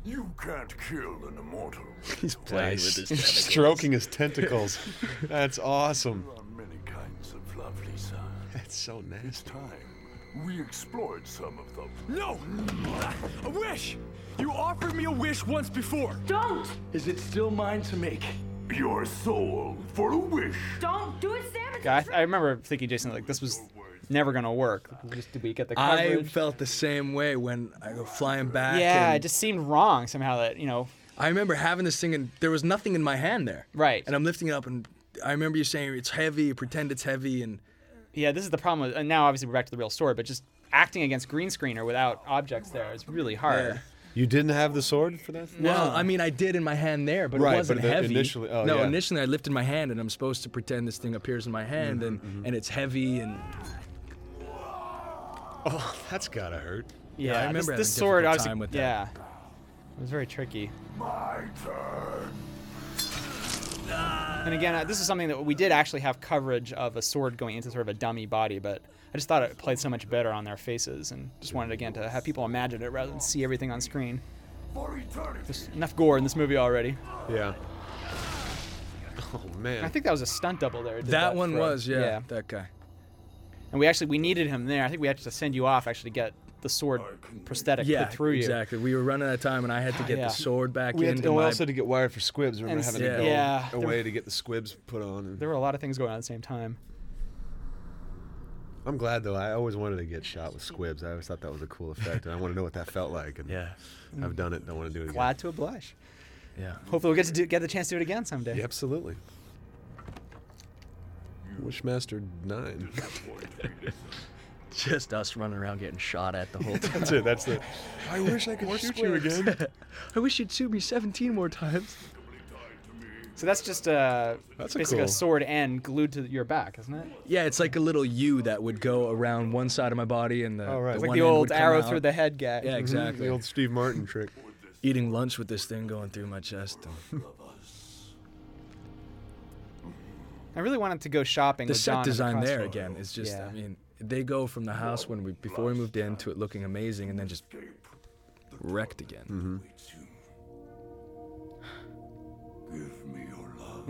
M: You can't kill an immortal.
B: He's
M: playing with his tentacles.
B: (laughs) stroking his tentacles. That's awesome.
M: There are many kinds of love, Lisa.
B: That's so nasty.
M: It's time we explored some of them.
J: No! A wish! You offered me a wish once before. Don't! Is it still mine to make?
M: Your soul for a wish.
N: Don't do it, Sam!
A: Yeah, I, I remember thinking, Jason, like this was never gonna work. Like, Just did we get the
C: I
A: coverage?
C: felt the same way when I go flying back.
A: yeah,
C: and
A: it just seemed wrong somehow that you know.
C: I remember having this thing and there was nothing in my hand there.
A: Right.
C: And I'm lifting it up and I remember you saying it's heavy, pretend it's heavy and
A: Yeah, this is the problem. With, and now obviously we're back to the real story, but just acting against green screen or without objects there is really hard.
C: Yeah.
B: You didn't have the sword for that?
C: Well, I mean I did in my hand there, but
B: Right,
C: it
B: but
C: wasn't
B: the-
C: heavy.
B: initially- oh,
C: no,
B: yeah.
C: initially I lifted my hand and I'm supposed to pretend this thing appears in my hand and, and it's heavy and
B: Oh, that's gotta hurt.
A: Yeah,
C: I remember
A: this, this
C: having a
A: sword
C: difficult
A: obviously.
C: time with that.
A: yeah, it was very tricky.
M: My turn.
A: And again, uh, this is something that we did actually have coverage of a sword going into sort of a dummy body, but I just thought it played so much better on their faces, and just wanted again to have people imagine it rather than see everything on screen. There's enough gore in this movie already.
C: (laughs)
B: Yeah. Oh man.
A: I think that was a stunt double there.
C: That,
A: did
C: one
A: for-
C: was, yeah, that guy.
A: And we actually we needed him there. I think we had to send you off actually to get the sword prosthetic
C: yeah,
A: put through you.
C: exactly. We were running out of time, and I had to get
A: Yeah.
C: the sword back
B: We had
C: into
B: to, we
C: my. (laughs)
B: also had to get wired for squibs. Remember
A: And
B: having
A: yeah.
B: to go
A: Yeah.
B: away to get the squibs put on. And
A: There were a lot of things going on at the same time.
B: I'm glad though. I always wanted to get shot with squibs. I always thought that was a cool effect, and I want to know what that felt like. And yeah, I've done it. and I want to do it again.
A: Glad to oblige.
C: Yeah.
A: Hopefully, we'll get to do, get the chance to do it again someday.
B: Yeah, absolutely. Wishmaster nine. (laughs)
P: Just us running around getting shot at the whole time.
B: That's it, that's it. I wish I could
P: More
B: shoot you
P: squibs.
C: (laughs)
B: again.
P: I wish you'd shoot me 17 more times.
A: So that's just uh,
C: That's a
A: basically a
C: cool-
A: sword end glued to your back, isn't it?
C: Yeah, it's like a little U that would go around one side of my body and the,
A: Oh, right.
C: the
A: It's like
C: one
A: the
C: end
A: old
C: would come
A: arrow
C: out.
A: through the head gag. Mhm, (laughs)
C: Yeah,
A: the
C: exactly.
A: old
B: Steve Martin trick.
C: Eating lunch with this thing going through my chest. and-
A: I really wanted to go shopping.
C: the
A: with
C: set
A: Don at
C: design there
A: Costco.
C: again is just
A: Yeah.
C: i mean they go from the house when we before we moved in to it looking amazing and then just wrecked again
B: Mm-hmm.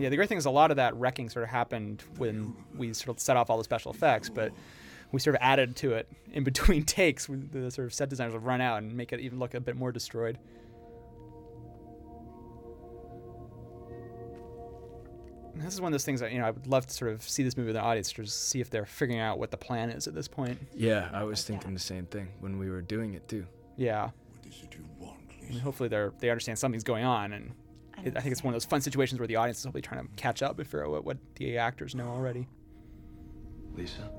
A: Yeah, the great thing is a lot of that wrecking sort of happened when we sort of set off all the special effects, but we sort of added to it in between (laughs) takes. when The sort of set designers would run out and make it even look a bit more destroyed. And this is one of those things that you know I would love to sort of see this movie with an audience to just see if they're figuring out what the plan is at this point.
C: yeah i was thinking the same thing when we were doing it too
A: Yeah. I mean, hopefully they they understand something's going on, and it, I think it's one of those fun situations where the audience is hopefully trying to catch up and figure out what, what the actors know already.
E: Lisa?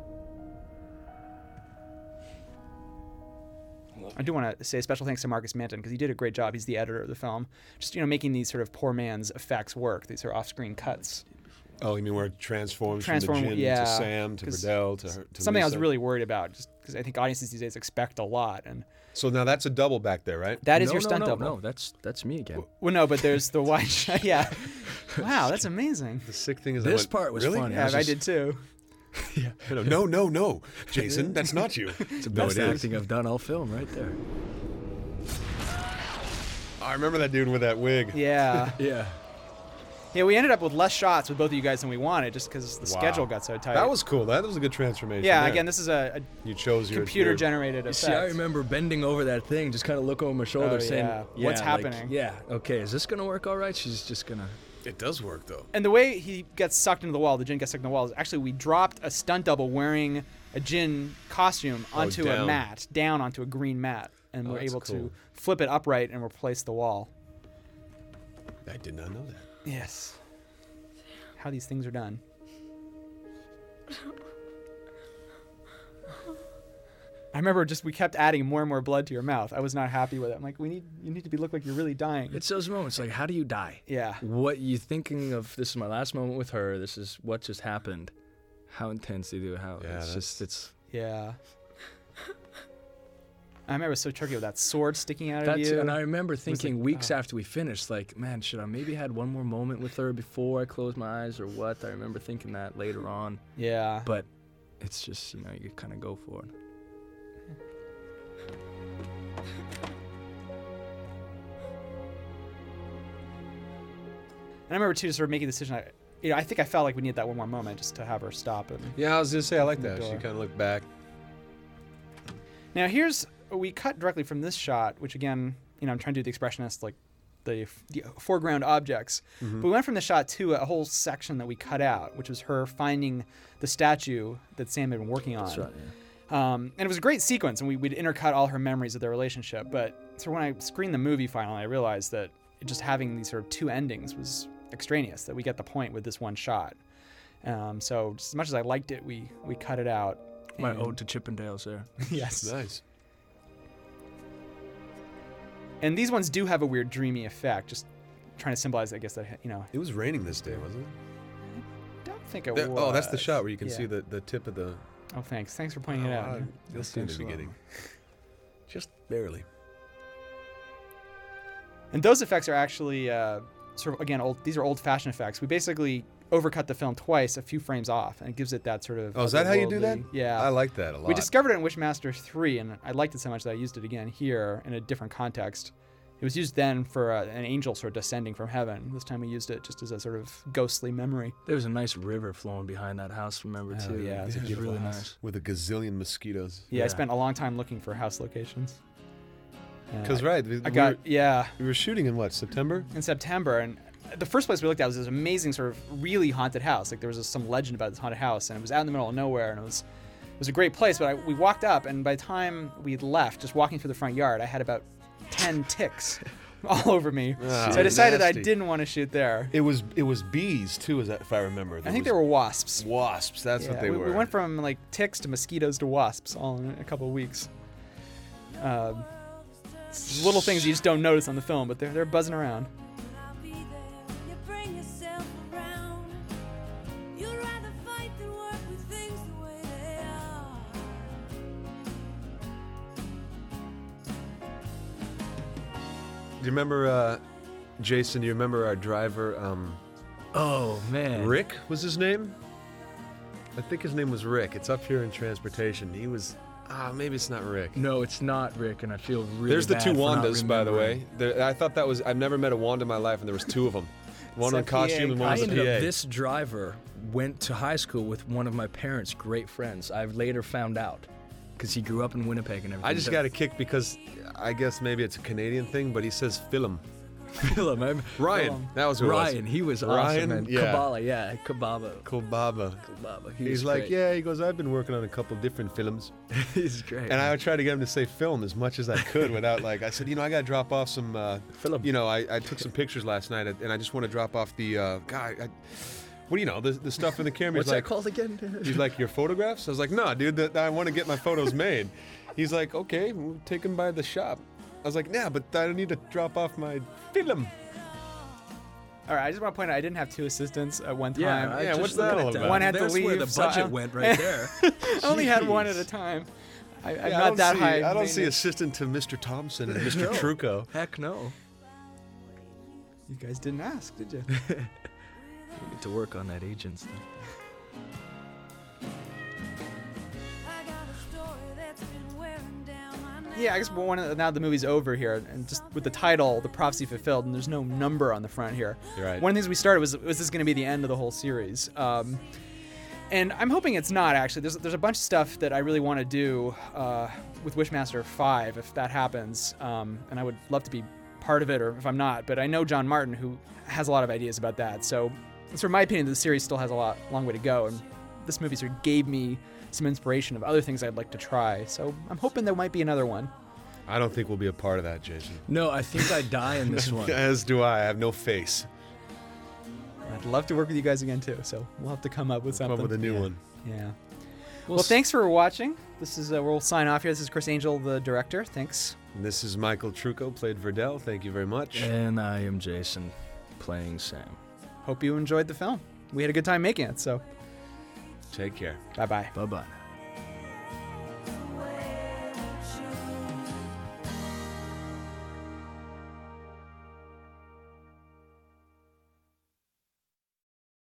A: I do want to say special thanks to Marcus Manton because he did a great job. He's the editor of the film, just you know making these sort of poor man's effects work. These are off-screen cuts.
B: Oh, you mean where it transforms
A: Transform,
B: from the gin
A: yeah.
B: to Sam to
A: 'cause
B: Verdell to, her, to
A: something I was
B: Lisa.
A: really worried about, just because I think audiences these days expect a lot, and
B: So now that's a double back there, right?
A: That is No, your no, stunt no, double.
C: no that's that's me again
A: well, no, but there's the wide (laughs) shot. Yeah, wow, that's amazing.
B: The sick thing is I
C: this
B: went,
C: part was
B: really?
C: funny
A: Yeah, I did too.
B: I know, No, no, no, Jason, that's not (laughs) you.
C: it's the
B: No,
C: best
B: it is.
C: acting i've done all film right there
B: I remember that dude with that wig.
A: Yeah.
C: yeah.
A: Yeah, we ended up with less shots with both of you guys than we wanted, just because the
B: Wow.
A: schedule got so tight.
B: That was cool. That was a good transformation.
A: Yeah,
B: there.
A: again, this is a,
B: you chose
A: a
B: your
A: computer
B: your-
A: generated
C: you
A: effect.
C: see i remember bending over that thing just kind of look over my shoulder
A: Oh,
C: saying
A: yeah. What's
C: like,
A: happening?
C: yeah okay is this gonna work all right she's just gonna
B: it does work though
A: and the way he gets sucked into the wall, the gin gets sucked in the wall, is actually we dropped a stunt double wearing a gin costume
B: Oh,
A: onto a
B: down.
A: mat, down onto a green mat, and
B: Oh,
A: we're
B: that's
A: able
B: cool.
A: to flip it upright and replace the wall.
B: I did not know that.
A: Yes. How these things are done. I remember just we kept adding more and more blood to your mouth. I was not happy with it. I'm like, we need you need to be look like you're really dying.
C: It's those moments like, how do you die?
A: Yeah.
C: What you thinking of? This is my last moment with her. This is what just happened. How intense they do it. How it's just it's.
A: Yeah. I remember it was so tricky with that sword sticking out of
C: That's,
A: you.
C: and I remember
A: It was like,
C: thinking weeks
A: oh.
C: after we finished, like, man, should I maybe had one more moment with her before I closed my eyes or what? I remember thinking that later on.
A: Yeah.
C: But it's just you know you kind of go for it.
A: And I remember too, sort of making the decision. I, you know, I think I felt like we need that one more moment just to have her stop and.
B: Yeah, I was gonna say I like
A: Open the
B: that. She
A: door.
B: kind of looked back.
A: Now here's we cut directly from this shot, which again, you know, I'm trying to do the expressionist like the, the foreground objects.
B: Mhm.
C: Mm-hmm.
A: But we went from the shot to a whole section that we cut out, which was her finding the statue that Sam had been working on.
C: That's right,
A: Um, and it was a great sequence, and we, we'd intercut all her memories of their relationship. But so when I screened the movie finally, I realized that just having these sort of two endings was extraneous, that we get the point with this one shot. Um, so just as much as I liked it, we, we cut it out.
C: My
A: and-
C: ode to Chippendales there.
A: (laughs)
C: (laughs)
A: Yes.
B: Nice.
A: And these ones do have a weird dreamy effect, just trying to symbolize, I guess, that, you know,
B: It was raining this day, wasn't it?
A: I don't think it
B: There-
A: was.
B: oh, that's the shot where you can
A: Yeah.
B: see the, the tip of the.
A: Oh, thanks. Thanks for pointing it
B: Oh,
A: out.
B: I-
A: yeah.
B: You'll see in the
A: Thanks a lot.
B: beginning. Just barely.
A: And those effects are actually uh, sort of again old. These are old-fashioned effects. We basically overcut the film twice, a few frames off, and it gives it that sort of.
B: Oh, is that how you do that?
A: otherworldly- Yeah,
B: I like that a lot.
A: We discovered it in Wishmaster 3, and I liked it so much that I used it again here in a different context. It was used then for uh, an angel sort of descending from heaven. This time we used it just as a sort of ghostly memory.
C: There was a nice river flowing behind that house. Remember
A: Oh,
C: too?
A: yeah, it's a
C: it was
A: beautiful
C: really
A: house.
C: nice.
B: with a gazillion mosquitoes.
A: Yeah, I spent a long time looking for house locations. And
B: Because
A: I-
B: right, we,
A: I got
B: we were,
A: yeah.
B: We were shooting in what September?
A: in September, and the first place we looked at was this amazing sort of really haunted house. Like there was some legend about this haunted house, and it was out in the middle of nowhere, and it was it was a great place. But I, we walked up, and by the time we left, just walking through the front yard, I had about ten ticks (laughs) all over me.
B: (laughs) Ah,
A: so I decided
B: nasty.
A: I didn't want to shoot there.
B: It was it was bees too, is that if I remember.
A: I think
B: was
A: they were wasps.
B: Wasps. That's
A: Yeah,
B: what they
A: we,
B: were.
A: We went from like ticks to mosquitoes to wasps all in a couple of weeks. Um, it's little things you just don't notice on the film, but they're they're buzzing around.
Q: Bring yourself around. You'd rather fight than work with things the way they are.
B: Do you remember, uh, Jason? Do you remember our driver? Um,
C: oh man,
B: Rick was his name. I think his name was Rick. It's up here in transportation. He was. Ah, maybe it's not Rick.
C: No, it's not Rick, and I feel really.
B: There's the
C: bad
B: two
C: for not
B: Wandas, by the
C: remembering.
B: way. There, I thought that was. I've never met a Wanda in my life, and there was two of
C: (laughs)
B: them. One on costume and one
C: I
B: was a PA.
C: ended up- this driver went to high school with one of my parents' great friends. I later found out because he grew up in Winnipeg and everything.
B: I just got a kick because I guess maybe it's a Canadian thing, but he says film.
C: (laughs) Philip. I'm,
B: (laughs) Ryan, that was who it was.
C: Ryan. He was awesome.
B: Ryan,
C: man.
B: yeah.
C: Kabbalah, yeah, Kababa.
B: Kababa.
C: Kababa. He
B: He's
C: was
B: like,
C: great.
B: yeah. He goes, I've been working on a couple different films.
C: (laughs) He's great.
B: And I would try to get him to say film as much as I could without, like, I said, you know, I got to drop off some, uh, film. you know, I, I took some pictures last night and I just want to drop off the, uh, guy, I, what do you know, the, the stuff in the camera.
C: What's
B: He's
C: that
B: like,
C: called again?
B: (laughs) He's like, your photographs? I was like, no, dude, that I want to get my photos made. He's like, okay, we'll take them by the shop. I was like, nah, but I don't need to drop off my film.
A: All right, I just want to point out I didn't have two assistants at one time.
B: Yeah, I Yeah, just what's that looked all at that. about?
A: One had
B: That's
A: to leave.
B: where the
A: so
B: budget
A: I-
B: went right (laughs) there.
A: I only had one
B: Jeez.
A: at a time. I, I'm
B: Yeah,
A: not
B: don't
A: that
B: see,
A: high.
B: I don't see
A: maintenance.
B: assistant to Mr. Thompson and Mr.
A: No.
B: Truco.
C: Heck no.
A: You guys didn't ask, did you? (laughs)
C: We get to work on that agent's thing.
Q: I got a story that's been wearing down my neck.
A: yeah, I guess one of the, now the movie's over here, and just with the title, the prophecy fulfilled, and there's no number on the front here.
B: You're right.
A: One of the things we started was was this going to be the end of the whole series? Um, and I'm hoping it's not actually. There's there's a bunch of stuff that I really want to do uh, with Wishmaster Five if that happens, um, and I would love to be part of it, or if I'm not. But I know John Martin who has a lot of ideas about that. So, it's from my opinion, the series still has a lot long way to go, and this movie sort of gave me some inspiration of other things I'd like to try. So I'm hoping there might be another one.
B: I don't think we'll be a part of that, Jason.
C: No, I think I die
B: (laughs)
C: in this one.
B: As do I. I have no face.
A: I'd love to work with you guys again too. So we'll have to come up with
B: Come
A: something.
B: up with a new
A: Yeah.
B: one.
A: Yeah.
C: Well,
A: Well,
C: s-
A: thanks for watching. This is uh, we'll sign off here. This is Chris Angel, the director. Thanks.
B: And This is Michael Truco, played Verdell. Thank you very much.
C: And I am Jason, playing Sam.
A: Hope you enjoyed the film. We had a good time making it. So
B: Take care.
A: bye bye.
C: Bye bye.